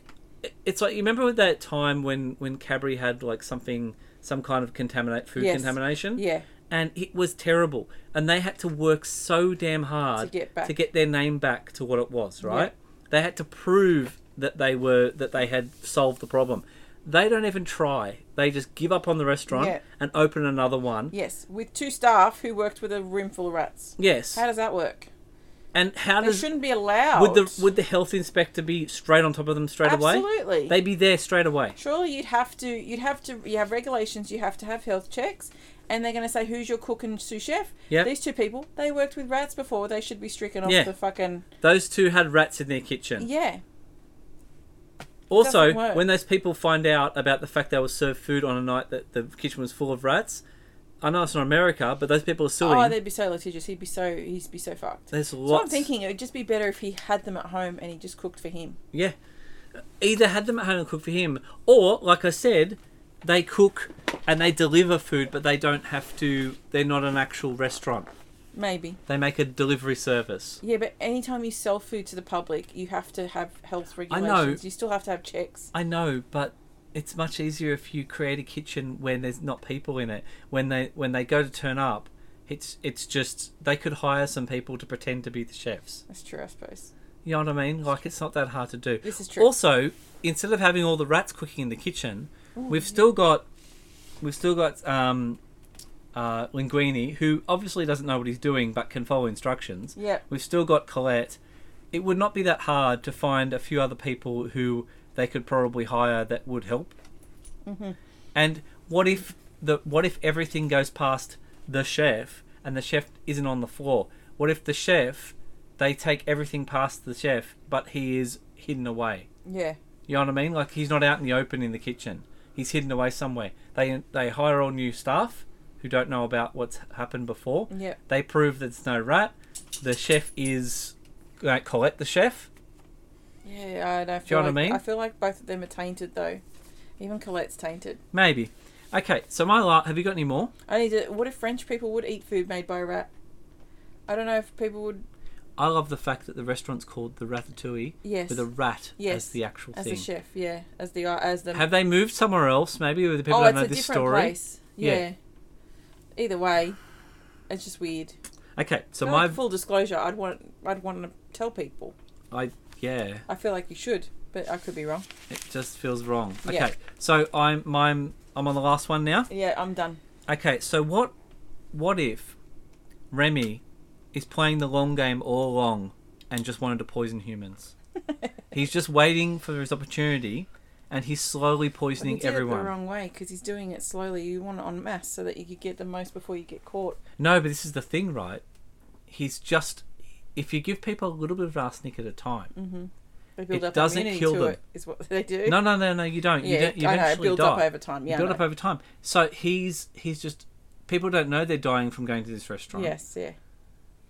Speaker 1: it's like you remember that time when when Cadbury had like something some kind of contaminate food
Speaker 2: Yes.
Speaker 1: contamination.
Speaker 2: Yeah,
Speaker 1: and it was terrible. And they had to work so damn hard
Speaker 2: To get back.
Speaker 1: their name back to what it was, right? They had to prove that they were that they had solved the problem. They don't even try. They just give up on the restaurant
Speaker 2: Yeah.
Speaker 1: and open another one.
Speaker 2: yes, with two staff who worked with a room full of rats.
Speaker 1: Yes.
Speaker 2: How does that work?
Speaker 1: and how
Speaker 2: They
Speaker 1: does
Speaker 2: shouldn't be allowed.
Speaker 1: would the would the health inspector be straight on top of them straight away?
Speaker 2: absolutely?
Speaker 1: They'd be there straight away.
Speaker 2: Surely you'd have to, you'd have to, you have regulations. You have to have health checks, and they're going to say who's your cook and sous chef.
Speaker 1: Yep.
Speaker 2: these two people, they worked with rats before. They should be stricken off
Speaker 1: Yeah.
Speaker 2: the fucking
Speaker 1: Those two had rats in their kitchen.
Speaker 2: yeah.
Speaker 1: Also,
Speaker 2: doesn't work.
Speaker 1: when those people find out about the fact they were served food on a night that the kitchen was full of rats, I know it's not America, but those people are suing.
Speaker 2: Oh, they'd be so litigious. He'd be so, he'd be so fucked.
Speaker 1: There's
Speaker 2: So
Speaker 1: lots.
Speaker 2: I'm thinking it would just be better if he had them at home and he just cooked for him.
Speaker 1: Yeah. Either had them at home and cook for him, or like I said, they cook and they deliver food, but they don't have to. They're not an actual restaurant.
Speaker 2: Maybe.
Speaker 1: They make a delivery service.
Speaker 2: Yeah, but anytime you sell food to the public, you have to have health
Speaker 1: know.
Speaker 2: regulations. You still have to have checks.
Speaker 1: I know, but it's much easier if you create a kitchen when there's not people in it. When they when they go to turn up, it's it's just they could hire some people to pretend to be the chefs.
Speaker 2: That's true, I suppose.
Speaker 1: You know what I mean? Like it's not that hard to do.
Speaker 2: This is true.
Speaker 1: Also, instead of having all the rats cooking in the kitchen, we've still got we've still got um, uh, Linguini, who obviously doesn't know what he's doing but can follow instructions.
Speaker 2: Yep.
Speaker 1: We've still got Colette. It would not be that hard to find a few other people who they could probably hire that would help. And what if the what if everything goes past the chef and the chef isn't on the floor? What if the chef they take everything past the chef, but he is hidden away?
Speaker 2: Yeah.
Speaker 1: You know what I mean? Like he's not out in the open in the kitchen. He's hidden away somewhere. They they hire all new staff who don't know about what's happened before.
Speaker 2: Yep.
Speaker 1: They prove that it's no rat. The chef is like Colette, the chef.
Speaker 2: Yeah, I don't
Speaker 1: Do you
Speaker 2: feel
Speaker 1: know what I
Speaker 2: like-
Speaker 1: mean?
Speaker 2: I feel like both of them are tainted though. Even Colette's tainted.
Speaker 1: Maybe. Okay, so my la Have you got any more?
Speaker 2: I need to. What if French people would eat food made by a rat? I don't know if people would.
Speaker 1: I love the fact that the restaurant's called the Ratatouille
Speaker 2: Yes.
Speaker 1: with a rat
Speaker 2: Yes,
Speaker 1: as the actual
Speaker 2: as
Speaker 1: thing.
Speaker 2: the chef, yeah, as the uh, as the.
Speaker 1: Have they moved somewhere else? Maybe where the people
Speaker 2: oh,
Speaker 1: don't
Speaker 2: it's
Speaker 1: know
Speaker 2: a
Speaker 1: this
Speaker 2: different
Speaker 1: story.
Speaker 2: place. Yeah.
Speaker 1: Yeah.
Speaker 2: Either way, it's just weird.
Speaker 1: Okay, so
Speaker 2: I feel
Speaker 1: my
Speaker 2: like full disclosure, I'd want I'd want to tell people.
Speaker 1: I yeah,
Speaker 2: I feel like you should, but I could be wrong.
Speaker 1: it just feels wrong. Okay,
Speaker 2: Yeah.
Speaker 1: so I'm my, I'm on the last one now.
Speaker 2: Yeah, I'm done.
Speaker 1: Okay, so what what if Remy is playing the long game all along and just wanted to poison humans? he's just waiting for his opportunity, and he's slowly
Speaker 2: But he
Speaker 1: poisoning
Speaker 2: did it
Speaker 1: everyone.
Speaker 2: the wrong way because he's doing it slowly. You want it en masse so that you could get the most before you get caught.
Speaker 1: No, but this is the thing, right? He's just if you give people a little bit of arsenic at a time.
Speaker 2: They build
Speaker 1: It
Speaker 2: up
Speaker 1: doesn't
Speaker 2: immunity
Speaker 1: kill
Speaker 2: to
Speaker 1: them.
Speaker 2: it, is what they do.
Speaker 1: No, no, no, no, you don't.
Speaker 2: yeah,
Speaker 1: you don't. You
Speaker 2: I know. It
Speaker 1: eventually
Speaker 2: builds
Speaker 1: die.
Speaker 2: up over time.
Speaker 1: You
Speaker 2: Yeah,
Speaker 1: build
Speaker 2: I
Speaker 1: up
Speaker 2: know.
Speaker 1: over time. So he's he's just people don't know they're dying from going to this restaurant.
Speaker 2: Yes, yeah.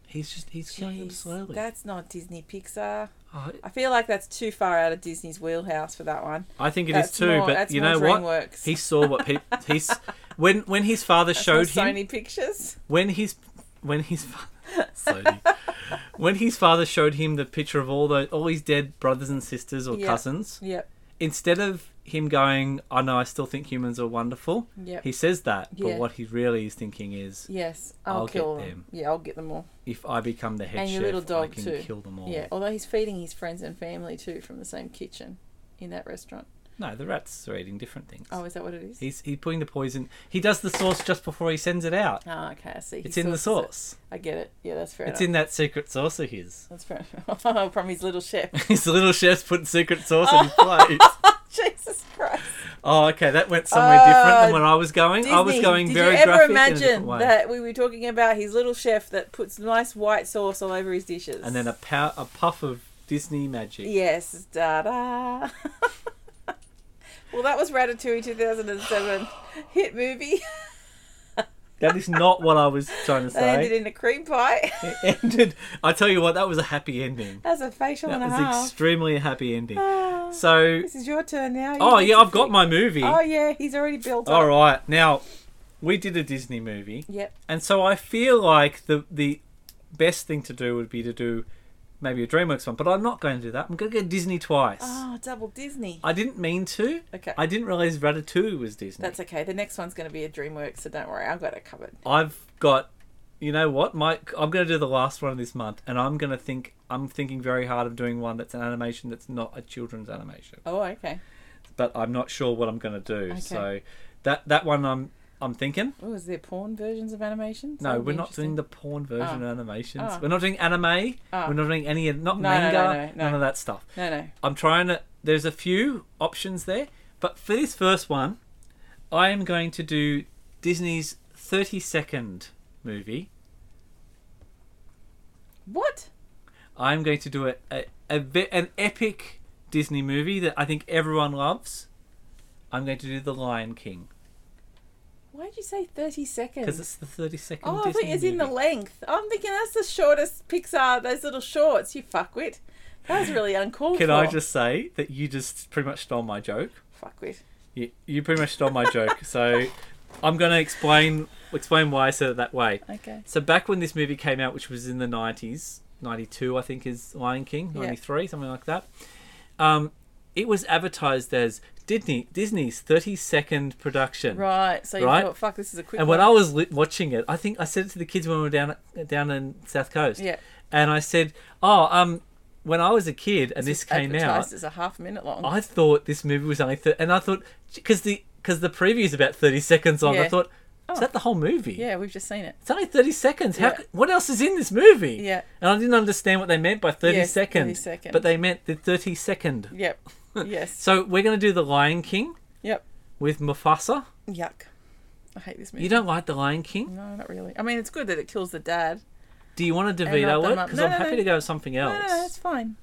Speaker 1: He's just he's killing them
Speaker 2: Jeez,
Speaker 1: slowly.
Speaker 2: That's not Disney Pixar.
Speaker 1: Oh,
Speaker 2: I feel like that's too far out of Disney's wheelhouse for that one.
Speaker 1: I think it is
Speaker 2: that's
Speaker 1: too,
Speaker 2: more-
Speaker 1: but
Speaker 2: that's
Speaker 1: you
Speaker 2: more
Speaker 1: know what?
Speaker 2: DreamWorks.
Speaker 1: He saw what people he's when when his father
Speaker 2: That's
Speaker 1: showed
Speaker 2: not
Speaker 1: him
Speaker 2: Sony Pictures.
Speaker 1: when his when his fa- Sony. when his father showed him the picture of all the all his dead brothers and sisters or
Speaker 2: Yeah.
Speaker 1: cousins.
Speaker 2: Yep.
Speaker 1: instead of him going, "I know, I still think humans are wonderful,"
Speaker 2: Yep.
Speaker 1: he says that.
Speaker 2: Yeah.
Speaker 1: But what he really is thinking is,
Speaker 2: Yes, I'll,
Speaker 1: I'll get
Speaker 2: kill
Speaker 1: them.
Speaker 2: Yeah, I'll get them all.
Speaker 1: "If I become the head
Speaker 2: And your
Speaker 1: chef,
Speaker 2: little
Speaker 1: I
Speaker 2: dog
Speaker 1: can
Speaker 2: too.
Speaker 1: kill them all."
Speaker 2: Yeah, although he's feeding his friends and family too from the same kitchen in that restaurant.
Speaker 1: No, the rats are eating different things.
Speaker 2: Oh, is that what it is?
Speaker 1: He's he's putting the poison. He does the sauce just before he sends it out.
Speaker 2: Ah, okay, I see. He
Speaker 1: it's in the
Speaker 2: sources it.
Speaker 1: sauce.
Speaker 2: I get it. Yeah, that's fair
Speaker 1: It's
Speaker 2: enough.
Speaker 1: in that secret sauce of his.
Speaker 2: That's fair enough. from his little chef.
Speaker 1: his little chef's putting secret sauce in his plate.
Speaker 2: Jesus Christ.
Speaker 1: Oh, okay, that went somewhere different than
Speaker 2: Oh,
Speaker 1: when I was going. I was
Speaker 2: Disney,
Speaker 1: going
Speaker 2: did
Speaker 1: very
Speaker 2: you ever
Speaker 1: graphic in a
Speaker 2: imagine
Speaker 1: different way.
Speaker 2: that we were talking about his little chef that puts nice white sauce all over his dishes?
Speaker 1: And then a pow- a puff of Disney magic.
Speaker 2: Yes, da da. well, that was Ratatouille 2007 hit movie.
Speaker 1: That is not what I was trying to
Speaker 2: That
Speaker 1: say.
Speaker 2: ended in a cream pie.
Speaker 1: It ended. I tell you what, that was a happy ending.
Speaker 2: That's a facial
Speaker 1: That
Speaker 2: and a
Speaker 1: was
Speaker 2: half.
Speaker 1: extremely a happy ending.
Speaker 2: Ah,
Speaker 1: So,
Speaker 2: this is your turn now. You
Speaker 1: oh
Speaker 2: get
Speaker 1: yeah,
Speaker 2: to
Speaker 1: I've got
Speaker 2: pick.
Speaker 1: my movie.
Speaker 2: Oh yeah, he's already built up.
Speaker 1: All right, now we did a Disney movie,
Speaker 2: Yep.
Speaker 1: and so I feel like the the best thing to do would be to do maybe a DreamWorks one, but I'm not going to do that. I'm going to go Disney twice.
Speaker 2: Oh, double Disney.
Speaker 1: I didn't mean to.
Speaker 2: Okay.
Speaker 1: I didn't realize Ratatouille was Disney.
Speaker 2: That's okay. The next one's going to be a DreamWorks, so don't worry. I've got it covered.
Speaker 1: I've got, you know what, my I'm going to do the last one of this month, and I'm going to think. I'm thinking very hard of doing one that's an animation that's not a children's animation,
Speaker 2: Oh, okay.
Speaker 1: but I'm not sure what I'm going to do.
Speaker 2: Okay.
Speaker 1: So that that one I'm I'm thinking.
Speaker 2: Oh, is there porn versions of animations?
Speaker 1: No,
Speaker 2: That'd be
Speaker 1: we're not doing
Speaker 2: interesting.
Speaker 1: the porn version
Speaker 2: Oh.
Speaker 1: of animations.
Speaker 2: Oh.
Speaker 1: We're not doing anime.
Speaker 2: Oh.
Speaker 1: We're not doing any not
Speaker 2: No, no,
Speaker 1: manga.
Speaker 2: no, no, no.
Speaker 1: None of that stuff.
Speaker 2: No, no.
Speaker 1: I'm trying to. There's a few options there, but for this first one, I am going to do Disney's 30 second movie.
Speaker 2: What?
Speaker 1: I'm going to do a, a, a ve- an epic Disney movie that I think everyone loves. I'm going to do The Lion King
Speaker 2: Why did you say 30 seconds?
Speaker 1: because it's the 30 second.
Speaker 2: Oh, I
Speaker 1: Disney
Speaker 2: think it's in the
Speaker 1: movie.
Speaker 2: length. I'm thinking that's the shortest Pixar, those little shorts, you fuckwit. That was really uncalled
Speaker 1: Can
Speaker 2: for.
Speaker 1: I just say that you just pretty much stole my joke?
Speaker 2: Fuckwit.
Speaker 1: You, you pretty much stole my joke. So I'm going to explain explain why I said it that way.
Speaker 2: Okay.
Speaker 1: So back when this movie came out, which was in the 90s, 92 I think is Lion King,
Speaker 2: Yeah.
Speaker 1: 93 something like that. Um, it was advertised as Disney Disney's 30 second production.
Speaker 2: Right, so you
Speaker 1: Right?
Speaker 2: thought, fuck, this is a quick
Speaker 1: And
Speaker 2: one.
Speaker 1: when I was li- watching it, I think I said it to the kids when we were down down in South Coast.
Speaker 2: Yeah.
Speaker 1: And I said, "Oh, um, when I was a kid and this came out,
Speaker 2: Advertised as a half minute long.
Speaker 1: I thought this movie was only thir- and I thought because the because the preview's about thirty seconds long.
Speaker 2: Yeah.
Speaker 1: I thought,
Speaker 2: Oh.
Speaker 1: is that the whole movie?
Speaker 2: yeah, we've just seen it.
Speaker 1: It's only thirty seconds. How
Speaker 2: Yeah.
Speaker 1: c what else is in this movie?
Speaker 2: Yeah.
Speaker 1: And I didn't understand what they meant by thirty
Speaker 2: Yes, 30
Speaker 1: seconds.
Speaker 2: seconds.
Speaker 1: But they meant the thirty second.
Speaker 2: Yep. yes.
Speaker 1: So we're gonna do the Lion King.
Speaker 2: Yep.
Speaker 1: with Mufasa.
Speaker 2: Yuck. I hate this movie.
Speaker 1: You don't like The Lion King?
Speaker 2: No, not really. I mean, it's good that it kills the dad.
Speaker 1: Do you want to
Speaker 2: not the
Speaker 1: DeVito it?
Speaker 2: mum.
Speaker 1: Because
Speaker 2: No,
Speaker 1: I'm
Speaker 2: no,
Speaker 1: happy
Speaker 2: no.
Speaker 1: to go with something
Speaker 2: No,
Speaker 1: else.
Speaker 2: no, no, it's fine.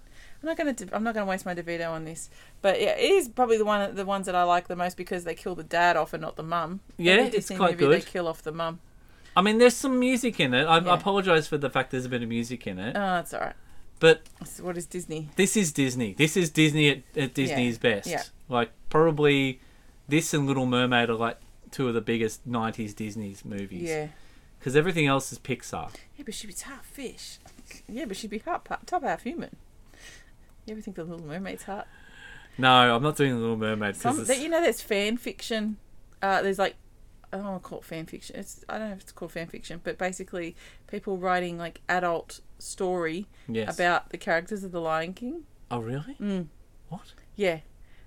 Speaker 2: I'm not gonna. De- I'm not gonna waste my DeVito on this. But yeah, it is probably the one the ones that I like the most because they kill the dad off and not the mum.
Speaker 1: Yeah,
Speaker 2: Every
Speaker 1: it's
Speaker 2: Disney
Speaker 1: quite
Speaker 2: movie, They
Speaker 1: good.
Speaker 2: kill off the mum.
Speaker 1: I mean, there's some music in it. I,
Speaker 2: Yeah.
Speaker 1: I apologize for the fact there's a bit of music in it,
Speaker 2: Oh, it's all right.
Speaker 1: but
Speaker 2: It's- What is Disney?
Speaker 1: this is Disney. This is Disney at, at Disney's best.
Speaker 2: yeah.
Speaker 1: Like probably this and Little Mermaid are like two of the biggest '90s Disney's movies.
Speaker 2: Yeah.
Speaker 1: Because everything else is Pixar.
Speaker 2: Yeah, but she'd be half fish. Yeah, but she'd be half pa- top half human. You ever think the Little Mermaid's heart?
Speaker 1: No, I'm not doing Little Mermaid
Speaker 2: Some
Speaker 1: because
Speaker 2: that you know, there's fan fiction. Uh, there's like I don't want to call it fan fiction. It's I don't know if it's called fan fiction, but basically people writing like adult story
Speaker 1: yes.
Speaker 2: about the characters of the Lion King.
Speaker 1: oh really?
Speaker 2: Mm.
Speaker 1: What?
Speaker 2: Yeah.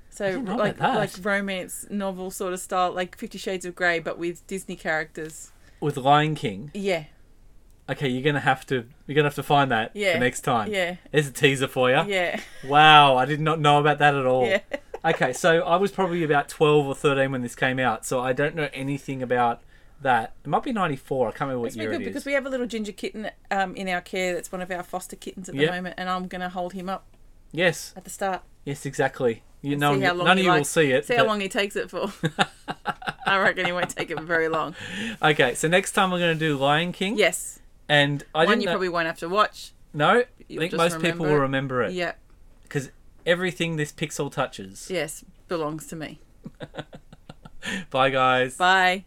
Speaker 2: So
Speaker 1: didn't know about
Speaker 2: like
Speaker 1: that.
Speaker 2: like romance novel sort of style, like Fifty Shades of Grey, but with Disney characters.
Speaker 1: With Lion King.
Speaker 2: Yeah,
Speaker 1: Okay, you're gonna have to you're gonna have to find that
Speaker 2: Yeah.
Speaker 1: for next time.
Speaker 2: yeah,
Speaker 1: There's a teaser for you.
Speaker 2: yeah,
Speaker 1: Wow, I did not know about that at all.
Speaker 2: yeah.
Speaker 1: okay, so I was probably about 12 or 13 when this came out, so I don't know anything about that. It might be 94, I can't remember what
Speaker 2: It's been
Speaker 1: year
Speaker 2: good
Speaker 1: it
Speaker 2: because
Speaker 1: is.
Speaker 2: we have a little ginger kitten um, in our care. That's one of our foster kittens at the
Speaker 1: Yeah.
Speaker 2: moment, and I'm gonna hold him up
Speaker 1: Yes,
Speaker 2: at the start.
Speaker 1: yes, exactly. You
Speaker 2: And
Speaker 1: know,
Speaker 2: see how long
Speaker 1: none of
Speaker 2: he
Speaker 1: you will
Speaker 2: likes-
Speaker 1: see it.
Speaker 2: See how
Speaker 1: but-
Speaker 2: long he takes it for. I reckon he won't take it very long.
Speaker 1: Okay, so next time we're going to do Lion King.
Speaker 2: Yes,
Speaker 1: And I
Speaker 2: one
Speaker 1: didn't
Speaker 2: you
Speaker 1: know,
Speaker 2: probably won't have to watch.
Speaker 1: No, I
Speaker 2: You'll
Speaker 1: think
Speaker 2: just
Speaker 1: most people
Speaker 2: remember
Speaker 1: will
Speaker 2: it.
Speaker 1: remember it.
Speaker 2: Yeah,
Speaker 1: Because everything this pixel touches.
Speaker 2: yes, belongs to me.
Speaker 1: Bye, guys.
Speaker 2: Bye.